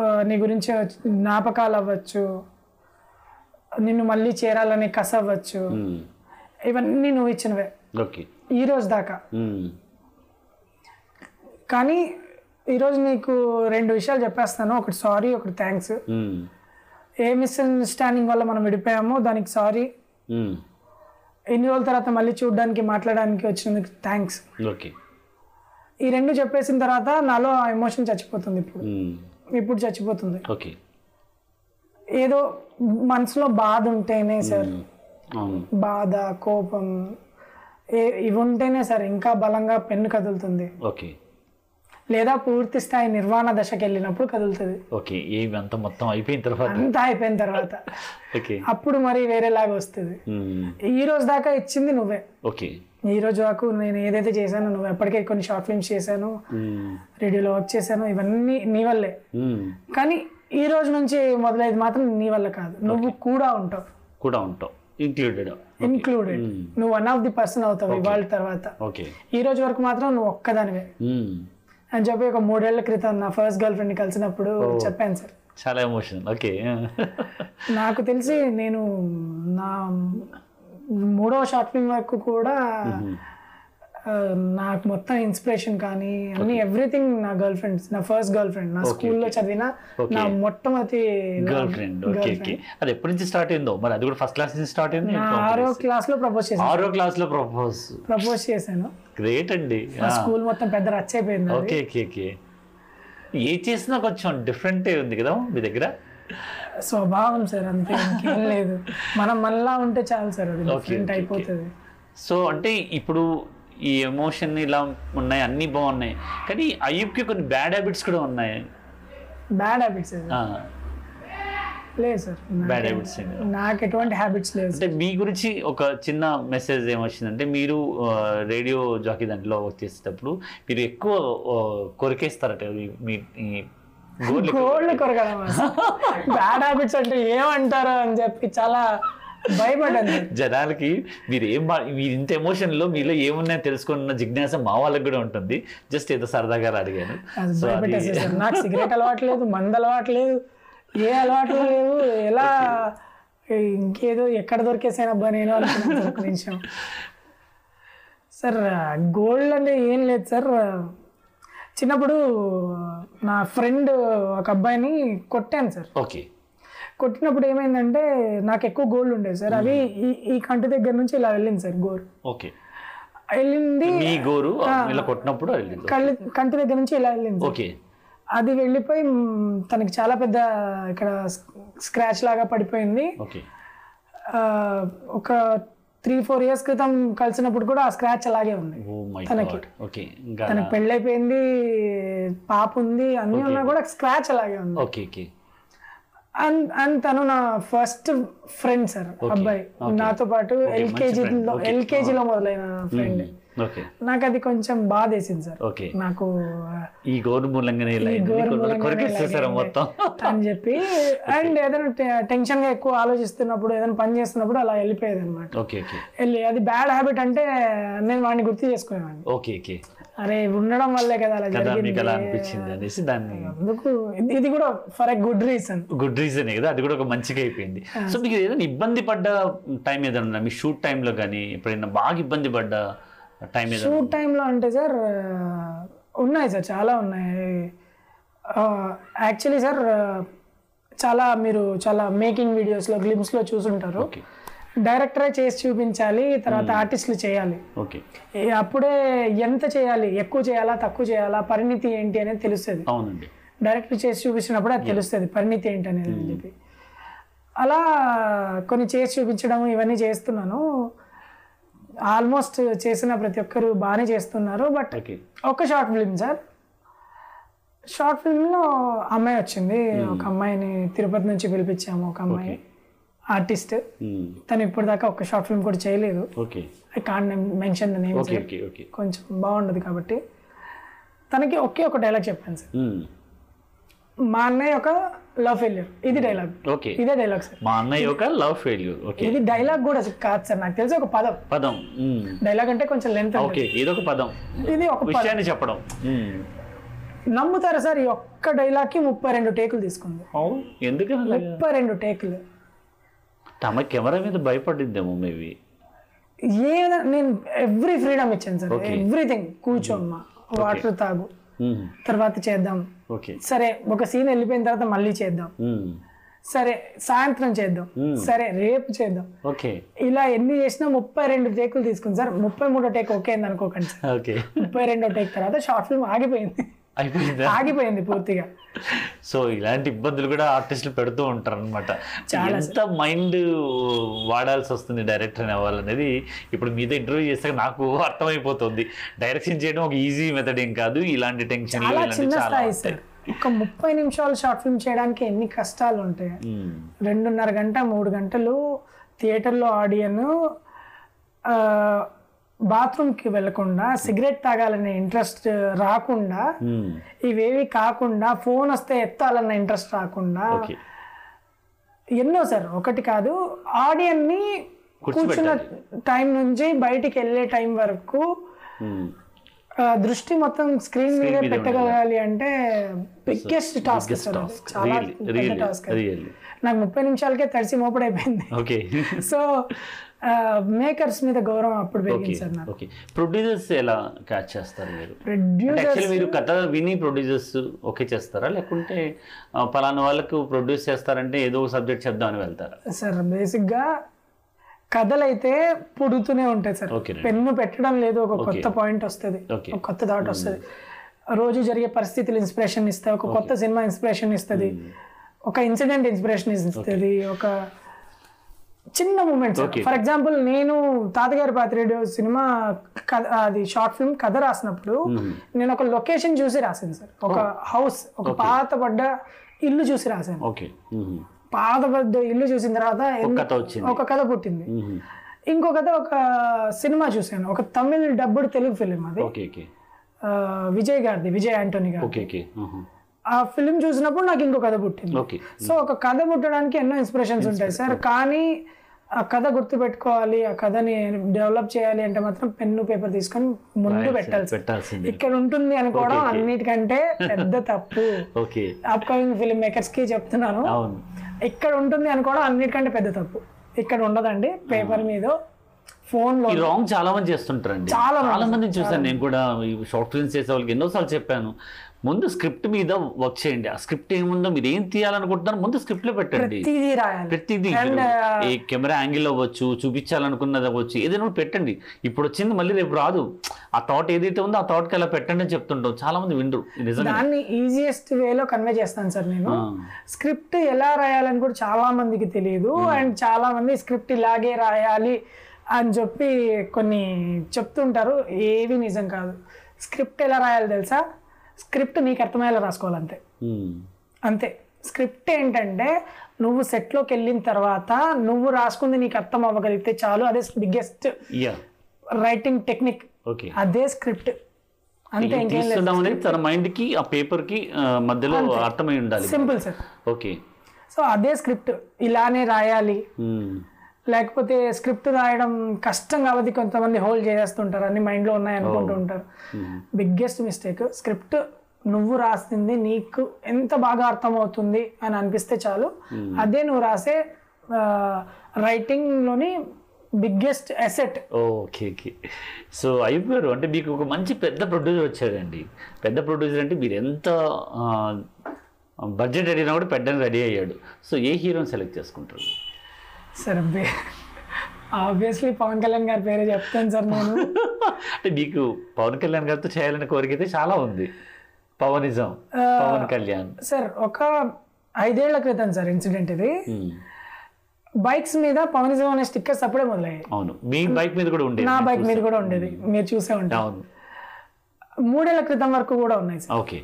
[SPEAKER 2] ఆ, నీ గురించి వచ్చి- జ్ఞాపకాలు అవ్వచ్చు నిన్ను మళ్ళీ చేరాలనే కస అవ్వచ్చు ఇవన్నీ నువ్వు ఇచ్చినవే
[SPEAKER 1] ఓకే
[SPEAKER 2] ఈ రోజు దాకా కానీ ఈరోజు నీకు రెండు విషయాలు చెప్పేస్తాను ఒకటి సారీ ఒకటి థ్యాంక్స్ ఏ మిస్అండర్స్టాండింగ్ వల్ల మనం విడిపోయామో దానికి సారీ ఎన్ని రోజుల తర్వాత మళ్ళీ చూడడానికి మాట్లాడడానికి వచ్చినందుకు థ్యాంక్స్
[SPEAKER 1] ఓకే
[SPEAKER 2] ఈ రెండు చెప్పేసిన తర్వాత నాలో ఆ ఎమోషన్ చచ్చిపోతుంది ఇప్పుడు ఇప్పుడు చచ్చిపోతుంది
[SPEAKER 1] ఓకే
[SPEAKER 2] ఏదో మనసులో బాధ ఉంటేనే సార్
[SPEAKER 1] అవును
[SPEAKER 2] బాధ కోపం ఏ ఇవి ఉంటేనే సార్ ఇంకా బలంగా పెన్ను కదులుతుంది
[SPEAKER 1] ఓకే
[SPEAKER 2] లేదా పూర్తి స్థాయి నిర్వాణ దశకి వెళ్ళినప్పుడు కదులుతుంది
[SPEAKER 1] ఓకే ఏవి అంతా మొత్తం అయిపోయిన తర్వాత
[SPEAKER 2] అంతా అయిపోయిన తర్వాత
[SPEAKER 1] ఓకే
[SPEAKER 2] అప్పుడు మరి వేరేలాగా వస్తుంది
[SPEAKER 1] మ్మ్.
[SPEAKER 2] ఈ రోజు దాకా ఇచ్చింది నువ్వే
[SPEAKER 1] ఓకే
[SPEAKER 2] ఈ రోజు వరకు నేను ఏదైతే చేశానో నువ్వు ఎప్పటికే కొన్ని షార్ట్ ఫిల్మ్స్ చేశాను
[SPEAKER 1] మ్మ్.
[SPEAKER 2] రేడియోలో వర్క్ చేశాను ఇవన్నీ నీ వల్లే
[SPEAKER 1] మ్మ్.
[SPEAKER 2] కానీ ఈ రోజు నుంచి మొదలైది మాత్రం నీ వల్ల కాదు నువ్వు కూడా ఉంటావు
[SPEAKER 1] కూడా ఉంటాం ఇంక్లూడెడ్
[SPEAKER 2] ఇన్క్లూడెడ్ నువ్వు వన్ ఆఫ్ ది పర్సన్ అవుతావు ఇవాళ తర్వాత
[SPEAKER 1] ఓకే
[SPEAKER 2] ఈ రోజు వరకు మాత్రం నువ్వు ఒక్కదానివే
[SPEAKER 1] మ్మ్.
[SPEAKER 2] అని చెప్పి ఒక మూడేళ్ల క్రితం నా ఫస్ట్ గర్ల్ ఫ్రెండ్ కలిసినప్పుడు చెప్పాను సార్
[SPEAKER 1] చాలా ఎమోషనల్ ఓకే
[SPEAKER 2] నాకు తెలిసి నేను నా మూడో షార్ట్ ఫిల్మ్ వరకు కూడా ఆ, నాకు మొత్తం ఇన్స్పిరేషన్ కానీ అన్ని ఎవ్రీథింగ్ నా గర్ల్ ఫ్రెండ్స్ నా ఫస్ట్ గర్ల్ ఫ్రెండ్ నా స్కూల్లో చదివిన నా మొట్టమొదటి
[SPEAKER 1] గర్ల్ ఫ్రెండ్ ఓకే ఓకే అది ఎప్పటి నుంచి స్టార్ట్ అయిందో మరి అది కూడా ఫస్ట్ క్లాస్ నుంచి స్టార్ట్ అయింది
[SPEAKER 2] నా ఆరో క్లాస్ లో ప్రపోజ్ చేశాను
[SPEAKER 1] ఆరో క్లాస్ లో ప్రపోజ్
[SPEAKER 2] ప్రపోజ్ చేశాను
[SPEAKER 1] గ్రేట్ అండి Ah,
[SPEAKER 2] నా స్కూల్ మొత్తం పెద్ద రచ్చ అయిపోయింది అది.
[SPEAKER 1] ఓకే ఓకే ఓకే ఏ చేసినా కొంచెం డిఫరెంట్ ఉంది కదా మీ దగ్గర
[SPEAKER 2] స్వభావం సార్ అంతే ఇంకేం లేదు మనం మళ్ళా ఉంటే చాలు సార్ అది
[SPEAKER 1] Okay,
[SPEAKER 2] డిఫరెంట్
[SPEAKER 1] okay,
[SPEAKER 2] అయిపోతుంది
[SPEAKER 1] సో అంటే ఇప్పుడు ఈ ఎమోషన్ ఇలా ఉన్నాయి అన్నీ బాగున్నాయి కానీ అయ్యూబ్కి కొన్ని బ్యాడ్ హ్యాబిట్స్ కూడా ఉన్నాయి
[SPEAKER 2] బ్యాడ్ హ్యాబిట్స్ సార్
[SPEAKER 1] ఆ,
[SPEAKER 2] లేదు సార్
[SPEAKER 1] బ్యాడ్ హ్యాబిట్స్ ఏంటి
[SPEAKER 2] నాకు ఎటువంటి హ్యాబిట్స్ లేవు సార్
[SPEAKER 1] అంటే మీ గురించి ఒక చిన్న మెసేజ్ ఏమొచ్చిందంటే మీరు ఆ, రేడియో జాకీ దాంట్లో వర్క్ చేసేటప్పుడు మీరు ఎక్కువ ఆ, కొరికేస్తారట మీ- మీ ఈ గోర్లు ఎక్కువ-
[SPEAKER 2] గోల్డ్ కొరగడమా బ్యాడ్ హ్యాబిట్స్ అంటే ఏమంటారు అని చెప్పి చాలా భయపడ్డాను సార్.
[SPEAKER 1] జనాలకి మీరు ఏం బా- మీరు ఇంత ఎమోషన్లో మీలో ఏమున్నాయో తెలుసుకున్న జిజ్ఞాస మా వాళ్ళకి కూడా ఉంటుంది జస్ట్ ఏదో సరదాగా అడిగాను
[SPEAKER 2] అది
[SPEAKER 1] సో అది
[SPEAKER 2] భయపెట్టేసేది సార్ నాకు సిగరెట్ అలవాటు లేదు మందు అలవాటు లేదు ఏ అలవాటు లేవు ఎలా ఇంకేదో ఎక్కడ దొరికేసానబ్బా నేను అనుకున్నాను సార్ ఒక నిమిషం సార్ గోల్డ్ అంటే ఏం లేదు సార్ చిన్నప్పుడు నా ఫ్రెండ్ ఒక అబ్బాయిని కొట్టాను సార్
[SPEAKER 1] ఓకే
[SPEAKER 2] కొట్టినప్పుడు ఏమైందంటే నాకు ఎక్కువ గోల్డ్ ఉండేది సార్ అవి ఈ ఈ కంటి దగ్గర నుంచి ఇలా వెళ్ళింది సార్ గోరు
[SPEAKER 1] ఓకే
[SPEAKER 2] వెళ్ళింది
[SPEAKER 1] మీ గోరు ఇలా కొట్టినప్పుడు వెళ్ళింది
[SPEAKER 2] కళ్ళు కంటి దగ్గర నుంచి ఇలా వెళ్ళింది సార్.
[SPEAKER 1] ఓకే
[SPEAKER 2] అది వెళ్ళిపోయి మ్, తనకి చాలా పెద్ద ఇక్కడ స్క్రాచ్ లాగా పడిపోయింది
[SPEAKER 1] ఓకే
[SPEAKER 2] ఆ, ఒక త్రీ ఫోర్ ఇయర్స్ క్రితం కలిసినప్పుడు కూడా ఆ స్క్రాచ్ అలాగే ఉంది
[SPEAKER 1] ఓ మై
[SPEAKER 2] తనకి.
[SPEAKER 1] గాడ్ ఓకే ఇంకా
[SPEAKER 2] తనకి పెళ్ళైపోయింది పాప ఉంది అన్నీ ఉన్నా కూడా స్క్రాచ్ అలాగే ఉంది
[SPEAKER 1] ఓకే ఓకే
[SPEAKER 2] అండ్ అండ్ తను నా ఫస్ట్ ఫ్రెండ్ సార్ అబ్బాయి నాతో పాటు ఎల్కేజీలో ఎల్కేజీలో
[SPEAKER 1] Ah.
[SPEAKER 2] మొదలైన ఫ్రెండ్
[SPEAKER 1] Hmm. ఓకే
[SPEAKER 2] నాకు అది కొంచెం బాధ వేసింది సార్
[SPEAKER 1] ఓకే
[SPEAKER 2] నాకు ఆ,
[SPEAKER 1] ఈ గోరు మూలంగానే ఇలా అయింది.
[SPEAKER 2] గోరు
[SPEAKER 1] కొరకు-
[SPEAKER 2] మూలంగానే
[SPEAKER 1] కొరికేసేసారు
[SPEAKER 2] ఇలాగే
[SPEAKER 1] మొత్తం
[SPEAKER 2] అని చెప్పి అండ్ ఏదైనా టెన్షన్ గా ఎక్కువ ఆలోచిస్తున్నప్పుడు ఏదైనా పని చేస్తున్నప్పుడు అలా వెళ్ళిపోయేది అనమాట
[SPEAKER 1] ఓకే ఓకే
[SPEAKER 2] వెళ్ళి అది బ్యాడ్ హ్యాబిట్ అంటే నేను వాడిని గుర్తు చేసుకునేవాడిని
[SPEAKER 1] ఓకే ఓకే
[SPEAKER 2] అరే ఇవి ఉండడం వల్లే కదా అలా
[SPEAKER 1] కదా మీకు
[SPEAKER 2] జరిగింది
[SPEAKER 1] అలా అనిపించింది అనేసి దాన్ని
[SPEAKER 2] అందుకు ఇది- ఇది కూడా for a good reason
[SPEAKER 1] good రీజనే కదా అది కూడా ఒక మంచిగా అయిపోయింది సో మీకు ఏదైనా ఇబ్బంది పడ్డ టైం ఏదైనా ఉందా? మీ షూట్ టైంలో కానీ ఎప్పుడైనా బాగా ఇబ్బంది పడ్డ టైం ఏదైనా
[SPEAKER 2] షూట్ టైంలో అంటే సార్ ఉన్నాయి సార్ చాలా ఉన్నాయి యాక్చువల్లీ సార్ చాలా మీరు చాలా మేకింగ్ వీడియోస్లో గ్లిమ్స్లో చూసుంటారు
[SPEAKER 1] ఓకే
[SPEAKER 2] డైరెక్టరే చేసి చూపించాలి తర్వాత ఆర్టిస్టులు చేయాలి
[SPEAKER 1] ఓకే
[SPEAKER 2] ఏ అప్పుడే ఎంత చేయాలి ఎక్కువ చేయాలా తక్కువ చేయాలా పరిణితి ఏంటి అనేది తెలుస్తుంది
[SPEAKER 1] అవునండి
[SPEAKER 2] డైరెక్ట్ చేసి చూపించినప్పుడు అది తెలుస్తుంది పరిణితి ఏంటి అనేది అని చెప్పి అలా కొన్ని చేసి చూపించడం ఇవన్నీ చేస్తున్నాను ఆల్మోస్ట్ చేసిన ప్రతి ఒక్కరు బాగానే చేస్తున్నారు బట్
[SPEAKER 1] ఓకే
[SPEAKER 2] ఒక షార్ట్ ఫిల్మ్ సార్ షార్ట్ ఫిల్మ్లో అమ్మాయి వచ్చింది ఒక అమ్మాయిని తిరుపతి నుంచి పిలిపించాము ఒక అమ్మాయి ఆర్టిస్ట్
[SPEAKER 1] మ్మ్.
[SPEAKER 2] తను ఇప్పుడు దాకా ఒక షార్ట్ ఫిల్మ్ కూడా చేయలేదు
[SPEAKER 1] okay
[SPEAKER 2] I can mention the name
[SPEAKER 1] okay okay okay
[SPEAKER 2] కొంచెం బాగుండదు కాబట్టి తనకి ఒకే ఒక డైలాగ్ చెప్పాను సార్
[SPEAKER 1] మ్మ్.
[SPEAKER 2] మా అన్నయ్య ఒక లవ్ ఫెయిల్యూర్ ఇది డైలాగ్
[SPEAKER 1] ఓకే
[SPEAKER 2] ఇదే డైలాగ్ సార్
[SPEAKER 1] మా అన్నయ్య ఒక లవ్ ఫెయిల్యూర్ ఓకే
[SPEAKER 2] ఇది డైలాగ్ కూడా కాదు సార్ నాకు తెలిసి ఒక పదం
[SPEAKER 1] పదం మ్మ్.
[SPEAKER 2] డైలాగ్ అంటే కొంచెం లెంత్
[SPEAKER 1] ఓకే ఇదొక పదం
[SPEAKER 2] ఇది ఒక పదం
[SPEAKER 1] విషయాన్ని చెప్పడం మ్మ్.
[SPEAKER 2] నమ్ముతారా సార్ ఈ ఒక్క డైలాగ్ కి ముప్పై రెండు టేకులు తీసుకుంది
[SPEAKER 1] అవును ఎందుకని అలాగా?
[SPEAKER 2] ముప్పై రెండు టేకులు
[SPEAKER 1] తమ కెమెరా మీద భయపడిందేమో మేబీ
[SPEAKER 2] ఏదైనా నేను ఎవ్రీ ఫ్రీడమ్ ఇచ్చాను సార్
[SPEAKER 1] Okay.
[SPEAKER 2] ఎవ్రీథింగ్ కూర్చోమ్మా వాటర్ తాగు తర్వాత చేద్దాం
[SPEAKER 1] ఓకే
[SPEAKER 2] సరే ఒక సీన్ వెళ్ళిపోయిన తర్వాత మళ్ళీ చేద్దాం
[SPEAKER 1] మ్మ్.
[SPEAKER 2] సరే సాయంత్రం చేద్దాం
[SPEAKER 1] Hmm.
[SPEAKER 2] సరే రేపు చేద్దాం
[SPEAKER 1] ఓకే
[SPEAKER 2] ఇలా ఎన్ని చేసినా ముప్పై రెండు టేకులు తీసుకుంది సార్ ముప్పై మూడో టేక్ ఓకే అయింది అనుకోకండి సార్
[SPEAKER 1] ఓకే
[SPEAKER 2] ముప్పై రెండో టేక్ తర్వాత షార్ట్ ఫిల్మ్ ఆగిపోయింది
[SPEAKER 1] అయిపోయిందా
[SPEAKER 2] ఆగిపోయింది పూర్తిగా
[SPEAKER 1] సో ఇలాంటి ఇబ్బందులు కూడా ఆర్టిస్టులు పెడుతూ ఉంటారు అనమాట
[SPEAKER 2] చాలా
[SPEAKER 1] ఎంత మైండ్ వాడాల్సి వస్తుంది డైరెక్టర్ అవ్వాలనేది ఇప్పుడు మీతో ఇంటర్వ్యూ చేశాక నాకు అర్థమైపోతుంది డైరెక్షన్ చేయడం ఒక ఈజీ మెథడ్ ఏం కాదు ఇలాంటి టెన్షన్
[SPEAKER 2] చాలా
[SPEAKER 1] ఇలాంటి
[SPEAKER 2] చిన్న
[SPEAKER 1] చాలా
[SPEAKER 2] స్థాయి
[SPEAKER 1] ఉంటాయి
[SPEAKER 2] సార్ ఒక ముప్పై నిమిషాలు షార్ట్ ఫిల్మ్ చేయడానికి ఎన్ని కష్టాలు ఉంటాయి
[SPEAKER 1] ఉమ్,
[SPEAKER 2] రెండున్నర గంట మూడు గంటలు థియేటర్లో ఆడియన్ బాత్రూమ్కి వెళ్లకుండా సిగరెట్ తాగాలనే ఇంట్రెస్ట్ రాకుండా
[SPEAKER 1] ఉమ్,
[SPEAKER 2] ఇవేవి కాకుండా ఫోన్ వస్తే ఎత్తాలన్న ఇంట్రెస్ట్ రాకుండా
[SPEAKER 1] ఓకే
[SPEAKER 2] ఎన్నో సార్ ఒకటి కాదు ఆడియన్ని కూర్చున్న టైం నుంచి బయటికి వెళ్ళే టైం వరకు
[SPEAKER 1] ఉమ్,
[SPEAKER 2] ఆ, దృష్టి మొత్తం స్క్రీన్ మీదే పెట్టగలగాలి అంటే బిగ్గెస్ట్ టాస్క్ సార్ అది. చాలా
[SPEAKER 1] really,
[SPEAKER 2] పెద్ద
[SPEAKER 1] really,
[SPEAKER 2] టాస్క్
[SPEAKER 1] really.
[SPEAKER 2] నాకు ముప్పై నిమిషాలకే తడిసి మోపడైపోయింది
[SPEAKER 1] ఓకే
[SPEAKER 2] సో మేకర్స్ మీద గౌరవం అప్పుడు
[SPEAKER 1] ఓకే
[SPEAKER 2] పెరిగింది సార్ నాకు
[SPEAKER 1] ఓకే ప్రొడ్యూసర్స్ ఎలా క్యాచ్ చేస్తారు మీరు
[SPEAKER 2] ప్రొడ్యూసర్
[SPEAKER 1] యాక్చువల్లీ మీరు కథ విని ప్రొడ్యూసర్స్ ఓకే చేస్తారా లేకుంటే ఆ, పలానా వాళ్ళకు ప్రొడ్యూస్ చేస్తారంటే ఏదో ఒక సబ్జెక్ట్ చెప్దామని వెళ్తారా
[SPEAKER 2] సార్ బేసిక్గా కథలైతే పుడుతూనే ఉంటాయి సార్
[SPEAKER 1] ఓకే
[SPEAKER 2] పెన్ను పెట్టడం లేదు ఒక
[SPEAKER 1] Okay.
[SPEAKER 2] కొత్త పాయింట్ వస్తుంది
[SPEAKER 1] Okay.
[SPEAKER 2] ఒక కొత్త థాట్ వస్తుంది రోజు జరిగే పరిస్థితులు ఇన్స్పిరేషన్ ఇస్తాయి ఒక కొత్త సినిమా ఇన్స్పిరేషన్ ఇస్తుంది ఒక ఇన్సిడెంట్ ఇన్స్పిరేషన్ ఇస్తుంది ఒక చిన్న మూమెంట్స్
[SPEAKER 1] Okay.
[SPEAKER 2] ఫర్ ఎగ్జాంపుల్ నేను తాతగారి పాత్రేడు సినిమా కథ అది షార్ట్ ఫిల్మ్ కథ రాసినప్పుడు నేను ఒక లొకేషన్ చూసి రాశాను సార్ ఒక హౌస్ ఒక పాత పడ్డ ఇల్లు చూసి రాశాను
[SPEAKER 1] ఓకే మ్మ్.
[SPEAKER 2] పాత పెద్ద ఇల్లు చూసిన తర్వాత
[SPEAKER 1] ఒక
[SPEAKER 2] ఎన్ని-
[SPEAKER 1] కథ వచ్చింది
[SPEAKER 2] ఒక కథ పుట్టింది
[SPEAKER 1] మ్మ్.
[SPEAKER 2] ఇంకో కథ ఒక సినిమా చూశాను ఒక తమిళ్ డబ్బుడ్ తెలుగు ఫిలిం అది
[SPEAKER 1] ఓకే ఓకే
[SPEAKER 2] ఆ, విజయ్ గారిది విజయ్ ఆంటోనీ గారు
[SPEAKER 1] ఓకే ఓకే మ్మ్.
[SPEAKER 2] ఆ ఫిలిం చూసినప్పుడు నాకు ఇంకో కథ పుట్టింది
[SPEAKER 1] ఓకే
[SPEAKER 2] సో ఒక కథ పుట్టడానికి ఎన్నో ఇన్స్పిరేషన్స్ ఉంటాయి సార్ కానీ ఆ కథ గుర్తు పెట్టుకోవాలి ఆ కథని డెవలప్ చేయాలి అంటే మాత్రం పెన్ను పేపర్ తీసుకొని ముందు పెట్టాలి సార్.
[SPEAKER 1] పెట్టాల్సింది
[SPEAKER 2] ఇక్కడ ఉంటుంది అనుకోవడం
[SPEAKER 1] Okay, okay.
[SPEAKER 2] అన్నిటికంటే పెద్ద తప్పు
[SPEAKER 1] ఓకే
[SPEAKER 2] అప్కమింగ్ ఫిలిం మేకర్స్ కి చెప్తున్నాను
[SPEAKER 1] అవును
[SPEAKER 2] ఇక్కడ ఉంటుంది అనుకోవడం అన్నిటికంటే పెద్ద తప్పు ఇక్కడ ఉండదండి పేపర్ మీద ఫోన్ లో
[SPEAKER 1] ఈ రాంగ్ చాలా మంది చేస్తుంటారండి
[SPEAKER 2] చాలా మంది,
[SPEAKER 1] చాలా మంది చూసాను నేను కూడా షార్ట్ ఫిల్మ్స్ చేసే వాళ్ళకి ఎన్నోసార్లు చెప్పాను ముందు స్క్రిప్ట్ మీద వర్క్ చేయండి ఆ స్క్రిప్ట్ ఏముందో మీరు ఏం తీయాలనుకుంటున్నారు ముందు స్క్రిప్ట్ లో పెట్టండి
[SPEAKER 2] ప్రతిదీ రాయాలి
[SPEAKER 1] ప్రతిదీ
[SPEAKER 2] And,
[SPEAKER 1] ఈ కెమెరా యాంగిల్ అవ్వచ్చు చూపించాలనుకున్నది అవ్వచ్చు ఏదైనా ఒకటి పెట్టండి ఇప్పుడు వచ్చింది మళ్ళీ రేపు రాదు ఆ థాట్ ఏదైతే ఉందో ఆ థాట్కి అలా పెట్టండి అని చెప్తుంటాం చాలా మంది వినరు ఇది నిజమే
[SPEAKER 2] దాన్ని ఈజియెస్ట్ వేలో కన్వే చేస్తాను సార్ నేను
[SPEAKER 1] ఆ,
[SPEAKER 2] స్క్రిప్ట్ ఎలా రాయాలని కూడా చాలా మందికి తెలియదు అండ్ చాలా మంది స్క్రిప్ట్ ఇలాగే రాయాలి అని చెప్పి కొన్ని చెప్తుంటారు ఏవి నిజం కాదు స్క్రిప్ట్ ఎలా రాయాలి తెలుసా స్క్రిప్ట్ నీకు అర్థమయ్యేలా రాసుకోవాలి అంతే
[SPEAKER 1] ఉమ్,
[SPEAKER 2] అంతే స్క్రిప్ట్ ఏంటంటే నువ్వు సెట్లోకి వెళ్ళిన తర్వాత నువ్వు రాసుకుంది నీకు అర్థం అవ్వగలిగితే చాలు అదే biggest
[SPEAKER 1] yeah
[SPEAKER 2] writing technique
[SPEAKER 1] okay
[SPEAKER 2] అదే స్క్రిప్ట్ అంతే
[SPEAKER 1] ఏం
[SPEAKER 2] ఇంకేం లేదు
[SPEAKER 1] తీస్తున్నాం అనేది తన మైండ్ కి ఆ పేపర్ కి ఆ, మధ్యలో అర్థమై ఉండాలి
[SPEAKER 2] సింపుల్ సార్
[SPEAKER 1] ఓకే
[SPEAKER 2] సో అదే స్క్రిప్ట్ ఇలానే రాయాలి
[SPEAKER 1] ఉమ్,
[SPEAKER 2] లేకపోతే స్క్రిప్ట్ రాయడం కష్టం కాబట్టి కొంతమంది హోల్డ్ చేసేస్తుంటారు అన్ని మైండ్లో ఉన్నాయి అనుకుంటూ ఉంటారు బిగ్గెస్ట్ మిస్టేక్ స్క్రిప్ట్ నువ్వు రాసింది నీకు ఎంత బాగా అర్థమవుతుంది అని అనిపిస్తే చాలు అదే నువ్వు రాసే రైటింగ్లోని biggest asset
[SPEAKER 1] okay okay so అయిపోయారు అంటే మీకు ఒక మంచి పెద్ద ప్రొడ్యూసర్ వచ్చారండి పెద్ద ప్రొడ్యూసర్ అంటే మీరు ఎంత బడ్జెట్ అడిగినా కూడా పెట్టడానికి రెడీ అయ్యాడు సో ఏ హీరోని సెలెక్ట్ చేసుకుంటారు
[SPEAKER 2] సార్ ఆబ్వియస్లీ పవన్ కళ్యాణ్ గారి పేరే చెప్తాను సార్ నేను
[SPEAKER 1] అంటే మీకు పవన్ కళ్యాణ్ గారితో చేయాలనే కోరిక అయితే చాలా ఉంది పవనిజం పవన్ కళ్యాణ్
[SPEAKER 2] సార్ ఒక ఐదేళ్ల క్రితం సార్ ఇన్సిడెంట్ ఇది
[SPEAKER 1] ఉమ్,
[SPEAKER 2] బైక్స్ మీద పవనిజం అనే స్టిక్కర్స్ అప్పుడే మొదలయ్యాయి
[SPEAKER 1] అవును మీ బైక్ మీద కూడా ఉండేది
[SPEAKER 2] నా బైక్ మీద కూడా ఉండేది మీరు చూసే ఉంటారు
[SPEAKER 1] అవును
[SPEAKER 2] మూడేళ్ల క్రితం వరకు కూడా ఉన్నాయి సార్
[SPEAKER 1] ఓకే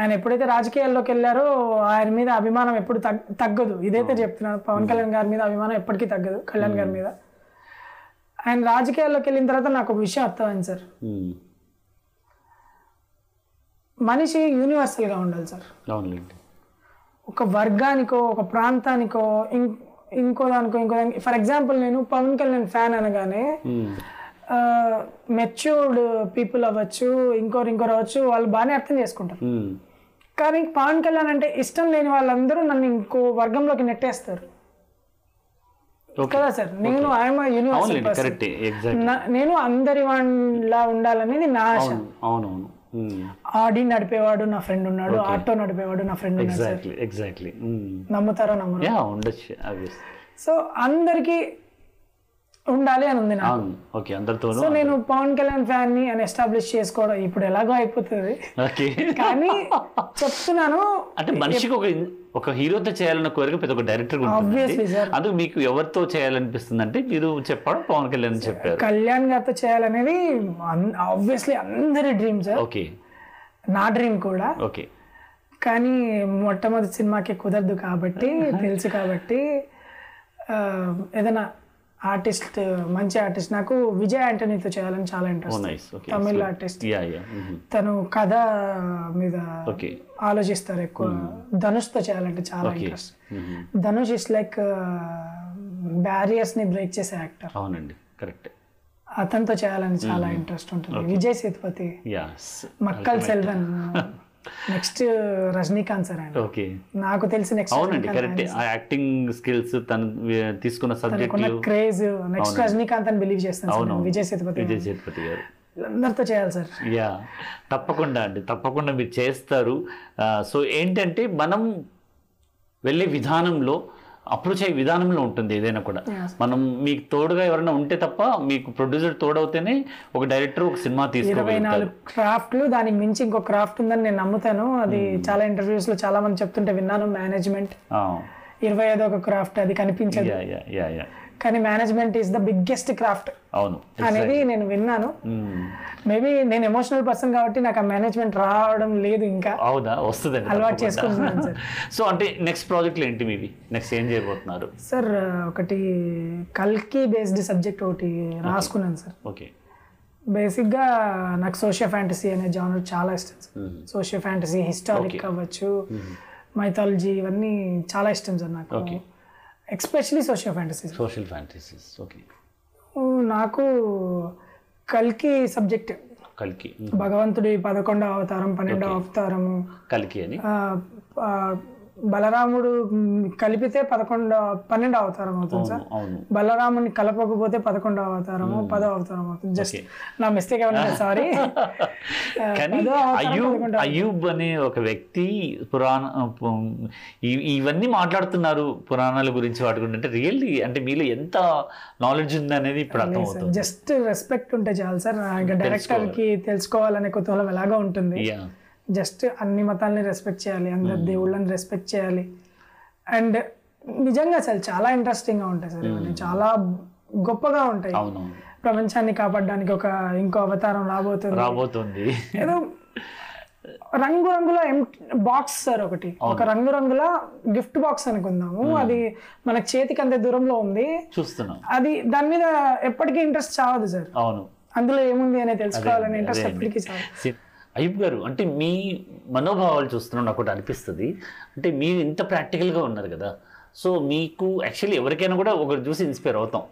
[SPEAKER 2] ఆయన ఎప్పుడైతే రాజకీయాల్లోకి వెళ్ళారో ఆయన మీద అభిమానం ఎప్పుడు తగ్- తగ్గదు ఇదైతే చెప్తున్నాను పవన్ కళ్యాణ్ గారి మీద అభిమానం ఎప్పటికీ తగ్గదు కళ్యాణ్ గారి మీద ఆయన రాజకీయాల్లోకి వెళ్ళిన తర్వాత నాకు ఒక విషయం అర్థమైంది సార్
[SPEAKER 1] ఉమ్,
[SPEAKER 2] మనిషి యూనివర్సల్గా ఉండాలి సార్
[SPEAKER 1] అవునులేండి
[SPEAKER 2] ఒక వర్గానికో ఒక ప్రాంతానికో ఇం ఇంకో దానికో ఇంకో దానికి ఫర్ ఎగ్జాంపుల్ నేను పవన్ కళ్యాణ్ ఫ్యాన్ అనగానే
[SPEAKER 1] ఉమ్,
[SPEAKER 2] మెచ్యూర్డ్ పీపుల్ అవ్వచ్చు ఇంకోరు ఇంకోరు అవ్వచ్చు వాళ్ళు బాగానే అర్థం చేసుకుంటారు
[SPEAKER 1] ఉమ్,
[SPEAKER 2] కానీ పవన్ కళ్యాణ్ అంటే ఇష్టం లేని వాళ్ళందరూ నన్ను ఇంకో వర్గంలోకి నెట్టేస్తారు
[SPEAKER 1] ఓకే
[SPEAKER 2] కదా సార్ నేను ఐఎమ్ యూనివర్సల్
[SPEAKER 1] అవునులేండి కరెక్టే ఎగ్జాక్ట్
[SPEAKER 2] నేను అందరి వాళ్ళ ఉండాలనేది నా ఆశ
[SPEAKER 1] అవును అవునవును ఉమ్,
[SPEAKER 2] ఆడి నడిపేవాడు నా ఫ్రెండ్ ఉన్నాడు ఆటో నడిపేవాడు నా ఫ్రెండ్ ఉన్నాడు
[SPEAKER 1] ఎగ్జాక్ట్లీ ఎగ్జాక్ట్లీ
[SPEAKER 2] నమ్ముతారో నమ్మరు
[SPEAKER 1] యా ఉండొచ్చు అవి
[SPEAKER 2] సో అందరికీ ఉండాలి అని ఉంది నాకు
[SPEAKER 1] అవును ఓకే అందరితోనూ
[SPEAKER 2] సో నేను పవన్ కళ్యాణ్ ఫ్యాన్ ని అని ఎస్టాబ్లిష్ చేసుకోవడం ఇప్పుడు ఎలాగో అయిపోతుంది
[SPEAKER 1] ఓకే
[SPEAKER 2] కానీ చెప్తున్నాను
[SPEAKER 1] అంటే మనిషికి ఒక ఒక హీరోతో చేయాలన్న కోరిక ప్రతి ఒక్క డైరెక్టర్ ఉంటుంది
[SPEAKER 2] Obviously, sir.
[SPEAKER 1] అందుకు మీకు ఎవరితో చేయాలనిపిస్తుంది అంటే మీరు చెప్పడం పవన్ కళ్యాణ్ అని చెప్పారు
[SPEAKER 2] కళ్యాణ్ గారితో చేయాలనేది ఆబ్వియస్లీ అందరి డ్రీమ్ సార్
[SPEAKER 1] ఓకే
[SPEAKER 2] నా డ్రీమ్ కూడా
[SPEAKER 1] ఓకే
[SPEAKER 2] కానీ మొట్టమొదటి సినిమాకి కుదరదు కాబట్టి తెలుసు కాబట్టి ఆ, ఏదైనా ఆర్టిస్ట్ మంచి ఆర్టిస్ట్ నాకు విజయ్ యాంటనీతో చేయాలని చాలా
[SPEAKER 1] ఓ
[SPEAKER 2] interest
[SPEAKER 1] nice okay
[SPEAKER 2] Tamil artist
[SPEAKER 1] yeah yeah
[SPEAKER 2] తను కథ మీద
[SPEAKER 1] ఓకే
[SPEAKER 2] ఆలోచిస్తారు ఎక్కువ ధనుష్తో చేయాలంటే చాలా
[SPEAKER 1] Hmm. Okay
[SPEAKER 2] interest
[SPEAKER 1] Mm-hmm.
[SPEAKER 2] Dhanush is like barriers ని బ్రేక్ చేసే యాక్టర్
[SPEAKER 1] అవునండి కరెక్ట్
[SPEAKER 2] అతనితో చేయాలని చాలా
[SPEAKER 1] Hmm.
[SPEAKER 2] ఇంట్రెస్ట్ ఉంటుంది Vijay Sethupathi
[SPEAKER 1] yeah
[SPEAKER 2] Makkal Selvan next Rajinikanth sir ఆయన
[SPEAKER 1] ఓకే
[SPEAKER 2] నాకు తెలిసి నెక్స్ట్
[SPEAKER 1] అవునండి కరెక్ట్ ఆ యాక్టింగ్ స్కిల్స్ తను వే- తీసుకున్న
[SPEAKER 2] ఉన్న
[SPEAKER 1] సబ్జెక్టులు
[SPEAKER 2] క్రేజ్ నెక్స్ట్ రజనీకాంత్ అని బిలీవ్ చేస్తాను సార్
[SPEAKER 1] అవును
[SPEAKER 2] నేను. విజయ్ సేతుపతి
[SPEAKER 1] విజయ్ సేతుపతి గారు
[SPEAKER 2] అందరితో చేయాలి సార్
[SPEAKER 1] యా తప్పకుండా అండి తప్పకుండా మీరు చేస్తారు సో ఏంటంటే మనం వెళ్ళే విధానంలో అప్రోచ్ అయ్యే విధానంలో ఉంటుంది ఏదైనా కూడా
[SPEAKER 2] Yes.
[SPEAKER 1] మనం మీకు తోడుగా ఎవరైనా ఉంటే తప్ప మీకు ప్రొడ్యూసర్ తోడవుతేనే ఒక డైరెక్టర్ ఒక సినిమా
[SPEAKER 2] ఇరవై
[SPEAKER 1] తీసుకోగలుగుతారు
[SPEAKER 2] నాలుగు క్రాఫ్ట్లు దానికి మించి ఇంకో క్రాఫ్ట్ ఉందని నేను నమ్ముతాను అది చాలా ఇంటర్వ్యూస్ లో చాలా మంది చెప్తుంటే విన్నాను మేనేజ్మెంట్ ఇరవై ఐదో ఒక క్రాఫ్ట్ అది కనిపించదు
[SPEAKER 1] యా యా యా యా
[SPEAKER 2] కానీ management is the biggest craft
[SPEAKER 1] అవును
[SPEAKER 2] అనేది నేను విన్నాను
[SPEAKER 1] Mm.
[SPEAKER 2] మేబీ నేను ఎమోషనల్ పర్సన్ కాబట్టి నాకు ఆ మేనేజ్మెంట్ రావడం లేదు ఇంకా
[SPEAKER 1] అవునా వస్తుందండి
[SPEAKER 2] అలవాటు
[SPEAKER 1] తప్పకుండా.
[SPEAKER 2] చేసుకుంటున్నాను, sir.
[SPEAKER 1] సో అంటే నెక్స్ట్ ప్రాజెక్ట్లు ఏంటి మీవి నెక్స్ట్ ఏం చేయబోతున్నారు
[SPEAKER 2] సార్ ఒకటి కల్కి బేస్డ్ సబ్జెక్ట్ ఒకటి రాసుకున్నాను సార్
[SPEAKER 1] ఓకే
[SPEAKER 2] బేసిక్గా నాకు సోషియో ఫ్యాంటసీ అనే జానర్ చాలా ఇష్టం సార్ సోషియో ఫ్యాంటసీ హిస్టారిక్ అవ్వచ్చు మైథాలజీ ఇవన్నీ చాలా ఇష్టం సార్ నాకు
[SPEAKER 1] Okay.
[SPEAKER 2] Especially socio fantasy
[SPEAKER 1] social fantasies okay
[SPEAKER 2] నాకు కల్కి సబ్జెక్ట్
[SPEAKER 1] కలికి
[SPEAKER 2] భగవంతుడి పదకొండవ అవతారం పన్నెండవ అవతారము
[SPEAKER 1] కలికి అని
[SPEAKER 2] ఆ, ఆ, బలరాముడు మ్, కలిపితే పదకొండో పన్నెండో అవతారం అవుతుంది సార్
[SPEAKER 1] అవును అవును
[SPEAKER 2] బలరాముని కలపకపోతే పదకొండో అవతారము పదో అవతారం అవుతుంది జస్ట్ నా మిస్టేక్ ఏమన్నా సారీ
[SPEAKER 1] కానీ
[SPEAKER 2] పదో అవతారం
[SPEAKER 1] అయూబ్
[SPEAKER 2] పదకొండో
[SPEAKER 1] అయూబ్ అనే ఒక వ్యక్తి పురాణ పు- ఇ- ఇవన్నీ మాట్లాడుతున్నారు పురాణాల గురించి వాటి గురించి అంటే రియల్లీ అంటే మీలో ఎంత నాలెడ్జ్ ఉంది అనేది ఇప్పుడు అర్థమవుతుంది
[SPEAKER 2] జస్ట్ రెస్పెక్ట్ ఉంటే చాలు సార్ ఇంకా డైరెక్టర్ కి తెలుసుకోవాలనే కుతూహలం ఎలాగో ఉంటుంది
[SPEAKER 1] యా
[SPEAKER 2] జస్ట్ అన్ని మతాలని రెస్పెక్ట్ చేయాలి అందరి దేవుళ్ళని రెస్పెక్ట్ చేయాలి అండ్ నిజంగా సార్ చాలా ఇంట్రెస్టింగ్ గా ఉంటాయి సార్ ఇవన్నీ చాలా గొప్పగా ఉంటాయి
[SPEAKER 1] అవును
[SPEAKER 2] ప్రపంచాన్ని కాపాడడానికి ఒక ఇంకో అవతారం రాబోతుంది
[SPEAKER 1] రాబోతుంది
[SPEAKER 2] ఏదో రంగు రంగుల బాక్స్ సార్ ఒకటి ఒక రంగు రంగుల గిఫ్ట్ బాక్స్ అనుకుందాము అది మనకి చేతికి అంతే దూరంలో ఉంది
[SPEAKER 1] చూస్తున్నాం
[SPEAKER 2] అది దాని మీద ఎప్పటికీ ఇంట్రెస్ట్ చావదు సార్
[SPEAKER 1] అవును
[SPEAKER 2] అందులో ఏముంది అనేది తెలుసుకోవాలనే
[SPEAKER 1] అదే
[SPEAKER 2] ఇంట్రెస్ట్
[SPEAKER 1] అండి.
[SPEAKER 2] ఎప్పటికీ చావదు
[SPEAKER 1] సి- అయ్యూబ్ గారు అంటే మీ మనోభావాలు చూస్తున్నాం నాకు ఒకటి అనిపిస్తుంది అంటే మీరు ఇంత ప్రాక్టికల్గా ఉన్నారు కదా సో మీకు యాక్చువల్లీ ఎవరికైనా కూడా ఒకరు చూసి ఇన్స్పైర్ అవుతాం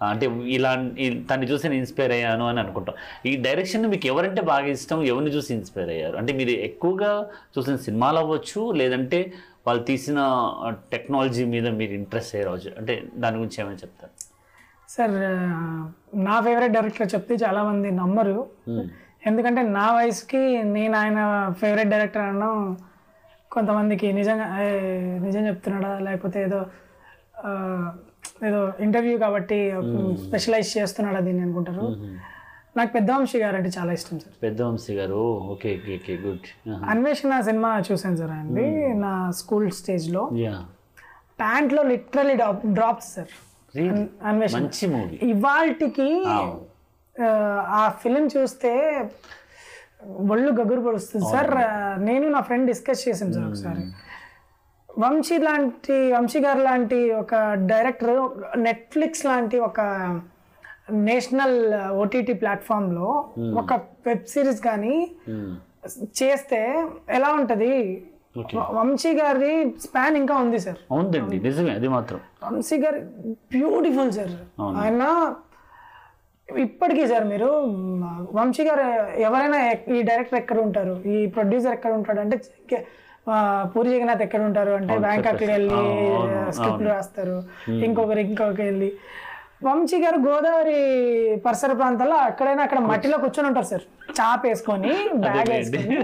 [SPEAKER 1] ఆ, అంటే ఇలా ఈ- తన్ని చూసి నేను ఇన్స్పైర్ అయ్యాను అని అనుకుంటాం ఈ డైరెక్షన్ మీకు ఎవరంటే బాగా ఇష్టం ఎవరిని చూసి ఇన్స్పైర్ అయ్యారు అంటే మీరు ఎక్కువగా చూసిన సినిమాలు అవ్వచ్చు లేదంటే వాళ్ళు తీసిన టెక్నాలజీ మీద మీరు ఇంట్రెస్ట్ అయ్యారు అవ్వచ్చు. అంటే దాని గురించి ఏమైనా చెప్తారు
[SPEAKER 2] సార్ ఆ, నా ఫేవరెట్ డైరెక్టర్ చెప్తే చాలా మంది నమ్మరు ఎందుకంటే నా వయసుకి నేను ఆయన ఫేవరెట్ డైరెక్టర్ అనడం కొంతమందికి నిజంగా ఏ, నిజం చెప్తున్నాడా లేకపోతే ఏదో ఆ, ఏదో ఇంటర్వ్యూ కాబట్టి స్పెషలైజ్ చేస్తున్నాడా దీన్ని అనుకుంటారు నాకు పెద్దవంశీ గారు అంటే చాలా ఇష్టం sir
[SPEAKER 1] Peddavamsi garu okay okay okay good
[SPEAKER 2] Anveshana cinema చూశాను సార్ అండి నా స్కూల్ స్టేజ్లో
[SPEAKER 1] యా
[SPEAKER 2] ప్యాంట్లో లిటరలీ డ్రాప్ డ్రాప్స్ సార్ అన్- అన్వేషణ
[SPEAKER 1] మంచి మూవీ
[SPEAKER 2] ఇవాల్టికి ఆ, ఆ ఫిలిం చూస్తే ఒళ్ళు గగురు పడుస్తుంది సార్ ఆ, నేను నా ఫ్రెండ్ డిస్కస్ చేసాం సార్ ఒకసారి వంశీ లాంటి వంశీ గారు లాంటి ఒక డైరెక్టర్ నెట్ఫ్లిక్స్ లాంటి ఒక నేషనల్ ఓటీటీ ప్లాట్ఫామ్లో ఒక వెబ్ సిరీస్ కానీ చేస్తే ఎలా ఉంటుంది
[SPEAKER 1] ఓకే
[SPEAKER 2] వంశీ గారి స్పాన్ ఇంకా ఉంది సార్
[SPEAKER 1] అవునండి నిజమే అది మాత్రం
[SPEAKER 2] వంశీ గారు బ్యూటిఫుల్ సార్
[SPEAKER 1] అవును.
[SPEAKER 2] ఆయన ఇప్పటికీ సార్ మీరు మ్, వంశీ గారు ఎవరైనా ఎక్- ఈ డైరెక్టర్ ఎక్కడ ఉంటారు ఈ ప్రొడ్యూసర్ ఎక్కడ ఉంటాడు అంటే కే- ఆ, పూరి జగన్నాథ్ ఎక్కడ ఉంటారు అంటే బ్యాంకాక్ వెళ్ళి స్క్రిప్ట్ రాస్తారు ఇంకొకరు ఇంకొకరు వెళ్ళి వంశీ గారు గోదావరి పరిసర ప్రాంతాల్లో అక్కడైనా అక్కడ మట్టిలో కూర్చొని ఉంటారు సార్ చాప్ వేసుకొని బ్యాగ్ వేసుకొని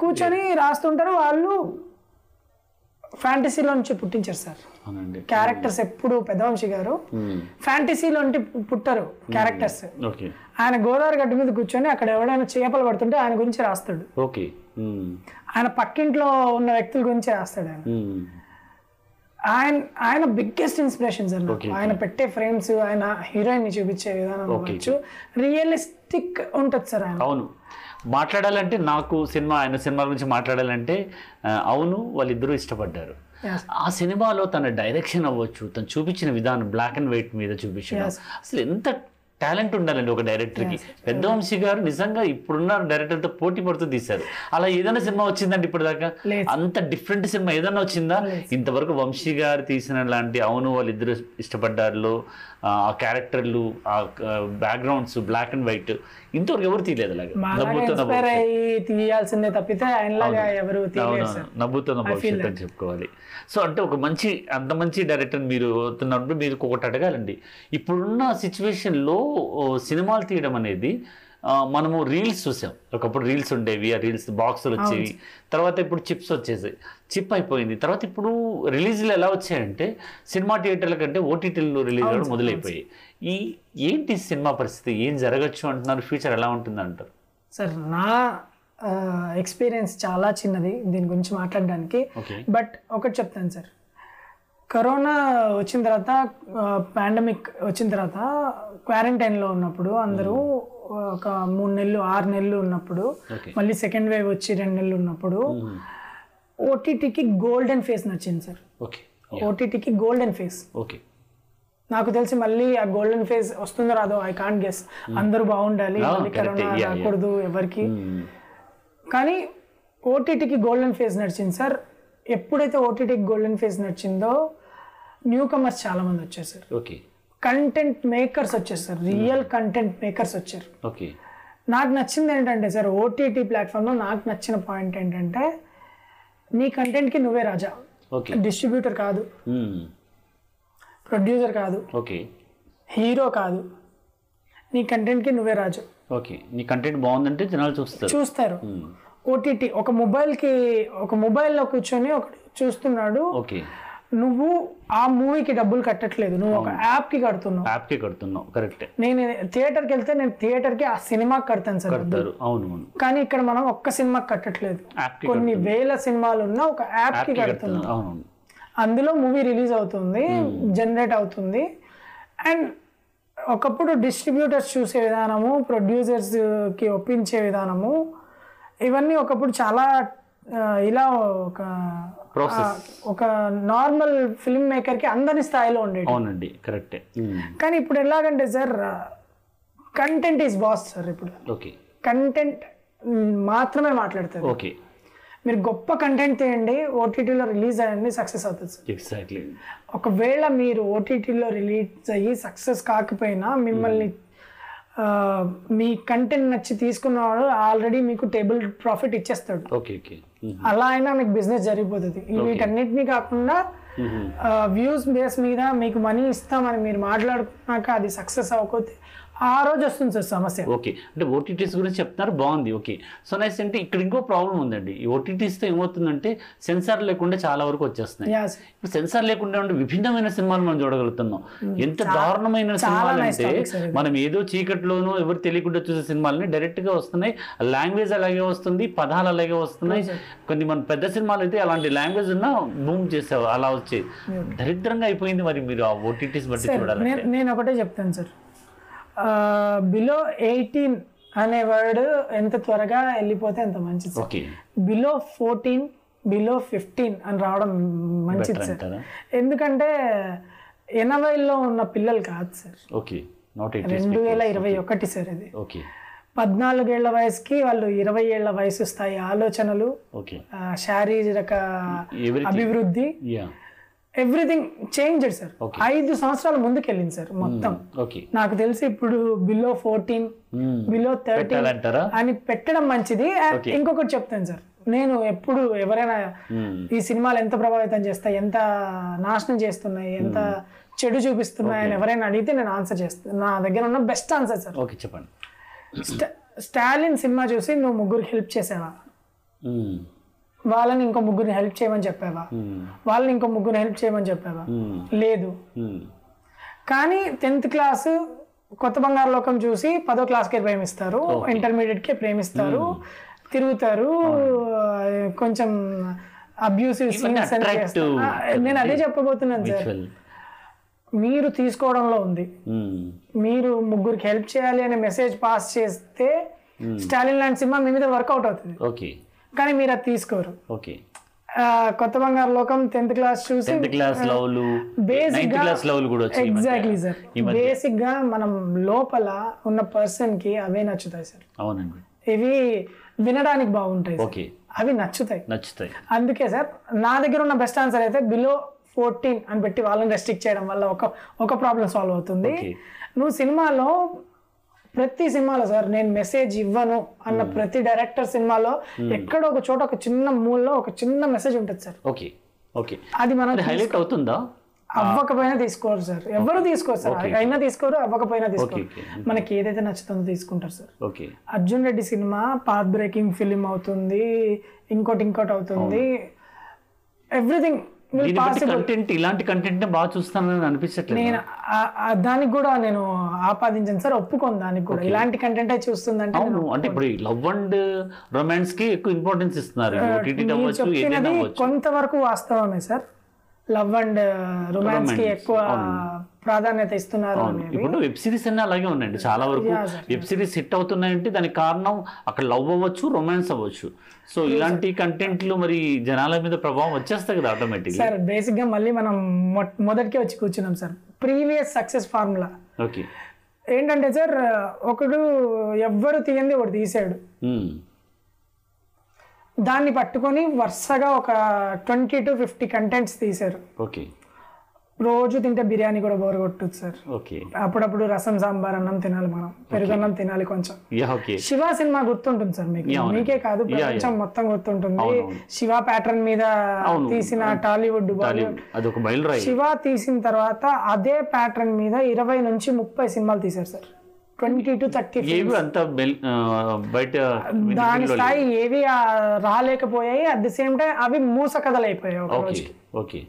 [SPEAKER 2] కూర్చొని రాస్తుంటారు వాళ్ళు ఫ్యాంటసీలో నుంచి పుట్టించారు సార్
[SPEAKER 1] అవునండి
[SPEAKER 2] క్యారెక్టర్స్ ఎప్పుడు పెదవంశి గారు ఫ్యాంటసీలో నుండి పుట్టరు క్యారెక్టర్స్
[SPEAKER 1] ఓకే
[SPEAKER 2] ఆయన గోదావరి గడ్డి మీద కూర్చొని అక్కడ ఎవడైనా చేపలు పడుతుంటే ఆయన గురించి రాస్తాడు
[SPEAKER 1] ఓకే
[SPEAKER 2] ఆయన పక్కింట్లో ఉన్న వ్యక్తుల గురించి రాస్తాడు ఆయన ఆయన ఆయన బిగ్గెస్ట్ ఇన్స్పిరేషన్ సార్ నాకు.
[SPEAKER 1] Okay,
[SPEAKER 2] ఆయన పెట్టే ఫ్రేమ్స్ ఆయన హీరోయిన్ ని చూపించే విధానం అవ్వచ్చు రియలిస్టిక్ ఉంటుంది సార్ ఆయన
[SPEAKER 1] అవును మాట్లాడాలంటే నాకు సినిమా ఆయన సినిమా గురించి మాట్లాడాలంటే ఆ, అవును వాళ్ళిద్దరూ ఇష్టపడ్డారు
[SPEAKER 2] Yes.
[SPEAKER 1] ఆ సినిమాలో తన డైరెక్షన్ అవ్వచ్చు తను చూపించిన విధానం బ్లాక్ అండ్ వైట్ మీద చూపించడం
[SPEAKER 2] Yes.
[SPEAKER 1] అసలు ఎంత టాలెంట్ ఉండాలండి ఒక డైరెక్టర్కి పెద్దవంశీ గారు నిజంగా ఇప్పుడున్న డైరెక్టర్తో పోటీ పడుతూ తీశారు అలా ఏదైనా సినిమా వచ్చిందండి ఇప్పటిదాకా
[SPEAKER 2] లేదు.
[SPEAKER 1] అంత డిఫరెంట్ సినిమా ఏదైనా వచ్చిందా ఇంతవరకు వంశీ గారు తీసిన లాంటి అవును వాళ్ళిద్దరు ఇష్టపడ్డారు ఆ క్యారెక్టర్లు ఆ బ్యాక్గ్రౌండ్స్ బ్లాక్ అండ్ వైట్ ఇంతవరకు ఎవరు తీయలేదు అలాగే
[SPEAKER 2] మాలాగా
[SPEAKER 1] నవ్వుతున్న
[SPEAKER 2] ఇన్స్పైర్
[SPEAKER 1] భవిష్యత్.
[SPEAKER 2] అయ్యి తీయాల్సిందే తప్పితే ఆయనలాగా ఎవరు తీయలేరు
[SPEAKER 1] అవునవును.
[SPEAKER 2] సార్
[SPEAKER 1] నవ్వుతున్న భవిష్యత్ అని చెప్పుకోవాలి సో అంటే ఒక మంచి అంత మంచి డైరెక్టర్ మీరు అవుతున్నప్పుడు మీరు ఒకటి అడగాలండి ఇప్పుడున్న సిచ్యువేషన్లో సినిమాలు తీయడం అనేది ఆ, మనము రీల్స్ చూసాం ఒకప్పుడు రీల్స్ ఉండేవి ఆ రీల్స్ బాక్సులు వచ్చేవి తర్వాత ఇప్పుడు చిప్స్ వచ్చేసాయి చిప్ అయిపోయింది తర్వాత ఇప్పుడు రిలీజ్లు ఎలా వచ్చాయంటే సినిమా థియేటర్ల కంటే ఓటీటీలు రిలీజ్ అవ్వడం మొదలైపోయాయి ఈ ఏంటి సినిమా పరిస్థితి ఏం జరగచ్చు అంటున్నారు ఫ్యూచర్ ఎలా ఉంటుంది అంటారు
[SPEAKER 2] సార్ నా ఎక్స్పీరియన్స్ చాలా చిన్నది దీని గురించి మాట్లాడడానికి
[SPEAKER 1] ఓకే
[SPEAKER 2] బట్ ఒకటి చెప్తాను సార్ కరోనా వచ్చిన తర్వాత పాండమిక్ వచ్చిన తర్వాత క్వారంటైన్లో ఉన్నప్పుడు అందరూ ఒక మూడు నెలలు ఆరు నెలలు ఉన్నప్పుడు
[SPEAKER 1] Okay.
[SPEAKER 2] మళ్ళీ సెకండ్ వేవ్ వచ్చి రెండు నెలలు ఉన్నప్పుడు ఓటీటీకి గోల్డెన్ ఫేస్ నచ్చింది సార్
[SPEAKER 1] ఓకే
[SPEAKER 2] ఓటీటీకి గోల్డెన్ ఫేస్
[SPEAKER 1] ఓకే
[SPEAKER 2] నాకు తెలిసి మళ్ళీ ఆ గోల్డెన్ ఫేజ్ వస్తుందో రాదో ఐ కాంట్ గెస్ అందరూ బాగుండాలి
[SPEAKER 1] Hmm. No,
[SPEAKER 2] మళ్ళీ
[SPEAKER 1] correct.
[SPEAKER 2] Corona
[SPEAKER 1] Yeah, yeah.
[SPEAKER 2] రాకూడదు ఎవరికి కానీ ఓటీటీకి గోల్డెన్ ఫేజ్ నడిచింది సార్ ఎప్పుడైతే ఓటీటీకి గోల్డెన్ ఫేజ్ నడిచిందో న్యూ కమర్స్ చాలా మంది వచ్చారు సార్
[SPEAKER 1] ఓకే
[SPEAKER 2] కంటెంట్ మేకర్స్ వచ్చారు సార్ రియల్ కంటెంట్ మేకర్స్ వచ్చారు
[SPEAKER 1] ఓకే
[SPEAKER 2] నాకు నచ్చింది ఏంటంటే సార్ ఓటీటీ ప్లాట్ఫామ్లో నాకు నచ్చిన పాయింట్ ఏంటంటే నీ కంటెంట్కి నువ్వే రాజా
[SPEAKER 1] ఓకే
[SPEAKER 2] డిస్ట్రిబ్యూటర్ కాదు
[SPEAKER 1] మ్మ్.
[SPEAKER 2] ప్రొడ్యూసర్ కాదు
[SPEAKER 1] ఓకే
[SPEAKER 2] హీరో కాదు నీ కంటెంట్కి నువ్వే రాజు
[SPEAKER 1] ఓకే నీ కంటెంట్ బాగుందంటే జనాలు చూస్తారు
[SPEAKER 2] చూస్తారు
[SPEAKER 1] మ్మ్.
[SPEAKER 2] ఓటీటీ ఒక మొబైల్కి ఒక మొబైల్లో కూర్చొని ఒకటి చూస్తున్నాడు
[SPEAKER 1] ఓకే
[SPEAKER 2] నువ్వు ఆ మూవీకి డబ్బులు కట్టట్లేదు నువ్వు ఒక యాప్కి కడుతున్నావు
[SPEAKER 1] యాప్కే కడుతున్నావు కరెక్ట్
[SPEAKER 2] నేను థియేటర్కి వెళ్తే నేను థియేటర్కి ఆ సినిమాకి కడతాను సార్
[SPEAKER 1] కడతారు అవును అవును
[SPEAKER 2] కానీ ఇక్కడ మనం ఒక్క సినిమాకి కట్టట్లేదు
[SPEAKER 1] యాప్కి
[SPEAKER 2] కొన్ని వేల సినిమాలు ఉన్న ఒక యాప్కి
[SPEAKER 1] యాప్కి
[SPEAKER 2] కడుతున్నాం
[SPEAKER 1] కడుతున్నారు అవును
[SPEAKER 2] అందులో మూవీ రిలీజ్ అవుతుంది జనరేట్ అవుతుంది అండ్ ఒకప్పుడు డిస్ట్రిబ్యూటర్స్ చూసే విధానము ప్రొడ్యూసర్స్కి ఒప్పించే విధానము ఇవన్నీ ఒకప్పుడు చాలా ఆ, ఇలా ఒక ఆ,
[SPEAKER 1] ప్రాసెస్
[SPEAKER 2] ఒక నార్మల్ ఫిల్మ్ మేకర్కి అందని స్థాయిలో ఉండేది
[SPEAKER 1] అవునండి కరెక్టే మ్మ్.
[SPEAKER 2] కానీ ఇప్పుడు ఎలాగంటే sir content is boss sir ఇప్పుడు
[SPEAKER 1] ఓకే
[SPEAKER 2] కంటెంట్ మాత్రమే మాట్లాడతారు
[SPEAKER 1] ఓకే
[SPEAKER 2] మీరు గొప్ప కంటెంట్ తీయండి ఓటీటీలో రిలీజ్ అయ్యండి సక్సెస్ అవుతుంది సార్
[SPEAKER 1] ఎగ్జాక్ట్లీ
[SPEAKER 2] ఒకవేళ మీరు ఓటీటీలో రిలీజ్ అయ్యి సక్సెస్ కాకపోయినా మిమ్మల్ని ఆ, మీ కంటెంట్ నచ్చి తీసుకున్నవాడు ఆల్రెడీ మీకు టేబుల్ ప్రాఫిట్ ఇచ్చేస్తాడు
[SPEAKER 1] ఓకే ఓకే మ్మ్.
[SPEAKER 2] అలా అయినా మీకు బిజినెస్ జరిగిపోతుంది ఈ వీటన్నిటినీ కాకుండా
[SPEAKER 1] మ్మ్.
[SPEAKER 2] వ్యూస్ బేస్ మీద మీకు మనీ ఇస్తామని మీరు మాట్లాడుకున్నాక అది సక్సెస్ అవ్వకపోతే ఆ రోజు వస్తుంది సార్ సమస్య
[SPEAKER 1] ఓకే అంటే ఓటీటీస్ గురించి చెప్తున్నారు బాగుంది ఓకే సో నైస్ అంటే ఇక్కడ ఇంకో ప్రాబ్లం ఉందండి ఈ ఓటీటీస్తో ఏమవుతుందంటే సెన్సార్ లేకుండా చాలా వరకు వచ్చేస్తున్నాయి
[SPEAKER 2] Yes.
[SPEAKER 1] ఇప్పుడు సెన్సార్ లేకుండా ఉండే విభిన్నమైన సినిమాలు మనం చూడగలుగుతున్నాం ఎంత దారుణమైన సినిమాలు
[SPEAKER 2] nice
[SPEAKER 1] అంటే
[SPEAKER 2] topic, sir, ఇది.
[SPEAKER 1] మనం ఏదో చీకట్లోనూ ఎవరు తెలియకుండా చూసే సినిమాలని డైరెక్ట్ గా వస్తున్నాయి లాంగ్వేజ్ అలాగే వస్తుంది పదాలు అలాగే వస్తున్నాయి కొన్ని మన పెద్ద సినిమాలు అయితే అలాంటి లాంగ్వేజ్ ఉన్నా బూమ్ చేసావు అలా వచ్చేది దరిద్రంగా అయిపోయింది మరి మీరు ఆ ఓటీటీస్ బట్టి చూడాలి
[SPEAKER 2] నేను నేను ఒకటే చెప్తాను సార్ బిలో ఎయిటీన్ అనే వర్డ్ ఎంత త్వరగా వెళ్ళిపోతే అంత మంచిది sir
[SPEAKER 1] okay
[SPEAKER 2] below fourteen below fifteen అని రావడం మంచిది
[SPEAKER 1] బెటర్
[SPEAKER 2] సార్
[SPEAKER 1] అంటారా
[SPEAKER 2] ఎందుకంటే ఎనభైలో ఉన్న పిల్లలు కాదు సార్
[SPEAKER 1] ఓకే నాట్
[SPEAKER 2] రెండు
[SPEAKER 1] ఎయిటీస్
[SPEAKER 2] వేల ఇరవై ఒకటి సార్ ఇది
[SPEAKER 1] ఓకే
[SPEAKER 2] పద్నాలుగేళ్ల వయసుకి వాళ్ళు ఇరవై ఏళ్ల వయసు స్థాయి ఆలోచనలు
[SPEAKER 1] ఓకే
[SPEAKER 2] ఆ, శారీరక
[SPEAKER 1] ఎవరికి
[SPEAKER 2] అభివృద్ధి
[SPEAKER 1] yeah
[SPEAKER 2] everything changed sir
[SPEAKER 1] Okay. Hmm.
[SPEAKER 2] ఐదు సంవత్సరాలు ముందుకెళ్ళింది సార్ మొత్తం
[SPEAKER 1] ఓకే
[SPEAKER 2] నాకు తెలిసి ఇప్పుడు బిలో ఫోర్టీన్
[SPEAKER 1] మ్మ్.
[SPEAKER 2] బిలో థర్టీన్
[SPEAKER 1] పెట్టాలంటారా
[SPEAKER 2] అని పెట్టడం మంచిది And
[SPEAKER 1] Okay. Hmm.
[SPEAKER 2] ఇంకొకటి చెప్తాను సార్ నేను ఎప్పుడు ఎవరైనా
[SPEAKER 1] మ్మ్.
[SPEAKER 2] ఈ సినిమాలు ఎంత ప్రభావితం చేస్తాయి ఎంత నాశనం చేస్తున్నాయి ఎంత
[SPEAKER 1] Hmm.
[SPEAKER 2] చెడు చూపిస్తున్నాయి అని ఎవరైనా అడిగితే నేను ఆన్సర్ చేస్తాను నా దగ్గర ఉన్న బెస్ట్ ఆన్సర్ సార్
[SPEAKER 1] ఓకే చెప్పండి
[SPEAKER 2] స్టాలిన్ సినిమా చూసి నువ్వు ముగ్గురికి హెల్ప్ చేసావా
[SPEAKER 1] మ్మ్.
[SPEAKER 2] వాళ్ళని ఇంకో ముగ్గురిని హెల్ప్ చేయమని చెప్పావా వాళ్ళని ఇంకో ముగ్గురిని హెల్ప్ చేయమని చెప్పావా లేదు
[SPEAKER 1] Hmm.
[SPEAKER 2] కానీ టెన్త్ క్లాస్ కొత్త బంగారు లోకం చూసి పదో క్లాస్కే ప్రేమిస్తారు ఇంటర్మీడియట్కే ప్రేమిస్తారు తిరుగుతారు కొంచెం అబ్యూసివ్ సీన్స్
[SPEAKER 1] attractive.
[SPEAKER 2] నేను అదే చెప్పబోతున్నాను సార్ మీరు తీసుకోవడంలో ఉంది
[SPEAKER 1] Hmm.
[SPEAKER 2] మీరు ముగ్గురికి హెల్ప్ చేయాలి అనే మెసేజ్ పాస్ చేస్తే స్టాలిన్ లాంటి సినిమా మీ మీద వర్కౌట్ అవుతుంది
[SPEAKER 1] ఓకే
[SPEAKER 2] కానీ మీరు అది తీసుకోరు
[SPEAKER 1] ఓకే
[SPEAKER 2] ఆ, కొత్త బంగారు లోకం టెన్త్ క్లాస్ చూసి
[SPEAKER 1] టెన్త్ క్లాస్
[SPEAKER 2] Uh,
[SPEAKER 1] లవ్లు
[SPEAKER 2] Basic
[SPEAKER 1] నైన్త్
[SPEAKER 2] గా-
[SPEAKER 1] క్లాస్ లవ్లు కూడా వచ్చాయి ఈ మధ్య.
[SPEAKER 2] ఎగ్జాక్ట్లీ సార్
[SPEAKER 1] ఈ మధ్య.
[SPEAKER 2] బేసిక్ గా మనం లోపల ఉన్న పర్సన్ కి అవే నచ్చుతాయి సార్
[SPEAKER 1] అవునండి
[SPEAKER 2] ఇవి వినడానికి బాగుంటాయి sir.
[SPEAKER 1] ఓకే
[SPEAKER 2] అవి నచ్చుతాయి
[SPEAKER 1] నచ్చుతాయి
[SPEAKER 2] అందుకే సార్ నా దగ్గర ఉన్న బెస్ట్ ఆన్సర్ అయితే బిలో ఫోర్టీన్ అని పెట్టి వాళ్ళని రెస్ట్రిక్ట్ చేయడం వల్ల ఒక ఒక ప్రాబ్లం సాల్వ్ అవుతుంది
[SPEAKER 1] Okay.
[SPEAKER 2] నువ్వు సినిమాలో ప్రతి సినిమాలో సార్ నేను మెసేజ్ ఇవ్వను అన్న
[SPEAKER 1] Hmm.
[SPEAKER 2] ప్రతి డైరెక్టర్ సినిమాలో ఎక్కడో ఒక చోట ఒక చిన్న మూలలో ఒక చిన్న మెసేజ్ ఉంటుంది సార్
[SPEAKER 1] ఓకే ఓకే
[SPEAKER 2] అది మనం
[SPEAKER 1] అది హైలైట్ అవుతుందా
[SPEAKER 2] అవ్వకపోయినా తీసుకోరు సార్ ఎవరు తీసుకోరు సార్
[SPEAKER 1] Okay.
[SPEAKER 2] అయినా తీసుకోరు అవ్వకపోయినా తీసుకోరు
[SPEAKER 1] Okay,
[SPEAKER 2] మనకి ఏదైతే నచ్చుతుందో తీసుకుంటారు sir
[SPEAKER 1] okay
[SPEAKER 2] Arjun Reddy cinema path breaking film అవుతుంది ఇంకోటి ఇంకోటి అవుతుంది ఎవ్రీథింగ్
[SPEAKER 1] దీన్ని బట్టి కంటెంట్ ఇలాంటి కంటెంట్ బాగా చూస్తానని అనిపించట్లేదు
[SPEAKER 2] నేను ఆ- ఆ దానికి కూడా నేను ఆపాదించాను సార్ ఒప్పుకోను దానికి కూడా ఇలాంటి కంటెంట్ చూస్తుందంటే
[SPEAKER 1] అవును అంటే ఇప్పుడు లవ్ అండ్ రొమాన్స్ కి ఎక్కువ ఇంపార్టెన్స్ ఇస్తున్నారు టిటిట్
[SPEAKER 2] Uh, మీరు
[SPEAKER 1] అవ్వచ్చు ఏదైనా
[SPEAKER 2] చెప్పినది
[SPEAKER 1] అవ్వచ్చు
[SPEAKER 2] కొంతవరకు వాస్తవమే సార్ లవ్ అండ్ రొమాన్స్ కి
[SPEAKER 1] Romance,
[SPEAKER 2] ఎక్కువ ప్రాధాన్యత ఇస్తున్నారు
[SPEAKER 1] అవును.
[SPEAKER 2] అనేది
[SPEAKER 1] ఇప్పుడు వెబ్ సిరీస్ అన్నీ అలాగే ఉన్నాయండి చాలా వరకు
[SPEAKER 2] Yeah, sir.
[SPEAKER 1] Web series hit అవుతున్నాయంటే దానికి కారణం అక్కడ లవ్ అవ్వచ్చు రొమాన్స్ అవ్వచ్చు సో ఇలాంటి కంటెంట్లు మరి జనాల మీద ప్రభావం వచ్చేస్తాయి కదా ఆటోమేటిక్
[SPEAKER 2] సార్ బేసిక్ గా మళ్ళీ మనం మొ- మొదటికే వచ్చి కూర్చున్నాం sir previous success formula
[SPEAKER 1] okay
[SPEAKER 2] ఏంటంటే సార్ ఒకడు ఎవ్వరు తీయంది ఒకడు తీసాడు దాన్ని పట్టుకొని వరుసగా ఒక ట్వంటీ టు ఫిఫ్టీ కంటెంట్స్ తీశారు
[SPEAKER 1] ఓకే
[SPEAKER 2] రోజు తింటే బిర్యానీ కూడా బోర్ కొట్టుద్ది సార్
[SPEAKER 1] ఓకే
[SPEAKER 2] అప్పుడప్పుడు రసం సాంబార్ అన్నం తినాలి మనం పెరుగన్నం తినాలి కొంచెం
[SPEAKER 1] యా ఓకే
[SPEAKER 2] శివ సినిమా గుర్తుంటుంది సార్ మీకు
[SPEAKER 1] Yeah, అవునండి.
[SPEAKER 2] మీకే కాదు
[SPEAKER 1] Yeah, yeah.
[SPEAKER 2] ప్రపంచం మొత్తం గుర్తుంటుంది
[SPEAKER 1] అవునవును.
[SPEAKER 2] శివ ప్యాటర్న్ మీద
[SPEAKER 1] అవును.
[SPEAKER 2] తీసిన టాలీవుడ్ బాలీవుడ్
[SPEAKER 1] అది ఒక బయలురాయి
[SPEAKER 2] శివ తీసిన తర్వాత అదే ప్యాటర్న్ మీద ఇరవై నుంచి ముప్పై సినిమాలు తీశారు సార్ ట్వంటీ టు థర్టీ
[SPEAKER 1] ఏవి అంత బెల్- ఆ, బయట
[SPEAKER 2] దాని స్థాయి ఏవి ఆ, రాలేకపోయాయి అట్ ది సేమ్ టైం అవి మూస కథలు అయిపోయాయి ఒక
[SPEAKER 1] ఓకే
[SPEAKER 2] రోజు
[SPEAKER 1] ఓకే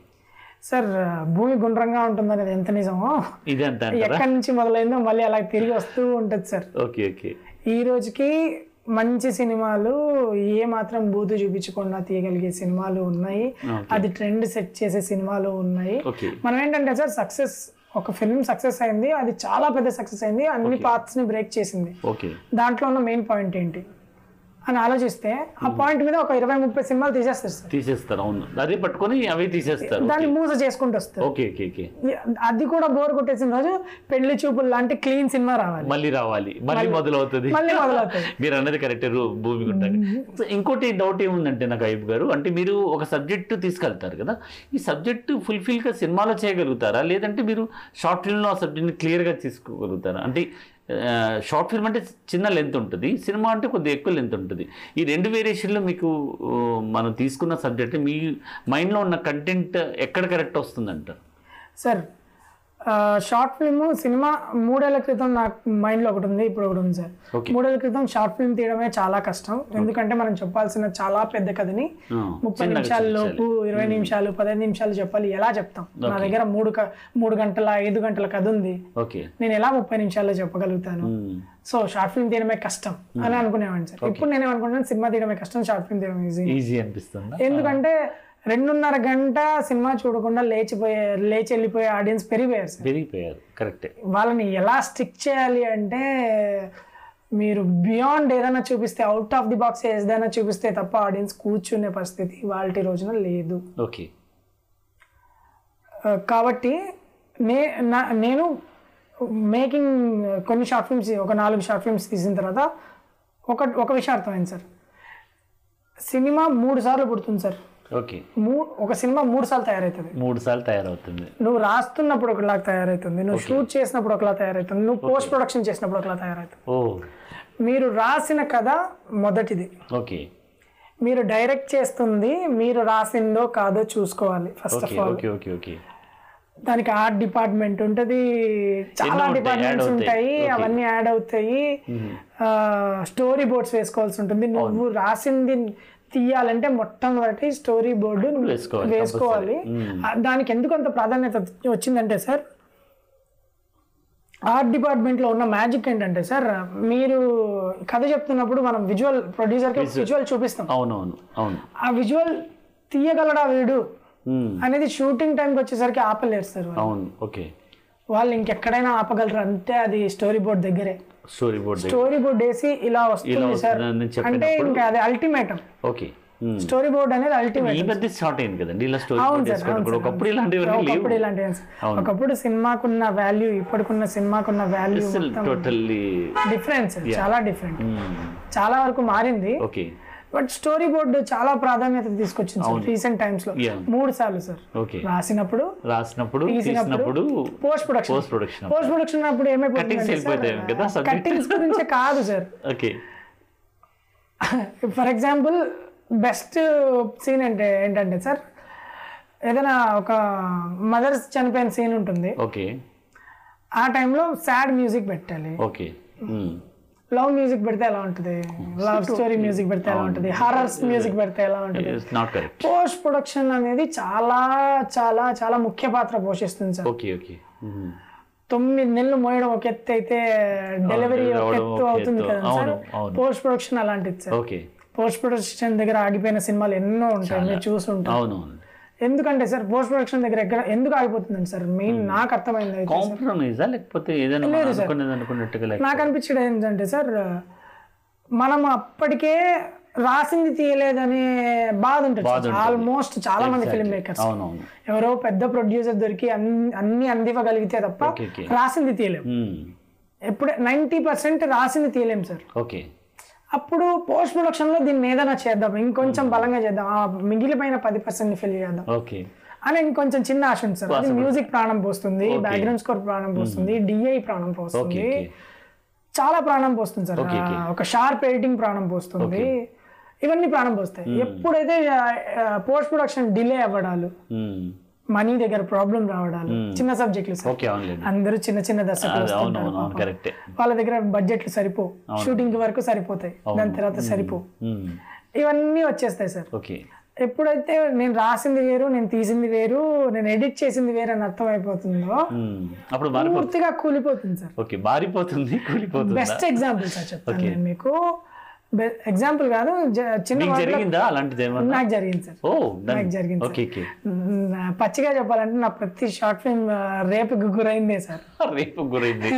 [SPEAKER 2] సార్ భూమి గుండ్రంగా ఉంటుందనేది ఎంత నిజమో
[SPEAKER 1] ఇదే అంత అంటారా
[SPEAKER 2] ఎక్కడి నుంచి మొదలైందో మళ్ళీ అలా తిరిగి వస్తూ ఉంటుంది సార్
[SPEAKER 1] ఓకే ఓకే
[SPEAKER 2] ఈ రోజుకి మంచి సినిమాలు ఏ మాత్రం బూతు చూపించకుండా తీయగలిగే సినిమాలు ఉన్నాయి
[SPEAKER 1] Okay.
[SPEAKER 2] అది ట్రెండ్ సెట్ చేసే సినిమాలు ఉన్నాయి
[SPEAKER 1] ఓకే
[SPEAKER 2] మనం ఏంటంటే సార్ సక్సెస్ ఒక ఫిల్మ్ సక్సెస్ అయింది అది చాలా పెద్ద సక్సెస్ అయింది అన్ని పార్ట్స్ ని బ్రేక్ చేసింది
[SPEAKER 1] ఓకే
[SPEAKER 2] దాంట్లో ఉన్న మెయిన్ పాయింట్ ఏంటి అని ఆలోచిస్తే ఆ పాయింట్ మీద ఒక ఇరవై ముప్పై సినిమాలు తీసేస్తారు సార్
[SPEAKER 1] తీసేస్తారు అవును అదే పట్టుకొని అవే తీసేస్తారు
[SPEAKER 2] దాన్ని మూస చేసుకుంటూ వస్తారు
[SPEAKER 1] ఓకే ఓకే ఓకే
[SPEAKER 2] అది కూడా బోర్ కొట్టేసిన రోజు పెళ్లి చూపులు లాంటి క్లీన్ సినిమా రావాలి
[SPEAKER 1] మళ్ళీ రావాలి మళ్ళీ మొదలవుతుంది
[SPEAKER 2] మళ్ళీ మొదలవుతుంది
[SPEAKER 1] మీరు అన్నది కరెక్ట్ భూమి గుండంగా సో ఇంకోటి డౌట్ ఏముందంటే నాకు అయ్యబ్ గారు అంటే మీరు ఒక సబ్జెక్ట్ తీసుకెళ్తారు కదా ఈ సబ్జెక్ట్ ఫుల్ఫిల్ గా సినిమాలో చేయగలుగుతారా లేదంటే మీరు షార్ట్ ఫిల్మ్ లో ఆ సబ్జెక్ట్ ని క్లియర్ గా తీసుకోగలుగుతారా అంటే షార్ట్ ఫిల్మ్ అంటే చిన్న లెంత్ ఉంటుంది సినిమా అంటే కొద్దిగా ఎక్కువ లెంత్ ఉంటుంది ఈ రెండు వేరియేషన్లో మీకు ఆ, మనం తీసుకున్న సబ్జెక్ట్ మీ మైండ్లో ఉన్న కంటెంట్ ఎక్కడ కరెక్ట్ వస్తుందంట
[SPEAKER 2] సార్ ఆ, షార్ట్ ఫిల్మ్ సినిమా మూడేళ్ల క్రితం నాకు మైండ్లో ఒకటి ఉంది ఇప్పుడు ఒకటి ఉంది సార్
[SPEAKER 1] Okay.
[SPEAKER 2] మూడేళ్ల క్రితం షార్ట్ ఫిల్మ్ తీయడమే చాలా కష్టం ఎందుకంటే మనం చెప్పాల్సిన చాలా పెద్ద కథని
[SPEAKER 1] ఆ,
[SPEAKER 2] ముప్పై
[SPEAKER 1] చిన్నగా
[SPEAKER 2] నిమిషాల లోపు
[SPEAKER 1] చూపించాలి.
[SPEAKER 2] ఇరవై నిమిషాలు పదహైదు నిమిషాలు చెప్పాలి ఎలా చెప్తాం నా దగ్గర మూడు క- మూడు గంటల ఐదు గంటల కథ ఉంది
[SPEAKER 1] ఓకే
[SPEAKER 2] నేను ఎలా ముప్పై నిమిషాల్లో చెప్పగలుగుతాను సో షార్ట్ ఫిల్మ్ తీయడమే కష్టం అని అనుకునేవాడిని సార్ ఇప్పుడు నేను ఏమనుకుంటున్నాను సినిమా తీయడమే కష్టం షార్ట్ ఫిల్మ్ తీయడం ఈజీ
[SPEAKER 1] ఈజీ అనిపిస్తుందా
[SPEAKER 2] ఎందుకంటే రెండున్నర గంట సినిమా చూడకుండా లేచిపోయే లేచి వెళ్ళిపోయే ఆడియన్స్ పెరిగిపోయారు సార్
[SPEAKER 1] పెరిగిపోయారు కరెక్టే
[SPEAKER 2] వాళ్ళని ఎలా స్టిక్ చేయాలి అంటే మీరు బియాండ్ ఏదైనా చూపిస్తే అవుట్ ఆఫ్ ది బాక్స్ ఏదైనా చూపిస్తే తప్ప ఆడియన్స్ కూర్చునే పరిస్థితి వాళ్ళ రోజున లేదు
[SPEAKER 1] ఓకే
[SPEAKER 2] ఆ, కాబట్టి నే నా- నేను మేకింగ్ కొన్ని షార్ట్ ఫిల్మ్స్ ఒక నాలుగు షార్ట్ ఫిల్మ్స్ తీసిన తర్వాత ఒక ఒక విషయం అర్థమైంది సార్ సినిమా మూడు సార్లు పుడుతుంది సార్
[SPEAKER 1] ఓకే
[SPEAKER 2] మూ ఒక సినిమా మూడు సార్లు తయారవుతుంది
[SPEAKER 1] మూడు సార్లు తయారవుతుంది
[SPEAKER 2] నువ్వు రాస్తున్నప్పుడు ఒకలాగా తయారవుతుంది నువ్వు షూట్ చేసినప్పుడు ఒకలా తయారవుతుంది నువ్వు పోస్ట్ ప్రొడక్షన్ చేసినప్పుడు ఒకలా తయారవుతుంది
[SPEAKER 1] ఓ
[SPEAKER 2] మీరు రాసిన కథ మొదటిది
[SPEAKER 1] ఓకే
[SPEAKER 2] మీరు డైరెక్ట్ చేస్తుంది మీరు రాసిందో కాదో చూసుకోవాలి first half
[SPEAKER 1] okay
[SPEAKER 2] all
[SPEAKER 1] okay okay okay
[SPEAKER 2] దానికి ఆర్ట్ డిపార్ట్మెంట్ ఉంటుంది చాలా
[SPEAKER 1] ఉంటాయి,
[SPEAKER 2] డిపార్ట్మెంట్స్
[SPEAKER 1] add
[SPEAKER 2] ఉంటాయి
[SPEAKER 1] అవుతాయి.
[SPEAKER 2] అవన్నీ యాడ్ అవుతాయి స్టోరీ బోర్డ్స్ వేసుకోవాల్సి ఉంటుంది నువ్వు రాసింది తీయాలంటే మొట్టమొదటి స్టోరీ బోర్డు
[SPEAKER 1] వేసుకోవాలి,
[SPEAKER 2] వేసుకోవాలి
[SPEAKER 1] compulsory.
[SPEAKER 2] ఆ, దానికి ఎందుకు అంత ప్రాధాన్యత వచ్చిందంటే సార్ ఆర్ట్ డిపార్ట్మెంట్లో ఉన్న మ్యాజిక్ ఏంటంటే సార్ మీరు కథ చెప్తున్నప్పుడు మనం విజువల్ ప్రొడ్యూసర్కి విజువల్ చూపిస్తాం
[SPEAKER 1] అవునవును అవును
[SPEAKER 2] ఆ విజువల్ తీయగలడా వీడు
[SPEAKER 1] ఉమ్,
[SPEAKER 2] అనేది షూటింగ్ టైంకి వచ్చేసరికి ఆపలేరు సార్ వాళ్ళు.
[SPEAKER 1] అవును ఓకే
[SPEAKER 2] వాళ్ళు ఇంకెక్కడైనా ఆపగలరు అంటే అది స్టోరీ బోర్డ్ దగ్గరే
[SPEAKER 1] స్టోరీ బోర్డ్ దగ్గర
[SPEAKER 2] స్టోరీ బోర్డ్ వేసి ఇలా
[SPEAKER 1] ఇలా
[SPEAKER 2] వస్తుంది సార్
[SPEAKER 1] వస్తుందని
[SPEAKER 2] అంటే
[SPEAKER 1] చెప్పినప్పుడు
[SPEAKER 2] ఇంకా అది ultimatum
[SPEAKER 1] okay um.
[SPEAKER 2] Story board అనేది
[SPEAKER 1] ఈ
[SPEAKER 2] అల్టిమేట్
[SPEAKER 1] మధ్య స్టార్ట్ అయింది కదండి ఇలా స్టోరీ
[SPEAKER 2] అవును
[SPEAKER 1] బోర్డ్
[SPEAKER 2] సార్
[SPEAKER 1] వేసుకోవడం
[SPEAKER 2] అవును
[SPEAKER 1] కూడా.
[SPEAKER 2] సార్,
[SPEAKER 1] ఒకప్పుడు
[SPEAKER 2] అవును.
[SPEAKER 1] ఇలాంటివన్నీ
[SPEAKER 2] ఒకప్పుడు
[SPEAKER 1] లేవు
[SPEAKER 2] ఇలాంటివి అసలు.
[SPEAKER 1] అవును.
[SPEAKER 2] ఒకప్పుడు సినిమాకున్న వాల్యూ ఇప్పటికున్న సినిమాకున్న వాల్యూ
[SPEAKER 1] అసలు టోటల్లీ
[SPEAKER 2] డిఫరెన్స్ చాలా డిఫరెంట్
[SPEAKER 1] ఉమ్,
[SPEAKER 2] చాలా వరకు మారింది
[SPEAKER 1] ఓకే
[SPEAKER 2] బట్ స్టోరీ బోర్డు చాలా ప్రాధాన్యత తీసుకొచ్చింది సార్ రీసెంట్ టైమ్స్ లో
[SPEAKER 1] Yeah.
[SPEAKER 2] మూడు సార్లు సార్
[SPEAKER 1] ఓకే
[SPEAKER 2] రాసినప్పుడు
[SPEAKER 1] రాసినప్పుడు
[SPEAKER 2] తీసినప్పుడు,
[SPEAKER 1] తీసినప్పుడు
[SPEAKER 2] post production
[SPEAKER 1] post production
[SPEAKER 2] post production అప్పుడు
[SPEAKER 1] Cuttings వెళ్ళిపోతాయి కదా,
[SPEAKER 2] ఏమైపోతుంది
[SPEAKER 1] subject.
[SPEAKER 2] కట్టింగ్స్ గురించే కాదు sir
[SPEAKER 1] okay
[SPEAKER 2] for example best scene అంటే ఏంటంటే సార్ ఏదైనా ఒక మదర్స్ చనిపోయిన సీన్ ఉంటుంది
[SPEAKER 1] ఓకే
[SPEAKER 2] ఆ టైంలో సాడ్ మ్యూజిక్ పెట్టాలి
[SPEAKER 1] okay
[SPEAKER 2] Hmm.
[SPEAKER 1] Um,
[SPEAKER 2] love music పెడితే ఎలా ఉంటుంది లవ్ స్టోరీ మ్యూజిక్ పెడితే ఎలా ఉంటుంది హర్రర్స్ మ్యూజిక్ పెడితే ఎలా ఉంటుంది
[SPEAKER 1] it's not correct
[SPEAKER 2] post production అనేది చాలా చాలా చాలా ముఖ్య పాత్ర పోషిస్తుంది సార్
[SPEAKER 1] ఓకే ఓకే ఉమ్,
[SPEAKER 2] తొమ్మిది నెలలు మోయడం ఒక ఎత్తు అయితే డెలివరీ ఒక
[SPEAKER 1] రావడం
[SPEAKER 2] ఎత్తు
[SPEAKER 1] ఒక
[SPEAKER 2] అవుతుంది
[SPEAKER 1] ఎత్తు.
[SPEAKER 2] కదా సార్
[SPEAKER 1] అవును, అవును.
[SPEAKER 2] పోస్ట్ ప్రొడక్షన్ అలాంటిది సార్
[SPEAKER 1] ఓకే
[SPEAKER 2] పోస్ట్ ప్రొడక్షన్ దగ్గర ఆగిపోయిన సినిమాలు ఎన్నో ఉంటాయి మీరు చూసి ఉంటారు
[SPEAKER 1] అవును
[SPEAKER 2] ఎందుకంటే సార్ పోస్ట్ ప్రొడక్షన్ దగ్గర ఎక్కడ ఎందుకు ఆగిపోతుందండి సార్ మెయిన్
[SPEAKER 1] Hmm.
[SPEAKER 2] నాకు అర్థమైంది అయితే.
[SPEAKER 1] కాంప్రమైజా లేకపోతే ఏదైనా మనం అనుకునేది అనుకున్నట్టుగా లేక-
[SPEAKER 2] నాకు అనిపించేది ఏంటంటే సార్ మనం అప్పటికే రాసింది తీయలేదనే బాధ ఉంటుంది ఆల్మోస్ట్ చాలా మంది ఫిల్మ్ మేకర్స్
[SPEAKER 1] అవునవును
[SPEAKER 2] ఎవరో పెద్ద ప్రొడ్యూసర్ దొరికి అన్ని అన్ని అందివ్వగలిగితే తప్ప
[SPEAKER 1] Okay, okay.
[SPEAKER 2] రాసింది తీయలేము
[SPEAKER 1] ఉమ్,
[SPEAKER 2] ఎప్పుడే నైంటీ పర్సెంట్ రాసింది తీయలేము సార్
[SPEAKER 1] ఓకే
[SPEAKER 2] అప్పుడు పోస్ట్ ప్రొడక్షన్ లో దీన్ని ఏదైనా చేద్దాం ఇంకొంచెం
[SPEAKER 1] Hmm.
[SPEAKER 2] బలంగా చేద్దాం ఆ మిగిలిపోయిన పది పర్సెంట్ ఫిల్ చేద్దాం
[SPEAKER 1] ఓకే
[SPEAKER 2] అని ఇంకొంచెం చిన్న ఆశ ఉంది సార్ అది మ్యూజిక్ ప్రాణం పోస్తుంది బ్యాక్గ్రౌండ్ స్కోర్ ప్రాణం పోస్తుంది డిఐ ప్రాణం
[SPEAKER 1] ఓకే
[SPEAKER 2] పోస్తుంది
[SPEAKER 1] ఓకే
[SPEAKER 2] చాలా ప్రాణం పోస్తుంది సార్ ఆ, ఒక షార్ప్ ఎడిటింగ్ ప్రాణం పోస్తుంది ఇవన్నీ ప్రాణం పోస్తాయి ఎప్పుడైతే పోస్ట్ ప్రొడక్షన్ డిలే అవ్వడాలు
[SPEAKER 1] ఉమ్,
[SPEAKER 2] మనీ దగ్గర ప్రాబ్లం రావడాలు చిన్న సబ్జెక్టులు సార్
[SPEAKER 1] ఓకే అవునులేండి
[SPEAKER 2] అందరూ చిన్న చిన్న దర్శకులు
[SPEAKER 1] అది అవును
[SPEAKER 2] వస్తుంటారు
[SPEAKER 1] అవును అవును కరెక్టే
[SPEAKER 2] వాళ్ళ దగ్గర బడ్జెట్లు సరిపో షూటింగ్ వరకు సరిపోతాయి దాని తర్వాత సరిపో
[SPEAKER 1] ఉమ్,
[SPEAKER 2] ఇవన్నీ వచ్చేస్తాయి సార్
[SPEAKER 1] ఓకే
[SPEAKER 2] ఎప్పుడైతే నేను రాసింది వేరు నేను తీసింది వేరు నేను ఎడిట్ చేసింది వేరు అని అర్థం అయిపోతుందో
[SPEAKER 1] ఉమ్, అప్పుడు మారి
[SPEAKER 2] పూర్తిగా కూలిపోతుంది సార్
[SPEAKER 1] ఓకే మారిపోతుంది కూలిపోతుంది
[SPEAKER 2] బెస్ట్ ఎగ్జాంపుల్ సార్ చెప్తాను నేను మీకు ఎగ్జాంపుల్ కాదు జ- చిన్న
[SPEAKER 1] మీకు
[SPEAKER 2] వాటిలో
[SPEAKER 1] జరిగిందా అలాంటిది ఏమన్నా
[SPEAKER 2] నాకు జరిగింది సార్
[SPEAKER 1] ఓ done.
[SPEAKER 2] నాకు జరిగింది
[SPEAKER 1] ఓకే ఓకే
[SPEAKER 2] మ్, పచ్చిగా చెప్పాలంటే నా ప్రతి షార్ట్ ఫిల్మ్ రేపుకి గురైందే సార్
[SPEAKER 1] రేపు గురైంది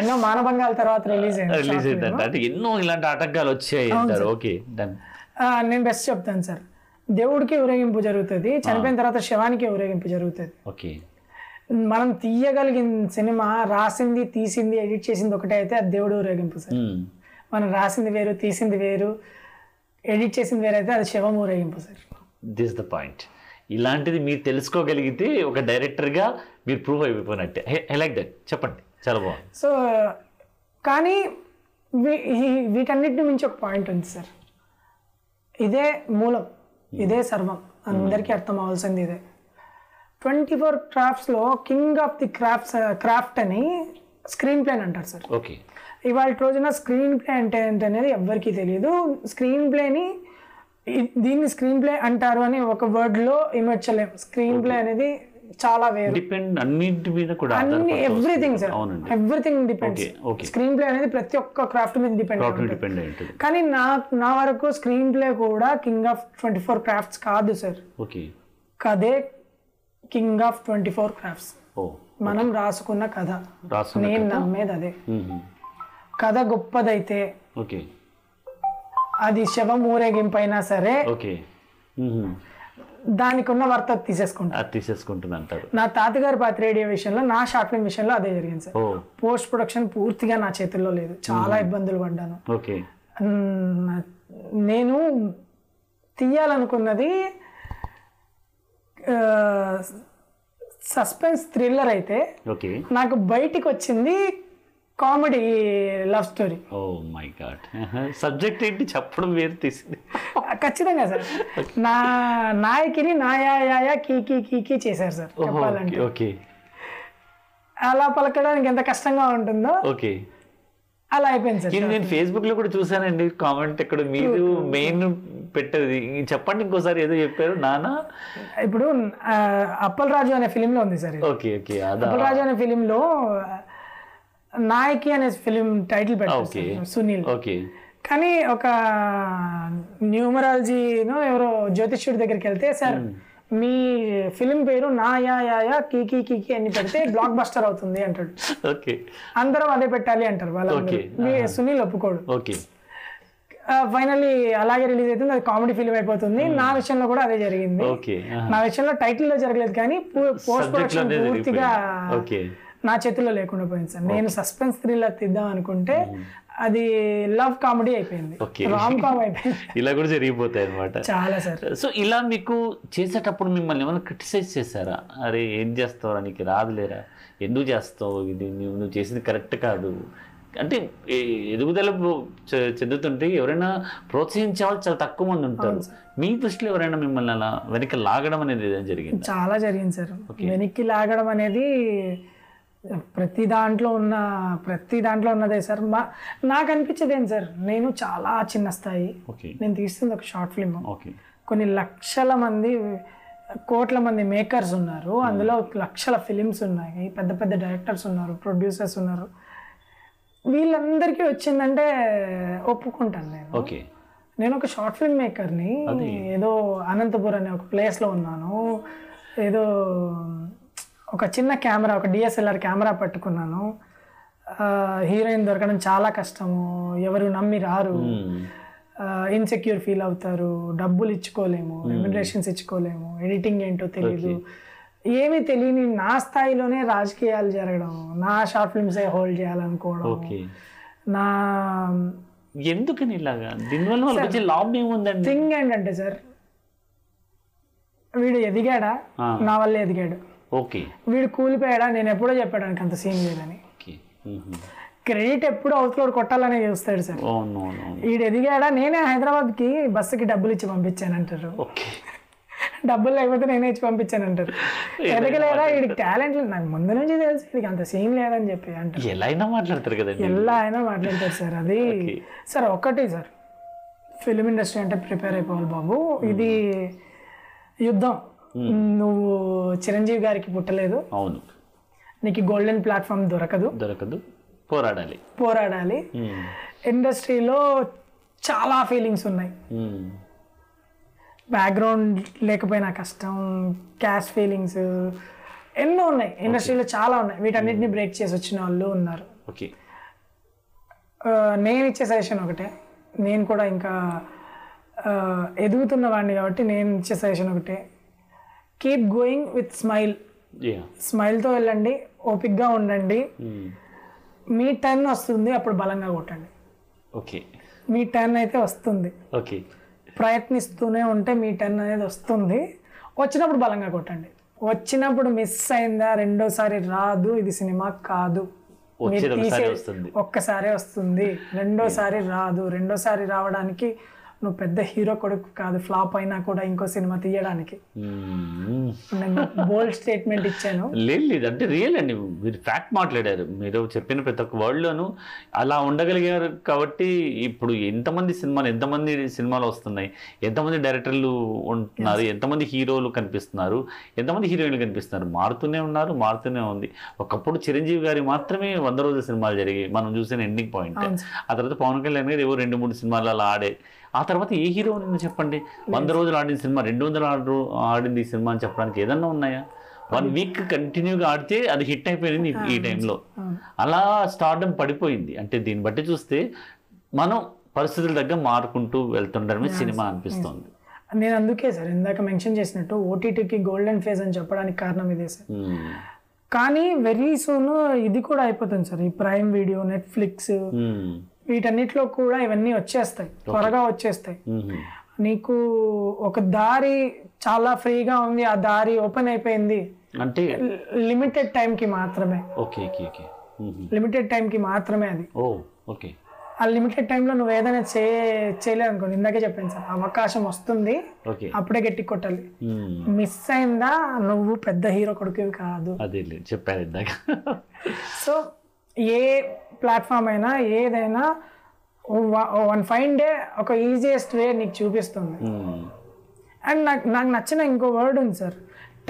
[SPEAKER 2] ఎన్నో మానభంగాల తర్వాత రిలీజ్ అయింది
[SPEAKER 1] రిలీజ్
[SPEAKER 2] short film.
[SPEAKER 1] అయిందంట అంటే ఎన్నో ఇలాంటి ఆటంకాలు వచ్చాయి అంటారు ఓకే డన్
[SPEAKER 2] ఆ, నేను బెస్ట్ చెప్తాను సార్ దేవుడికి ఊరేగింపు జరుగుతుంది చనిపోయిన తర్వాత శవానికి ఊరేగింపు జరుగుతుంది
[SPEAKER 1] ఓకే
[SPEAKER 2] మనం తీయగలిగిన సినిమా రాసింది తీసింది ఎడిట్ చేసింది ఒకటే అయితే అది దేవుడు ఊరేగింపు సార్
[SPEAKER 1] ఉమ్,
[SPEAKER 2] మనం రాసింది వేరు తీసింది వేరు ఎడిట్ చేసింది వేరు అయితే అది శవం ఊరేగింపు సార్
[SPEAKER 1] దిస్ ద పాయింట్ ఇలాంటిది మీరు తెలుసుకోగలిగితే ఒక డైరెక్టర్గా మీరు ప్రూవ్ అయిపోయినట్టే ఐ లైక్ దట్ చెప్పండి చాలా బాగుంది
[SPEAKER 2] సో కానీ వీ- ఈ- వీటన్నిటిని మించి ఒక పాయింట్ ఉంది సార్ ఇదే మూలం ఇదే సర్వం అందరికీ అర్థం అవ్వాల్సింది ఇదే ట్వంటీ ఫోర్ క్రాఫ్ట్స్లో king of the crafts craft అని స్క్రీన్ ప్లేన్ అంటారు సార్
[SPEAKER 1] ఓకే
[SPEAKER 2] ఇవాళ రోజున స్క్రీన్ ప్లే అంటే ఏంటనేది ఎవ్వరికీ తెలియదు స్క్రీన్ ప్లేని ఇ- దీన్ని స్క్రీన్ ప్లే అంటారు అని ఒక వర్డ్లో ఇమర్చలేం స్క్రీన్ ప్లే అనేది చాలా వేరు
[SPEAKER 1] డిపెండ్ అన్నింటి మీద కూడా
[SPEAKER 2] అన్ని
[SPEAKER 1] ఆధారపడి
[SPEAKER 2] ఎవ్రీథింగ్ సార్
[SPEAKER 1] అవునండి
[SPEAKER 2] everything depends
[SPEAKER 1] Okay, okay.
[SPEAKER 2] Screenplay అనేది ప్రతి ఒక్క క్రాఫ్ట్ మీద డిపెండ్
[SPEAKER 1] ప్లాట్ డిపెండ్ అయి ఉంటుంది
[SPEAKER 2] కానీ నా నా వరకు స్క్రీన్ ప్లే కూడా king of twenty four crafts కాదు సార్
[SPEAKER 1] ఓకే
[SPEAKER 2] కదే king of twenty four crafts
[SPEAKER 1] ఓ
[SPEAKER 2] మనం రాసుకున్న కథ
[SPEAKER 1] రాసుకున్న
[SPEAKER 2] నేను నమ్మేది అదే
[SPEAKER 1] మ్మ్.
[SPEAKER 2] కథ గొప్పదైతే
[SPEAKER 1] ఓకే
[SPEAKER 2] అది శవం ఊరేగింపైనా సరే
[SPEAKER 1] ఓకే మ్మ్.
[SPEAKER 2] దానికి ఉన్న వర్త తీసేసుకుంటా
[SPEAKER 1] Mm-hmm. అది తీసేసుకుంటుంది అంటారు
[SPEAKER 2] నా తాతగారి పాత్ర రేడియో విషయంలో నా షార్ట్ ఫిల్మ్ విషయంలో అదే జరిగింది సార్
[SPEAKER 1] ఓ
[SPEAKER 2] పోస్ట్ ప్రొడక్షన్ పూర్తిగా నా చేతుల్లో లేదు చాలా ఇబ్బందులు పడ్డాను
[SPEAKER 1] ఓకే
[SPEAKER 2] మ్మ్, నేను తీయాలనుకున్నది సస్పెన్స్ థ్రిల్లర్ అయితే
[SPEAKER 1] ఓకే
[SPEAKER 2] నాకు బయటికి వచ్చింది comedy love story
[SPEAKER 1] oh my God subject ఏంటి చెప్పడం వేరు తీసింది
[SPEAKER 2] ఖచ్చితంగా సార్ నా నాయకిని నాయాయాయ కీకి కీకి చేశారు సార్
[SPEAKER 1] ఓహో,
[SPEAKER 2] చెప్పాలంటే
[SPEAKER 1] ఓకే
[SPEAKER 2] అలా పలకడానికి ఎంత కష్టంగా ఉంటుందో
[SPEAKER 1] ఓకే
[SPEAKER 2] అలా అయిపోయింది సార్
[SPEAKER 1] నేను నేను ఫేస్బుక్ లో కూడా చూసానండి కామెంట్ ఇక్కడ మీరు మెయిన్ పెట్టేది ఇంక చెప్పండి ఇంకోసారి ఏదో చెప్పారు నానా
[SPEAKER 2] ఇప్పుడు ఆ, అప్పలరాజు అనే ఫిలింలో ఉంది సార్ ఇది.
[SPEAKER 1] ఓకే ఓకే అదా
[SPEAKER 2] అప్పలరాజు అనే ఫిలింలో నాయకి అనే ఫిలిం టైటిల్ పెట్టారు
[SPEAKER 1] Okay.
[SPEAKER 2] సార్ సునీల్
[SPEAKER 1] ఓకే
[SPEAKER 2] కానీ ఒక న్యూమరాలజీను ఎవరో జ్యోతిష్యుడి దగ్గరికి వెళ్తే సార్ మీ ఫిలిం పేరు నా యా యా యా కీ కీ కీ కీ అని పెడితే బ్లాక్ బస్టర్ అవుతుంది అంటాడు
[SPEAKER 1] ఓకే
[SPEAKER 2] అందరం అదే పెట్టాలి అంటారు వాళ్ళందరూ
[SPEAKER 1] Okay.
[SPEAKER 2] మీ సునీల్ ఒప్పుకోడు
[SPEAKER 1] ఓకే
[SPEAKER 2] ఫైనల్లీ అలాగే రిలీజ్ అవుతుంది అది కామెడీ ఫిలిం అయిపోతుంది
[SPEAKER 1] Hmm.
[SPEAKER 2] నా విషయంలో కూడా అదే జరిగింది
[SPEAKER 1] ఓకే
[SPEAKER 2] నా విషయంలో టైటిల్ లో జరగలేదు కానీ పోస్ట్
[SPEAKER 1] Subject
[SPEAKER 2] ప్రొడక్షన్
[SPEAKER 1] లోనే
[SPEAKER 2] పూర్తిగా
[SPEAKER 1] జరిగిపోయింది. Okay.
[SPEAKER 2] నా చేతిలో లేకుండా పోయింది సార్ నేను సస్పెన్స్ థ్రిల్లర్ తీద్దాం అనుకుంటే అది లవ్ కామెడీ అయిపోయింది
[SPEAKER 1] Hmm. Okay.
[SPEAKER 2] రామ్ కామ్ అయిపోయింది
[SPEAKER 1] ఇలా కూడా జరిగిపోతాయి అనమాట
[SPEAKER 2] చాలా సార్
[SPEAKER 1] సో ఇలా మీకు చేసేటప్పుడు మిమ్మల్ని ఏమైనా క్రిటిసైజ్ చేశారా అరే ఏం చేస్తావు నీకు రాదులేరా ఎందుకు చేస్తావు ఇది నువ్వు నువ్వు చేసింది కరెక్ట్ కాదు అంటే ఏ- ఎదుగుదల పో- చె- చెందుతుంటే ఎవరైనా ప్రోత్సహించే వాళ్ళు చాలా తక్కువ మంది ఉంటారు మీ దృష్టిలో ఎవరైనా మిమ్మల్ని అలా వెనక లాగడం అనేది ఏదైనా జరిగింది
[SPEAKER 2] చాలా జరిగింది సార్ వెనక్కి లాగడం అనేది ప్రతి దాంట్లో ఉన్న ప్రతి దాంట్లో ఉన్నదే సార్ మా నాకు అనిపించేది ఏంటి సార్ నేను చాలా చిన్న స్థాయి
[SPEAKER 1] ఓకే
[SPEAKER 2] నేను తీస్తుంది ఒక షార్ట్ ఫిల్మ్
[SPEAKER 1] ఓకే
[SPEAKER 2] కొన్ని లక్షల మంది కోట్ల మంది మేకర్స్ ఉన్నారు అందులో లక్షల ఫిలిమ్స్ ఉన్నాయి పెద్ద పెద్ద డైరెక్టర్స్ ఉన్నారు ప్రొడ్యూసర్స్ ఉన్నారు వీళ్ళందరికీ వచ్చిందంటే ఒప్పుకుంటాను నేను
[SPEAKER 1] ఓకే
[SPEAKER 2] నేను ఒక షార్ట్ ఫిల్మ్ మేకర్ని ఏదో అనంతపూర్ అనే ఒక ప్లేస్లో ఉన్నాను ఏదో ఒక చిన్న కెమెరా ఒక డిఎస్ఎల్ఆర్ కెమెరా పట్టుకున్నాను హీరోయిన్ దొరకడం చాలా కష్టము ఎవరు నమ్మి రారు ఇన్సెక్యూర్ ఫీల్ అవుతారు డబ్బులు ఇచ్చుకోలేము రెమ్యునరేషన్స్ ఇచ్చుకోలేము ఎడిటింగ్ ఏంటో తెలియదు ఏమీ తెలియని నా స్థాయిలోనే రాజకీయాలు జరగడం నా షార్ట్ ఫిల్మ్సే హోల్డ్ చేయాలనుకోవడం
[SPEAKER 1] ఓకే
[SPEAKER 2] నా
[SPEAKER 1] ఎందుకని ఇలాగా దీనివల్ల వాళ్ళకి వచ్చే లాభం ఏముందండి
[SPEAKER 2] థింగ్ ఏంటంటే సార్ వీడు ఎదిగాడా
[SPEAKER 1] Ah.
[SPEAKER 2] నా వల్ల ఎదిగాడు
[SPEAKER 1] ఓకే
[SPEAKER 2] వీడు కూలిపోయాడా నేను ఎప్పుడో చెప్పడానికి అంత సీన్ లేదని
[SPEAKER 1] ఓకే
[SPEAKER 2] క్రెడిట్ ఎప్పుడు అవుట్లోడ్ కొట్టాలనే చూస్తాడు సార్
[SPEAKER 1] అవును అవును అవును
[SPEAKER 2] వీడు ఎదిగాడా నేనే హైదరాబాద్కి బస్సుకి డబ్బులు ఇచ్చి పంపించానంటారు
[SPEAKER 1] ఓకే
[SPEAKER 2] డబ్బులు లేకపోతే నేనే ఇచ్చి పంపించానంటారు ఎదగలేదా వీడికి టాలెంట్ నాకు ముందు నుంచి తెలుసు వీడికి అంత సీన్ లేదని చెప్పి అంటారు
[SPEAKER 1] ఎలా అయినా మాట్లాడతారు కదండి
[SPEAKER 2] ఎలా అయినా మాట్లాడతారు సార్ అది సార్ ఒక్కటే సార్ ఫిలిం ఇండస్ట్రీ అంటే ప్రిపేర్ అయిపోవాలి బాబు ఇది యుద్ధం నువ్వు చిరంజీవి గారికి పుట్టలేదు
[SPEAKER 1] అవును
[SPEAKER 2] నీకు గోల్డెన్ ప్లాట్ఫామ్ దొరకదు
[SPEAKER 1] దొరకదు పోరాడాలి
[SPEAKER 2] పోరాడాలి
[SPEAKER 1] ఉమ్,
[SPEAKER 2] ఇండస్ట్రీలో చాలా ఫీలింగ్స్ ఉన్నాయి
[SPEAKER 1] ఉమ్,
[SPEAKER 2] బ్యాక్గ్రౌండ్ లేకపోయినా కష్టం క్యాష్ ఫీలింగ్స్ ఎన్నో ఉన్నాయి ఇండస్ట్రీలో చాలా ఉన్నాయి వీటన్నిటిని బ్రేక్ చేసి వచ్చిన వాళ్ళు ఉన్నారు
[SPEAKER 1] ఓకే
[SPEAKER 2] ఆ, నేను ఇచ్చే సజెషన్ ఒకటే నేను కూడా ఇంకా ఆ, ఎదుగుతున్న వాడిని కాబట్టి నేను ఇచ్చే సజెషన్ ఒకటే keep going with smile
[SPEAKER 1] yeah
[SPEAKER 2] స్మైల్తో వెళ్ళండి ఓపిక్గా ఉండండి
[SPEAKER 1] ఉమ్,
[SPEAKER 2] మీ టర్న్ వస్తుంది అప్పుడు బలంగా కొట్టండి
[SPEAKER 1] ఓకే
[SPEAKER 2] మీ టర్న్ అయితే వస్తుంది
[SPEAKER 1] ఓకే
[SPEAKER 2] ప్రయత్నిస్తూనే ఉంటే మీ టర్న్ అనేది వస్తుంది వచ్చినప్పుడు బలంగా కొట్టండి వచ్చినప్పుడు మిస్ అయిందా రెండోసారి రాదు ఇది సినిమా కాదు మీరు
[SPEAKER 1] వచ్చేది ఒకసారి
[SPEAKER 2] తీసే-
[SPEAKER 1] వస్తుంది.
[SPEAKER 2] ఒక్కసారే వస్తుంది రెండోసారి రాదు రెండోసారి రావడానికి నువ్వు పెద్ద హీరో కొడుకు కాదు ఫ్లాప్ అయినా కూడా ఇంకో సినిమా తీయడానికి
[SPEAKER 1] ఉమ్,
[SPEAKER 2] నేను బోల్డ్ స్టేట్మెంట్ ఇచ్చాను
[SPEAKER 1] లేదు లేదు అంటే రియల్ అండి మీరు ఫ్యాక్ట్ మాట్లాడారు మీరు చెప్పిన ప్రతి ఒక్క వర్డ్లోనూ అలా ఉండగలిగారు కాబట్టి ఇప్పుడు ఎంతమంది సినిమాలు ఎంతమంది సినిమాలు వస్తున్నాయి ఎంతమంది డైరెక్టర్లు ఉంటున్నారు ఎంతమంది హీరోలు కనిపిస్తున్నారు ఎంతమంది హీరోయిన్లు కనిపిస్తున్నారు మారుతూనే ఉన్నారు మారుతూనే ఉంది ఒకప్పుడు చిరంజీవి గారి మాత్రమే వంద రోజుల సినిమాలు జరిగాయి మనం చూసిన ఎండింగ్ పాయింట్
[SPEAKER 2] అవును సార్.
[SPEAKER 1] ఆ తర్వాత పవన్ కళ్యాణ్ గారు ఏవో రెండు మూడు సినిమాలు అలా ఆడే ఆ తర్వాత ఏ హీరో ఉంది చెప్పండి వంద రోజులు ఆడిన సినిమా రెండు వందలు ఆడు ఆడింది ఈ సినిమా అని చెప్పడానికి ఏదన్నా ఉన్నాయా వన్ వీక్ కంటిన్యూగా ఆడితే అది హిట్ అయిపోయింది ఈ- ఈ టైంలో అలా స్టార్డం పడిపోయింది అంటే దీన్ని బట్టి చూస్తే మనం పరిస్థితుల దగ్గర మారుకుంటూ వెళ్తుండడమే సినిమా అనిపిస్తుంది
[SPEAKER 2] నేను అందుకే సార్ ఇందాక మెన్షన్ చేసినట్టు ఓటీటీకి గోల్డెన్ ఫేజ్ అని చెప్పడానికి కారణం ఇదే సార్
[SPEAKER 1] మ్మ్.
[SPEAKER 2] కానీ వెరీ సూన్ ఇది కూడా అయిపోతుంది సార్ ఈ ప్రైమ్ వీడియో నెట్ఫ్లిక్స్
[SPEAKER 1] మ్మ్.
[SPEAKER 2] వీటన్నిటిలో కూడా ఇవన్నీ వచ్చేస్తాయి త్వరగా వచ్చేస్తాయి
[SPEAKER 1] మ్మ్.
[SPEAKER 2] నీకు ఒక దారి చాలా ఫ్రీగా ఉంది ఆ దారి ఓపెన్ అయిపోయింది
[SPEAKER 1] అంటే
[SPEAKER 2] లిమిటెడ్ టైంకి మాత్రమే
[SPEAKER 1] okay okay okay Hmm. Oh, మ్మ్.
[SPEAKER 2] లిమిటెడ్ టైంకి మాత్రమే అది
[SPEAKER 1] ఓ ఓకే
[SPEAKER 2] ఆ లిమిటెడ్ టైంలో నువ్వు ఏదైనా చే చేయలేదు అనుకోండి ఇందాకే చెప్పాను సార్ అవకాశం వస్తుంది
[SPEAKER 1] ఓకే
[SPEAKER 2] అప్పుడే గట్టి కొట్టాలి
[SPEAKER 1] మ్మ్.
[SPEAKER 2] మిస్ అయిందా నువ్వు పెద్ద హీరో కొడుకువి కాదు
[SPEAKER 1] అదే లేదు చెప్పారు ఇందాక
[SPEAKER 2] సో ఏ ప్లాట్ఫామ్ అయినా ఏదైనా వన్ ఫైన్ డే ఒక ఈజియెస్ట్ వే నీకు చూపిస్తుంది
[SPEAKER 1] మ్మ్.
[SPEAKER 2] అండ్ నాకు నాకు నచ్చిన ఇంకో వర్డ్ ఉంది సార్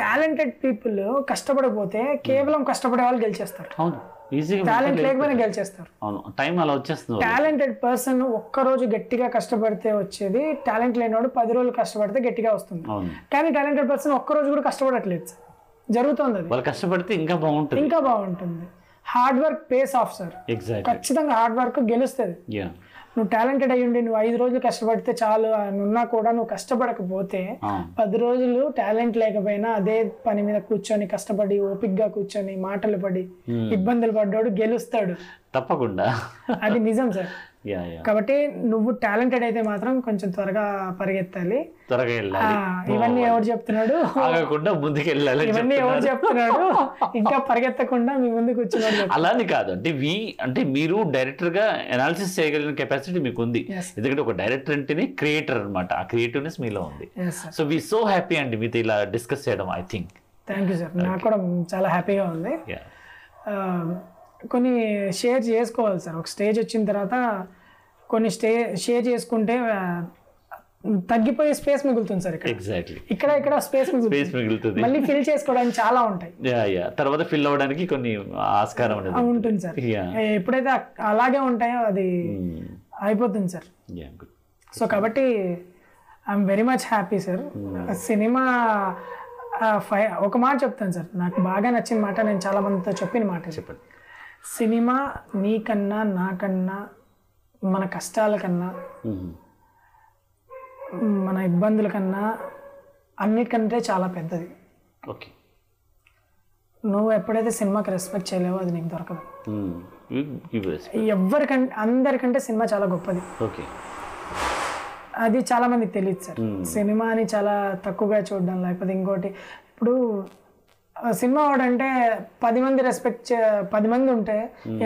[SPEAKER 2] టాలెంటెడ్ పీపుల్ కష్టపడకపోతే కేవలం కష్టపడే వాళ్ళు గెలిచేస్తారు
[SPEAKER 1] అవును ఈజీగా
[SPEAKER 2] టాలెంట్ లేకపోయినా గెలిచేస్తారు
[SPEAKER 1] అవును టైం అలా వచ్చేస్తుంది
[SPEAKER 2] టాలెంటెడ్ పర్సన్ ఒక్కరోజు గట్టిగా కష్టపడితే వచ్చేది టాలెంట్ లేనివాడు పది రోజులు కష్టపడితే గట్టిగా వస్తుంది
[SPEAKER 1] అవును
[SPEAKER 2] కానీ టాలెంటెడ్ పర్సన్ ఒక్కరోజు కూడా కష్టపడట్లేదు సార్ జరుగుతుంది అది
[SPEAKER 1] వాళ్ళు కష్టపడితే ఇంకా బాగుంటుంది
[SPEAKER 2] ఇంకా బాగుంటుంది hard work face of sir
[SPEAKER 1] exact
[SPEAKER 2] ఖచ్చితంగా హార్డ్ వర్క్ గెలుస్తుంది
[SPEAKER 1] యా
[SPEAKER 2] నువ్వు టాలెంటెడ్ అయ్యి ఉండి నువ్వు ఐదు రోజులు కష్టపడితే చాలు అని ఉన్నా కూడా నువ్వు కష్టపడకపోతే
[SPEAKER 1] అవును
[SPEAKER 2] పది రోజులు టాలెంట్ లేకపోయినా అదే పని మీద కూర్చొని కష్టపడి ఓపిక్గా కూర్చొని మాటలు పడి
[SPEAKER 1] Hmm.
[SPEAKER 2] ఇబ్బందులు పడ్డాడు గెలుస్తాడు
[SPEAKER 1] తప్పకుండా
[SPEAKER 2] అది నిజం సార్
[SPEAKER 1] యా యా
[SPEAKER 2] కాబట్టి నువ్వు టాలెంటెడ్ అయితే మాత్రం కొంచెం త్వరగా పరిగెత్తాలి
[SPEAKER 1] త్వరగా వెళ్ళాలి
[SPEAKER 2] ఆ, ఇవన్నీ ఎవరు చెప్తున్నాడు
[SPEAKER 1] ఆగకుండా ముందుకు వెళ్ళాలి అని
[SPEAKER 2] ఇవన్నీ ఎవరు చెప్తున్నాడు ఇంకా పరిగెత్తకుండా మీ ముందు కూర్చున్నాడు
[SPEAKER 1] అలానే కాదు అంటే వి అంటే మీరు డైరెక్టర్ గా అనాలిసిస్ చేయగలిగిన కెపాసిటీ మీకు ఉంది
[SPEAKER 2] Yes.
[SPEAKER 1] ఎందుకంటే ఒక డైరెక్టర్ అంటేనే క్రియేటర్ అన్నమాట ఆ క్రియేటివ్నెస్ మీలో ఉంది సో వి సో హ్యాపీ అండి మీతో ఇలా డిస్కస్ చేయడం I think
[SPEAKER 2] thank you sir నాకు కూడా చాలా హ్యాపీగా ఉంది
[SPEAKER 1] యా
[SPEAKER 2] ఆ, కొన్ని షేర్ చేసుకోవాలి సార్ ఒక స్టేజ్ వచ్చిన తర్వాత కొన్ని స్టే షేర్ చేసుకుంటే ఆ, తగ్గిపోయే స్పేస్ మిగులుతుంది సార్ ఇక్కడ
[SPEAKER 1] ఎగ్జాక్ట్లీ
[SPEAKER 2] ఇక్కడ ఇక్కడ స్పేస్
[SPEAKER 1] స్పేస్
[SPEAKER 2] మిగులుతుంది
[SPEAKER 1] మిగులుతుంది
[SPEAKER 2] మళ్ళీ ఫిల్ చేసుకోవడానికి చాలా ఉంటాయి
[SPEAKER 1] యా యా తర్వాత ఫిల్ అవ్వడానికి కొన్ని ఆస్కారం
[SPEAKER 2] ఆ,
[SPEAKER 1] అనేది
[SPEAKER 2] ఉంటుంది సార్
[SPEAKER 1] యా
[SPEAKER 2] ఎప్పుడైతే అక్- అలాగే ఉంటాయో అది అయిపోతుంది సార్
[SPEAKER 1] యా గుడ్
[SPEAKER 2] సో కాబట్టి I'm very much happy sir సినిమా ఆ, ఫై ఒక మాట చెప్తాను సార్ నాకు బాగా నచ్చిన మాట నేను చాలా మందితో చెప్పిన మాట ఇది.
[SPEAKER 1] చెప్పండి
[SPEAKER 2] సినిమా నీకన్నా నాకన్నా మన కష్టాల కన్నా
[SPEAKER 1] మ్మ్.
[SPEAKER 2] మన ఇబ్బందుల కన్నా అన్నిటికంటే చాలా పెద్దది
[SPEAKER 1] ఓకే
[SPEAKER 2] నువ్వు ఎప్పుడైతే సినిమాకి రెస్పెక్ట్ చేయలేవో అది నీకు దొరకదు
[SPEAKER 1] మ్మ్. యు- యు వేస్.
[SPEAKER 2] ఎవరికంటే అందరికంటే సినిమా చాలా గొప్పది
[SPEAKER 1] ఓకే
[SPEAKER 2] అది చాలా మందికి తెలియదు సార్
[SPEAKER 1] Hmm.
[SPEAKER 2] సినిమాని చాలా తక్కువగా చూడడం లేకపోతే ఇంకోటి ఇప్పుడు ఆ, సినిమా వాడంటే పది మంది రెస్పెక్ట్ చే పది మంది ఉంటే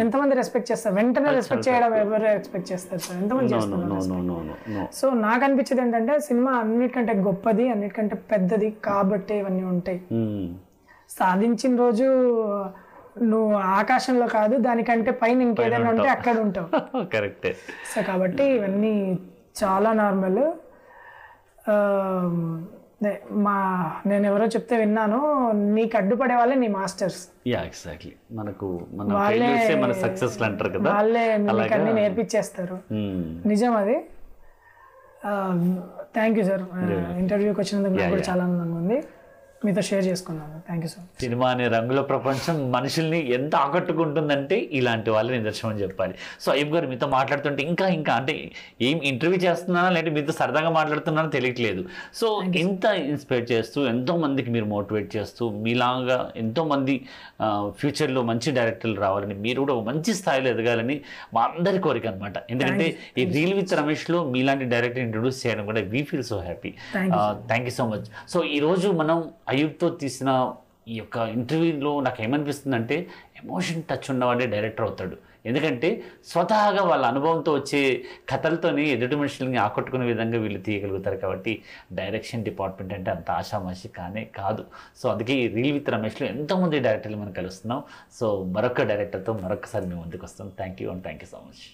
[SPEAKER 2] ఎంతమంది రెస్పెక్ట్ చేస్తారు వెంటనే రెస్పెక్ట్ చేయడం ఎవరు ఎక్స్పెక్ట్ చేస్తారు సార్ ఎంతమంది
[SPEAKER 1] నో నో
[SPEAKER 2] చేస్తారు
[SPEAKER 1] no no no no no
[SPEAKER 2] so నాకు అనిపించేది ఏంటంటే సినిమా అన్నిటికంటే గొప్పది అన్నిటికంటే పెద్దది కాబట్టి ఇవన్నీ ఉంటాయి
[SPEAKER 1] మ్మ్.
[SPEAKER 2] సాధించిన రోజు నువ్వు ఆకాశంలో కాదు దానికంటే పైన ఇంకేదైనా ఉంటే అక్కడ ఉంటావు
[SPEAKER 1] కరెక్టే
[SPEAKER 2] సో కాబట్టి ఇవన్నీ చాలా నార్మల్ మా నేను ఎవరో చెప్తే విన్నాను నీకు అడ్డుపడే వాళ్ళే నీ మాస్టర్స్
[SPEAKER 1] యా ఎగ్జాక్ట్లీ మనకు మన
[SPEAKER 2] వాళ్ళే-
[SPEAKER 1] ఫెయిల్యూర్సే మన సక్సెస్ అంటారు కదా Mm.
[SPEAKER 2] వాళ్ళే నీకు
[SPEAKER 1] అలాగా.
[SPEAKER 2] అన్ని నేర్పించేస్తారు
[SPEAKER 1] మ్మ్.
[SPEAKER 2] నిజం అది థ్యాంక్ యూ సార్ ఇంటర్వ్యూకి వచ్చినందుకు నాకు కూడా చాలా ఆనందంగా ఉంది మీతో షేర్ చేసుకున్నాను థ్యాంక్ యూ సార్
[SPEAKER 1] సినిమా అనే రంగుల ప్రపంచం మనుషుల్ని ఎంత ఆకట్టుకుంటుందంటే ఇలాంటి వాళ్ళ నిదర్శనం అని చెప్పాలి సో అయ్యబ్ గారు మీతో మాట్లాడుతుంటే ఇంకా ఇంకా అంటే ఏం ఇంటర్వ్యూ చేస్తున్నానా లేదంటే మీతో సరదాగా మాట్లాడుతున్నానో తెలియట్లేదు సో ఇంత ఇన్స్పైర్ చేస్తూ ఎంతో మందికి మీరు మోటివేట్ చేస్తూ మీలాగా ఎంతో మంది ఆ, ఫ్యూచర్లో మంచి డైరెక్టర్లు రావాలని మీరు కూడా ఒక మంచి స్థాయిలో ఎదగాలని మా అందరి కోరిక అనమాట ఎందుకంటే ఈ రీల్ విత్ రమేష్లో మీలాంటి డైరెక్టర్ ఇంట్రొడ్యూస్ చేయడం కూడా we feel so happy
[SPEAKER 2] Thank you,
[SPEAKER 1] thank you so much so ఈరోజు మనం అయ్యూబ్తో తీసిన ఈ యొక్క ఇంటర్వ్యూలో నాకు ఏమనిపిస్తుందంటే ఎమోషన్ టచ్ ఉన్నవాడే డైరెక్టర్ అవుతాడు ఎందుకంటే స్వతహాగా వాళ్ళ అనుభవంతో వచ్చే కథలతోనే ఎదుటి మనుషుల్ని ఆకట్టుకునే విధంగా వీళ్ళు తీయగలుగుతారు కాబట్టి డైరెక్షన్ డిపార్ట్మెంట్ అంటే అంత ఆషామాషి కానే కాదు సో అందుకే ఈ రీల్ విత్ రమేష్లో ఎంతోమంది డైరెక్టర్లు మనం కలుస్తున్నాం సో మరొక డైరెక్టర్తో మరొకసారి మేము ముందుకు వస్తాం thank you and thank you so much